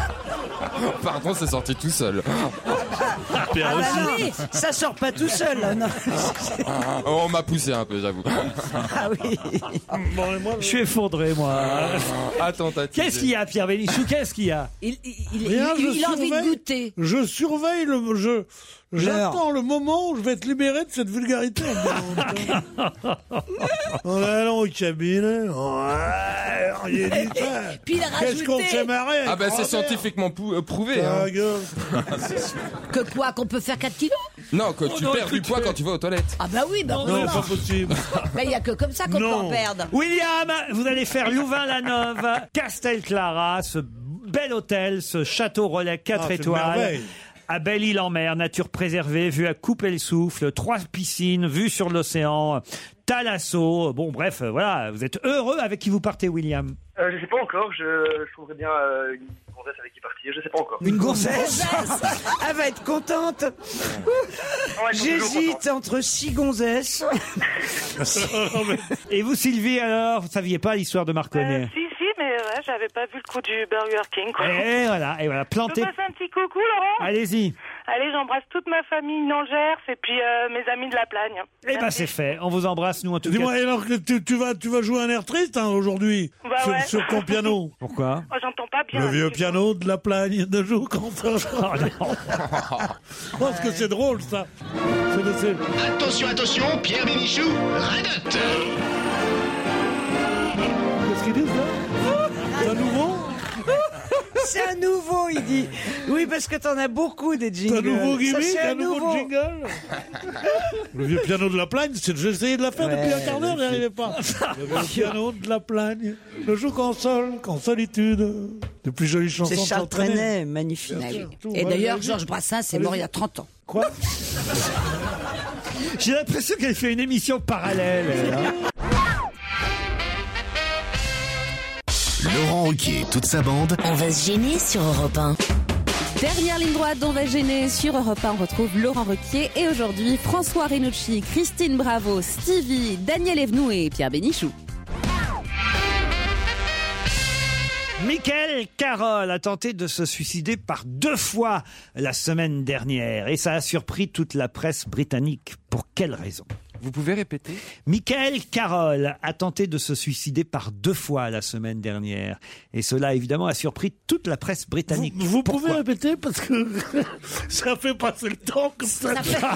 Par contre, c'est sorti tout seul.
Pierre
Ah bah
aussi.
non, ça sort pas tout seul. là, non.
Oh, on m'a poussé un peu, j'avoue.
Ah oui.
bon, et moi,
Mm. Je suis effondré, moi.
Ah. Attends, t'as
Qu'est-ce qu'il y a, Pierre Bénichou Qu'est-ce qu'il y a
Il, il- il-
Rien,
il-
je
il a envie de
surveille.
goûter.
Je surveille le jeu. J'attends le moment où je vais être libéré de cette vulgarité. en allant au cabinet. Ouais, il est dit ça.
Eh, Puis il a
Qu'est-ce qu'on s'est
rajouté
marré avec
Ah, bah, c'est
Robert
scientifiquement pou- euh, prouvé. hein.
Ta gueule.
que quoi Qu'on peut faire 4 kilos
Non, que tu perds du poids quand tu vas aux toilettes.
Ah bah oui, bah
Non,
forcément.
pas possible.
Bah, il n'y a que comme ça qu'on peut
Non.
en perdre.
William, vous allez faire Louvain-la-Neuve, Castelclara, ce bel hôtel, ce château relais 4
Ah, c'est une
étoiles.
merveille.
À Belle-Île-en-Mer, nature préservée, vue à couper le souffle, trois piscines, vue sur l'océan, Talasso. Bon, bref, euh, voilà, vous êtes heureux avec qui vous partez, William.
Euh, je sais pas encore, je, je trouverais bien euh, une gonzesse avec qui partir, je sais pas encore.
Une
gonzesse Elle va être contente. J'hésite entre six gonzesses.
Et vous, Sylvie, alors, vous saviez pas l'histoire de Marconnet
Euh,
Euh,
Si, si, mais ouais, j'avais pas vu le coup du Burger King. Quoi.
Et Eh, voilà, et voilà,
Je
planté.
vous passe un petit coucou, Laurent
Allez-y.
Allez, j'embrasse toute ma famille Nangers et puis euh, mes amis de la Plagne.
Eh ben, c'est fait. On vous embrasse, nous, en tout cas.
Dis-moi, alors que tu, tu vas, tu vas jouer un air triste hein, aujourd'hui
Bah
sur,
ouais.
sur ton piano.
Pourquoi
Oh, j'entends pas bien.
Le vieux piano de la plagne de jour contre.
Ah,
Je pense que c'est drôle ça.
Attention, attention, Pierre Bénichou, radote
Qu'est-ce qu'ils disent là C'est un nouveau
Ah. C'est un nouveau, il dit. Oui, parce que t'en as beaucoup des jingles.
T'as un nouveau gimmick,
Ça, c'est
un nouveau jingle Le vieux piano de la plagne, c'est- j'ai essayé de la faire
Ouais,
depuis un quart d'heure, euh, j'y arrivais pas. Le vieux piano de la plagne, le jour qu'en sol, qu'en solitude. De plus jolies chansons.
C'est Charles
de Trennet.
Trenet, magnifique.
Bien sûr. Tout,
Et
ouais,
d'ailleurs,
j'ai-
Georges Brassens est
Allez-y.
mort il y a 30 ans.
Quoi
J'ai l'impression qu'elle fait une émission parallèle. elle, hein.
Laurent Ruquier et toute sa bande. On va se gêner sur Europe 1.
Dernière ligne droite dont va gêner sur Europe 1, on retrouve Laurent Requier et aujourd'hui François Renucci, Christine Bravo, Stevie, Daniel Evenou et Pierre Bénichou.
Michael Carole a tenté de se suicider par deux fois la semaine dernière et ça a surpris toute la presse britannique. Pour quelle raison Vous pouvez répéter Michael Carole a tenté de se suicider par deux fois la semaine dernière et cela évidemment a surpris toute la presse britannique. Vous, pouvez
répéter parce que ça fait passer le temps comme ça.
Ça fait-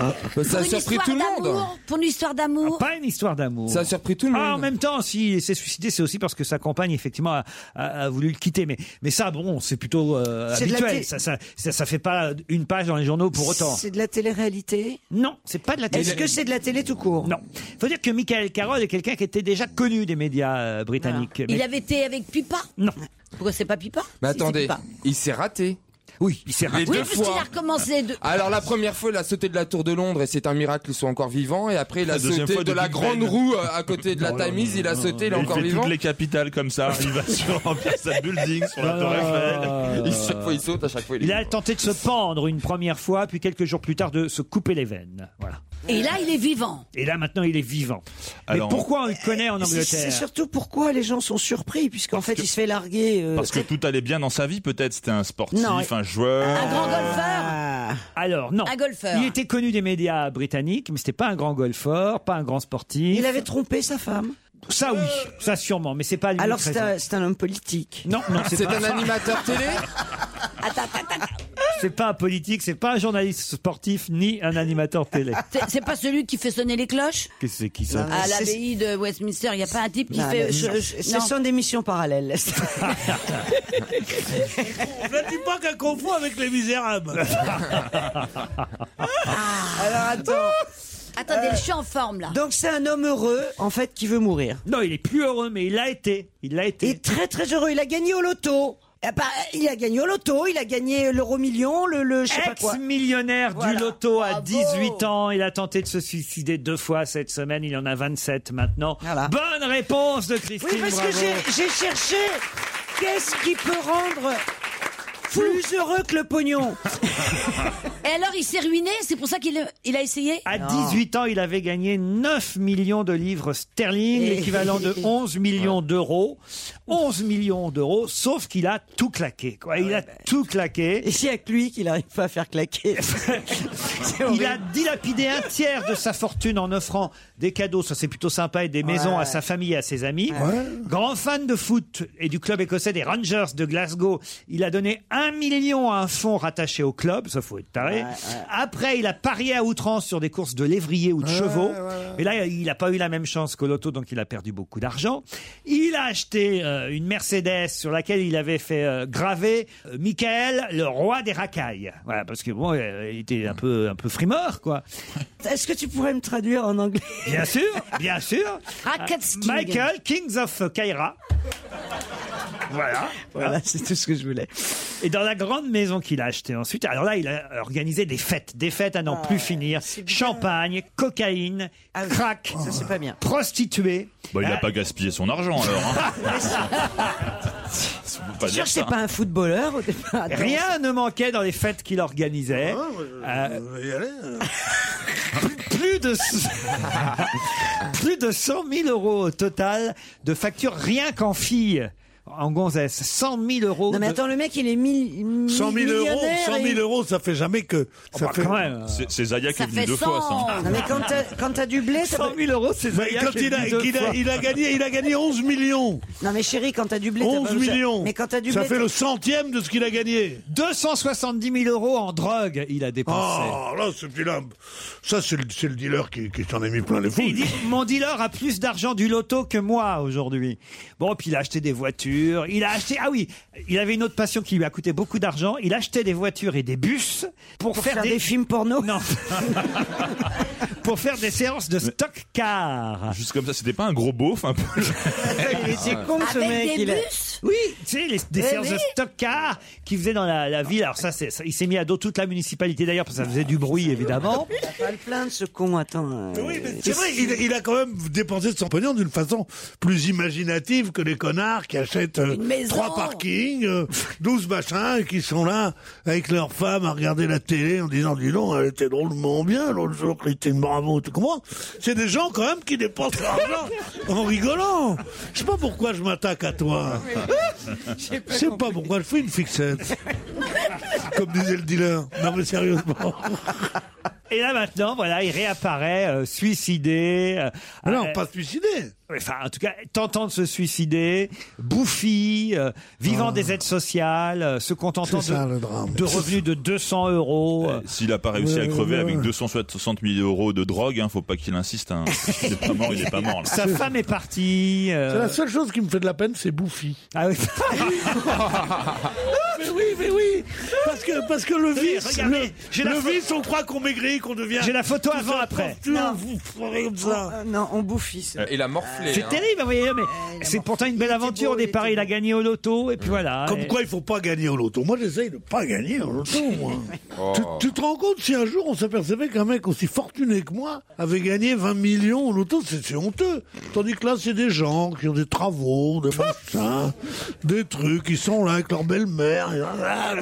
Ça a
Pour une
surpris
histoire
tout le monde.
d'amour, Pour une histoire d'amour.
Ah,
Pas une histoire d'amour.
Ça a surpris tout le
Ah,
monde.
en même temps, s'il s'est suicidé, c'est aussi parce que sa compagne, effectivement, a, a- a voulu le quitter. Mais, mais ça, bon, c'est plutôt euh,
C'est de la
habituel.
thé-
Ça, ça, ça, ça fait pas une page dans les journaux pour autant.
C'est de la télé-réalité
Non, c'est pas de la télé.
Est-ce que c'est de la télé tout court
Non. Faut dire que Michael Carroll est quelqu'un qui était déjà connu des médias euh,
Ah.
britanniques.
Il
Mais-
avait été avec Pipa
Non.
Pourquoi c'est pas Pipa
Mais
Si, c'est
attendez,
Pipa.
il s'est raté.
Oui, il s'est
raté.
Oui,
deux
puisqu'il
fois.
a recommencé de...
Alors la première fois, il a sauté de la tour de Londres et c'est un miracle qu'il soit encore vivant. Et après, il a
La deuxième
sauté
fois
de
de
la
Big
grande
Ben. Oh
roue euh, à côté de la Tamise. Il a sauté, il est
il
encore
fait
vivant.
toutes les capitales comme ça. Il va sur remplir sa building, sur la
Ah.
Tour Eiffel.
Il- chaque fois, il saute, à chaque fois, il est
Il a
vivant.
tenté de se pendre une première fois, puis quelques jours plus tard de se couper les veines. Voilà.
Et là, il est vivant.
Et là, maintenant, il est vivant.
Alors-
Mais pourquoi on le connaît en
C'est-
Angleterre
C'est surtout pourquoi les gens sont surpris, puisqu'en fait, il se fait larguer. euh,
Parce que tout allait bien dans sa vie, peut-être. C'était un sportif,
Non,
un joueur.
Un grand golfeur
Ah.
Ah. Alors non.
Un golfeur.
Il était connu des médias britanniques, mais c'était pas un grand golfeur, pas un grand sportif.
Il avait trompé sa femme.
Ça oui, ça sûrement, mais c'est pas lui.
Alors,
qui
c'est
raison.
un, c'est un homme politique.
Non, non, c'est
C'est
pas
un animateur télé
C'est pas un politique, c'est pas un journaliste sportif ni un animateur télé.
C'est- C'est pas celui qui fait sonner les cloches
Qu'est-ce que c'est qui ça
à
c'est- Ah,
l'abbaye de Westminster, il n'y a pas un type qui
Non,
fait.
mais
je-
ce-
je-
ce
non.
sont des missions parallèles.
Ne dis pas qu'un confond avec les misérables.
Alors attends.
Euh,
Attendez, je suis en forme là.
Donc c'est un homme heureux, en fait, qui veut mourir.
Non, il est plus heureux, mais il l'a été. Il l'a été.
Et très très heureux. Il a gagné au loto. Eh ben, Il a gagné au loto, il a gagné l'euro million, le, le je sais pas quoi.
Ex-millionnaire du loto à 18 ans, il a tenté de se suicider deux fois cette semaine, il en a 27 maintenant. Bonne réponse de Christine.
Oui, parce que
bravo.
j'ai- j'ai cherché qu'est-ce qui peut rendre plus heureux que le pognon.
Et alors, il s'est ruiné, c'est pour ça qu'il a- il a essayé
À 18 ans, il avait gagné 9 millions de livres sterling,
Et-
l'équivalent de 11 millions d'euros. 11 millions d'euros, sauf qu'il a tout claqué. Quoi. Il a tout claqué.
bah. Et c'est avec lui qu'il n'arrive pas à faire claquer.
Il a dilapidé un tiers de sa fortune en offrant des cadeaux, ça c'est plutôt sympa, et des maisons à sa famille et à ses amis. Grand fan de foot et du club écossais des Rangers de Glasgow, il a donné un million à un fonds rattaché au club, ça faut être taré. Après, il a parié à outrance sur des courses de lévriers ou de chevaux. Et là, il n'a pas eu la même chance que l'auto, donc il a perdu beaucoup d'argent. Il a acheté euh, une Mercedes sur laquelle il avait fait euh, graver euh, Michael, le roi des racailles. Voilà, parce que bon, euh, il était un peu, un peu frimeur, quoi.
Est-ce que tu pourrais me traduire en anglais
Bien sûr, bien sûr.
Racket Sting.
Michael, Kings of Kaira. Voilà.
Voilà, c'est tout ce que je voulais.
Ah. Et dans la grande maison qu'il a achetée ensuite, alors là, il a organisé des fêtes, des fêtes à n'en
Ah,
plus finir. Champagne, cocaïne, crack. Ça, c'est pas bien. Prostituée.
Bah, il a pas gaspillé son argent alors. hein. On peut pas dire ça, hein.
un footballeur au départ.
Attends.
Rien ne manquait dans les fêtes qu'il
Eh,
Ah,
organisait.
Ah,
Euh,
hein.
plus de plus de 100 000 euros au total de factures rien qu'en filles. En gonzesse, 100 000 euros.
Non, mais
de-
attends, le mec, il est mille.
100 000 euros,
millionnaire,
100 000
il-
euros, oh, ça fait jamais que. Ça
bah,
fait...
quand même. C'est- c'est Zaya qui Ça est venu fait deux fois, ça, hein.
Non, mais quand euh, t'as- quand t'as du blé, ça
100 000 euros, c'est
Mais
Zaya
quand
qui est
il a,
venu deux
qu'il a-
fois.
il a gagné, il a gagné 11 millions.
Non, mais chérie, quand t'as du blé. t'as
11
pas besoin-
millions.
Mais quand t'as du
ça
blé.
fait
t'as-
le centième de ce qu'il a gagné.
270 000 euros en drogue, il a dépensé.
Oh, là, ce petit-là, ça, c'est le, c'est le dealer qui, qui s'en est mis plein les
Et il
fous.
dit, mon dealer a plus d'argent du loto que moi aujourd'hui. Bon, puis il a acheté des voitures. Il a acheté. Ah oui, il avait une autre passion qui lui a coûté beaucoup d'argent. Il achetait des voitures et des bus pour, faire, des... films porno. Non. pour faire des séances de stock car.
Juste comme ça, c'était pas un gros beauf un peu.
Il était con ce
Avec
mec.
des
il a-
bus
Oui, tu sais, les, des
Eh
séances de
oui.
stock car qu'il faisait dans la, la ville. Alors ça, c'est, ça- il s'est mis à dos toute la municipalité d'ailleurs, parce que ça faisait du bruit évidemment.
T'as pas le plein de ce con,
euh.
attends.
Oui, mais c'est vrai, il, il a quand même dépensé de son pognon d'une façon plus imaginative que les connards qui achètent euh,
maison.
trois parkings, euh, 12 machins, et qui sont là avec leurs femmes à regarder la télé en disant dis donc, elle était drôlement bien l'autre jour, Christine Bravo, tu comprends C'est des gens quand même qui dépensent leur argent en rigolant. Je sais pas pourquoi je m'attaque à toi. Je sais pas pourquoi je fais une fixette. Comme disait le dealer. Non mais sérieusement.
Et là maintenant, voilà, il réapparaît euh, suicidé. non, pas
suicidé.
Enfin, en tout cas, tentant de se suicider, bouffi, euh, vivant des aides sociales, euh, se contentant de,
Ah. C'est ça, le drame.
de revenus de 200 euros. euh.
Eh, S'il a pas réussi à
Ouais,
crever
ouais,
avec
ouais.
260 000 euros de drogue, hein, faut pas qu'il insiste. Hein. Il est pas mort, il est pas mort. là.
Sa femme est partie. euh.
C'est la seule chose qui me fait de la peine, c'est Bouffi. Ah,
Ah oui.
mais oui, mais oui. Parce que, parce que le
Tenez,
vice,
regardez,
le,
j'ai la
le
pho-
vice, on croit qu'on maigrit, qu'on devient.
J'ai la photo
tout
avant,
ça,
après.
tout ça, vous ferez comme ça.
Non, on bouffit. ça.
Il a morflé.
C'est
hein.
terrible, vous voyez, mais c'est pourtant une belle aventure. Au départ, il a gagné au loto, et puis voilà.
Comme
Et-
quoi, il faut pas gagner au loto. Moi, j'essaye de pas gagner au loto, moi.
Oh.
tu, tu te rends compte si un jour on s'apercevait qu'un mec aussi fortuné que moi avait gagné 20 millions au loto, c'est c'est honteux. Tandis que là, c'est des gens qui ont des travaux, des machins, des trucs, ils sont là avec leur belle-mère. Ah,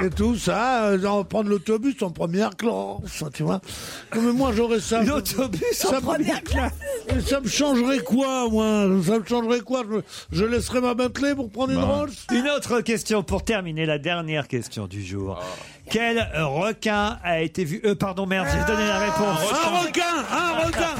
et- Et tout ça, euh, genre, prendre l'autobus en première classe, tu vois. Non, Mais moi, j'aurais ça.
L'autobus
en première classe. Ça me changerait quoi, moi Ça me changerait quoi je, je laisserais ma Bentley pour prendre
Bah.
une Rolls
Une autre question pour terminer, la dernière question du
Ah.
jour. Quel requin a été vu euh, Pardon, merde, j'ai donné la réponse.
Un requin Un requin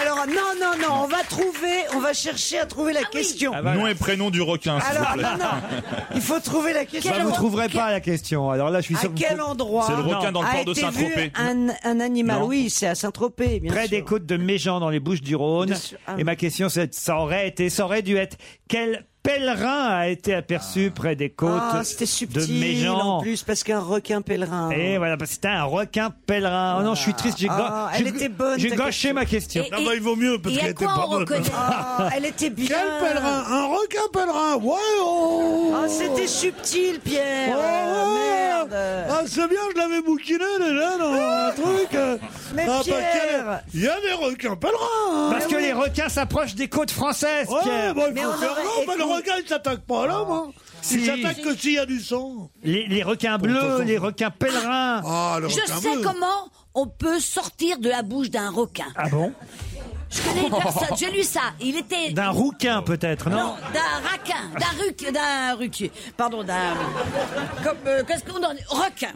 Alors, non, non, non, on va trouver, on va chercher à trouver la question.
Ah,
Nom Ah, et prénom du requin, s'il vous
Alors,
plaît.
non, non, il faut trouver la question.
Bah, vous ne trouverez pas la question. Alors là, je suis
À
sûr que vous
quel
trou-
endroit a été vu Un, un animal,
Non.
Eh ben oui, c'est à Saint-Tropez, bien
Près
sûr.
des côtes de Méjean, dans les Bouches du Rhône.
Bien sûr. Ah.
Et ma question, c'est, ça aurait été, ça aurait dû être, quel pèlerin a été aperçu près des côtes
Ah, c'était
de
subtil en
Méjean
plus, parce qu'un requin pèlerin.
Et voilà, parce que c'était un requin pèlerin. Oh non, je suis triste, j'ai
Ah,
go-
elle
j'ai-
était bonne,
J'ai
ta
gâché ma question.
Et- Non, et- bah, il vaut mieux, parce et à qu'elle était quoi pas on bonne. reconnaît Ah, elle était bien.
Quel pèlerin Un requin pèlerin Ouais oh
Ah, c'était subtil, Pierre.
Ouais, ouais.
merde.
Ah, c'est bien, je l'avais bouquiné déjà dans un truc. euh.
Mais
parce qu'il y a-
Pierre
Il y a des requins pèlerins hein. Ah
Parce que les requins s'approchent des côtes françaises,
Ouais,
Pierre.
bon, il faut faire non, mais le requin, il s'attaque pas à l'homme. hein.
Si.
Il s'attaque que s'il y a du sang.
Les, les requins bleus, les requins pèlerins.
Ah, le
Je
requin
sais
bleu.
comment on peut sortir de la bouche d'un requin.
Ah bon
Je connais une personne, j'ai lu ça. Il était.
D'un rouquin peut-être, non,
Non, d'un raquin, d'un ruc, d'un ruquier. Pardon, d'un. Comme. euh, Qu'est-ce qu'on donne Requin.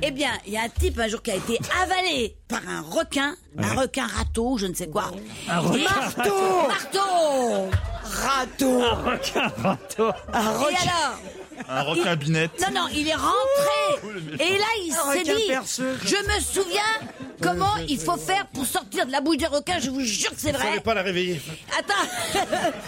Eh bien, il y a un type un jour qui a été avalé par un requin, un requin râteau, je ne sais quoi.
Un requin
Marteau Marteau
Râteau
Un requin râteau.
Un
Et
requin.
alors
Un requin binette.
Non, non, il est rentré. Et là, il
Un
s'est
Oh,
requin
dit,
perceux.
je me souviens
Comment il faut faire pour sortir de la bouche du requin Je vous jure que c'est
Il fallait
vrai.
pas la réveiller.
Attends.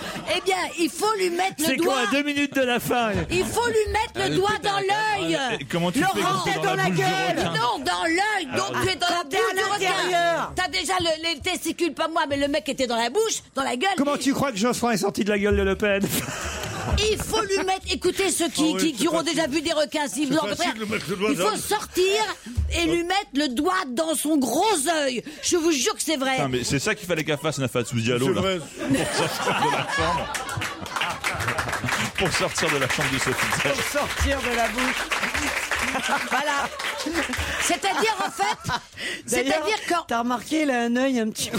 eh bien, il faut lui mettre le
C'est quoi,
doigt.
à deux minutes de la fin
Il faut lui mettre
Elle
le doigt
pète
dans
à la-
l'œil.
Ah, mais comment tu
Laurent,
fais quand t'es dans la bouche du requin Ah.
Non, dans l'œil. Donc
Alors,
tu es dans la
quand t'es
bouche
à
du requin.
l'intérieur.
T'as déjà le- les testicules, pas moi, mais le mec était dans la bouche, dans la gueule.
Comment tu crois que Joffrin est sorti de la gueule de Le Pen
Il faut lui mettre. Écoutez ceux qui,
Ah oui,
qui,
c'est
qui auront
facile.
déjà vu des requins, si
C'est
vous en
facile
préférez,
de mettre le doigt Ah.
il
dans
faut
le-
sortir et lui mettre le doigt dans son gros œil. Je vous jure que c'est vrai.
Putain, mais c'est ça qu'il fallait qu'elle fasse Nafatou Diallo
C'est
là.
vrai.
Pour sortir de la chambre. Pour sortir de la chambre de Sophie Sache.
sortir de la bouche.
voilà. C'est-à-dire, en fait, c'est-à-dire quand.
T'as remarqué, il a un œil un petit peu.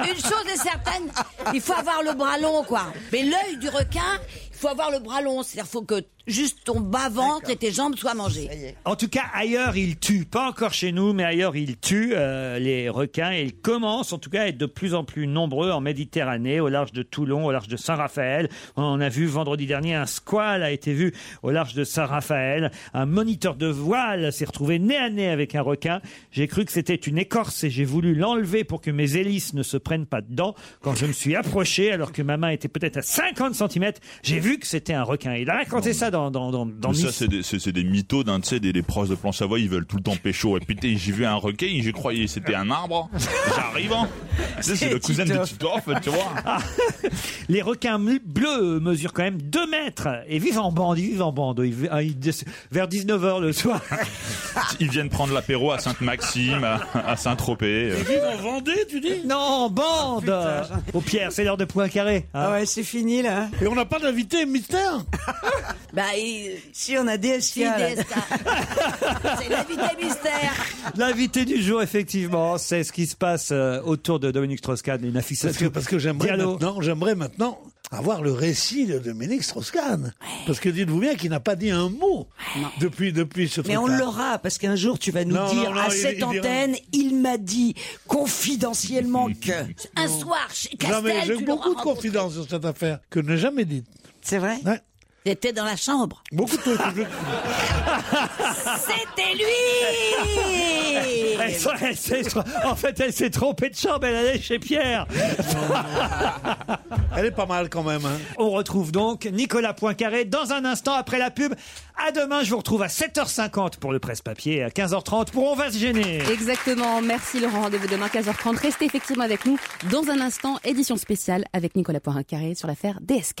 Une chose est certaine, il faut avoir le bras long, quoi. Mais l'œil du requin, il faut avoir le bras long. C'est-à-dire faut que juste ton bas-ventre et tes jambes soient mangées.
En tout cas, ailleurs, ils tuent. Pas encore chez nous, mais ailleurs, ils tuent euh, les requins. Et ils commencent, en tout cas, à être de plus en plus nombreux en Méditerranée, au large de Toulon, au large de Saint-Raphaël. On en a vu vendredi dernier, un squale a été vu au large de Saint-Raphaël. Un moniteur de voile s'est retrouvé nez à nez avec un requin. J'ai cru que c'était une écorce et j'ai voulu l'enlever pour que mes hélices ne se prennent pas dedans. Quand je me suis approché, alors que ma main était peut-être à 50 cm, j'ai vu que c'était un requin. Il a raconté ça dans, dans, dans, dans
Mais ça,
Nice.
c'est des, c'est- c'est des mythos d'un, tu sais, des, des proches de Plan Savoie, ils veeux tout le temps pécho. Et putain, j'ai vu un requin, j'ai croyé que c'était un arbre. J'arrive, hein. Tu sais, c'est le cousin de Titoff, tu vois.
Les requins ml- bleus mesurent quand même 2 mètres et vivent en bande, ils vivent en bande. Ils vi- ah, ils des- vers 19h le soir.
Ils viennent prendre l'apéro à Sainte-Maxime, à, à Saint-Tropez. euh.
vivent en Vendée, tu dis Non, en bande Au Pierre, c'est l'heure de hein. Poincaré.
Ah ouais, c'est fini là.
Et on n'a pas d'invité mystère
Bah, il-
Si, on a DSK.
Si,
là.
DSK. C'est l'invité mystère.
L'invité du jour, effectivement, c'est ce qui se passe euh, autour de Dominique Strauss-Kahn et Nafis
Parce que, parce que j'aimerais
Diallo.
maintenant, j'aimerais maintenant avoir le récit de Dominique Strauss-Kahn. Parce que dites-vous bien qu'il n'a pas dit un mot depuis, depuis ce
Mais on
truc-là.
l'aura, parce qu'un jour tu vas nous
Non,
dire
non, non,
à
il-
cette
il dira-
antenne, il m'a dit confidentiellement que.
Un soir, chez
Non, mais
Castel,
j'ai
tu
eu
l'auras
beaucoup de
rencontré.
confidence sur cette affaire que je n'ai jamais dite.
C'est vrai
T'étais dans la chambre.
Beaucoup de trucs.
C'était lui
Elle s'est- elle s'est tro- en fait, elle s'est trompée de chambre, elle allait chez Pierre.
Elle est pas mal quand même. hein.
On retrouve donc Nicolas Poincaré dans un instant après la pub. À demain, je vous retrouve à 7h50 pour le presse-papier et à 15h30 pour On va se gêner.
Exactement. Merci Laurent. Rendez-vous demain 15h30. Restez effectivement avec nous dans un instant. Édition spéciale avec Nicolas Poincaré sur l'affaire DSK.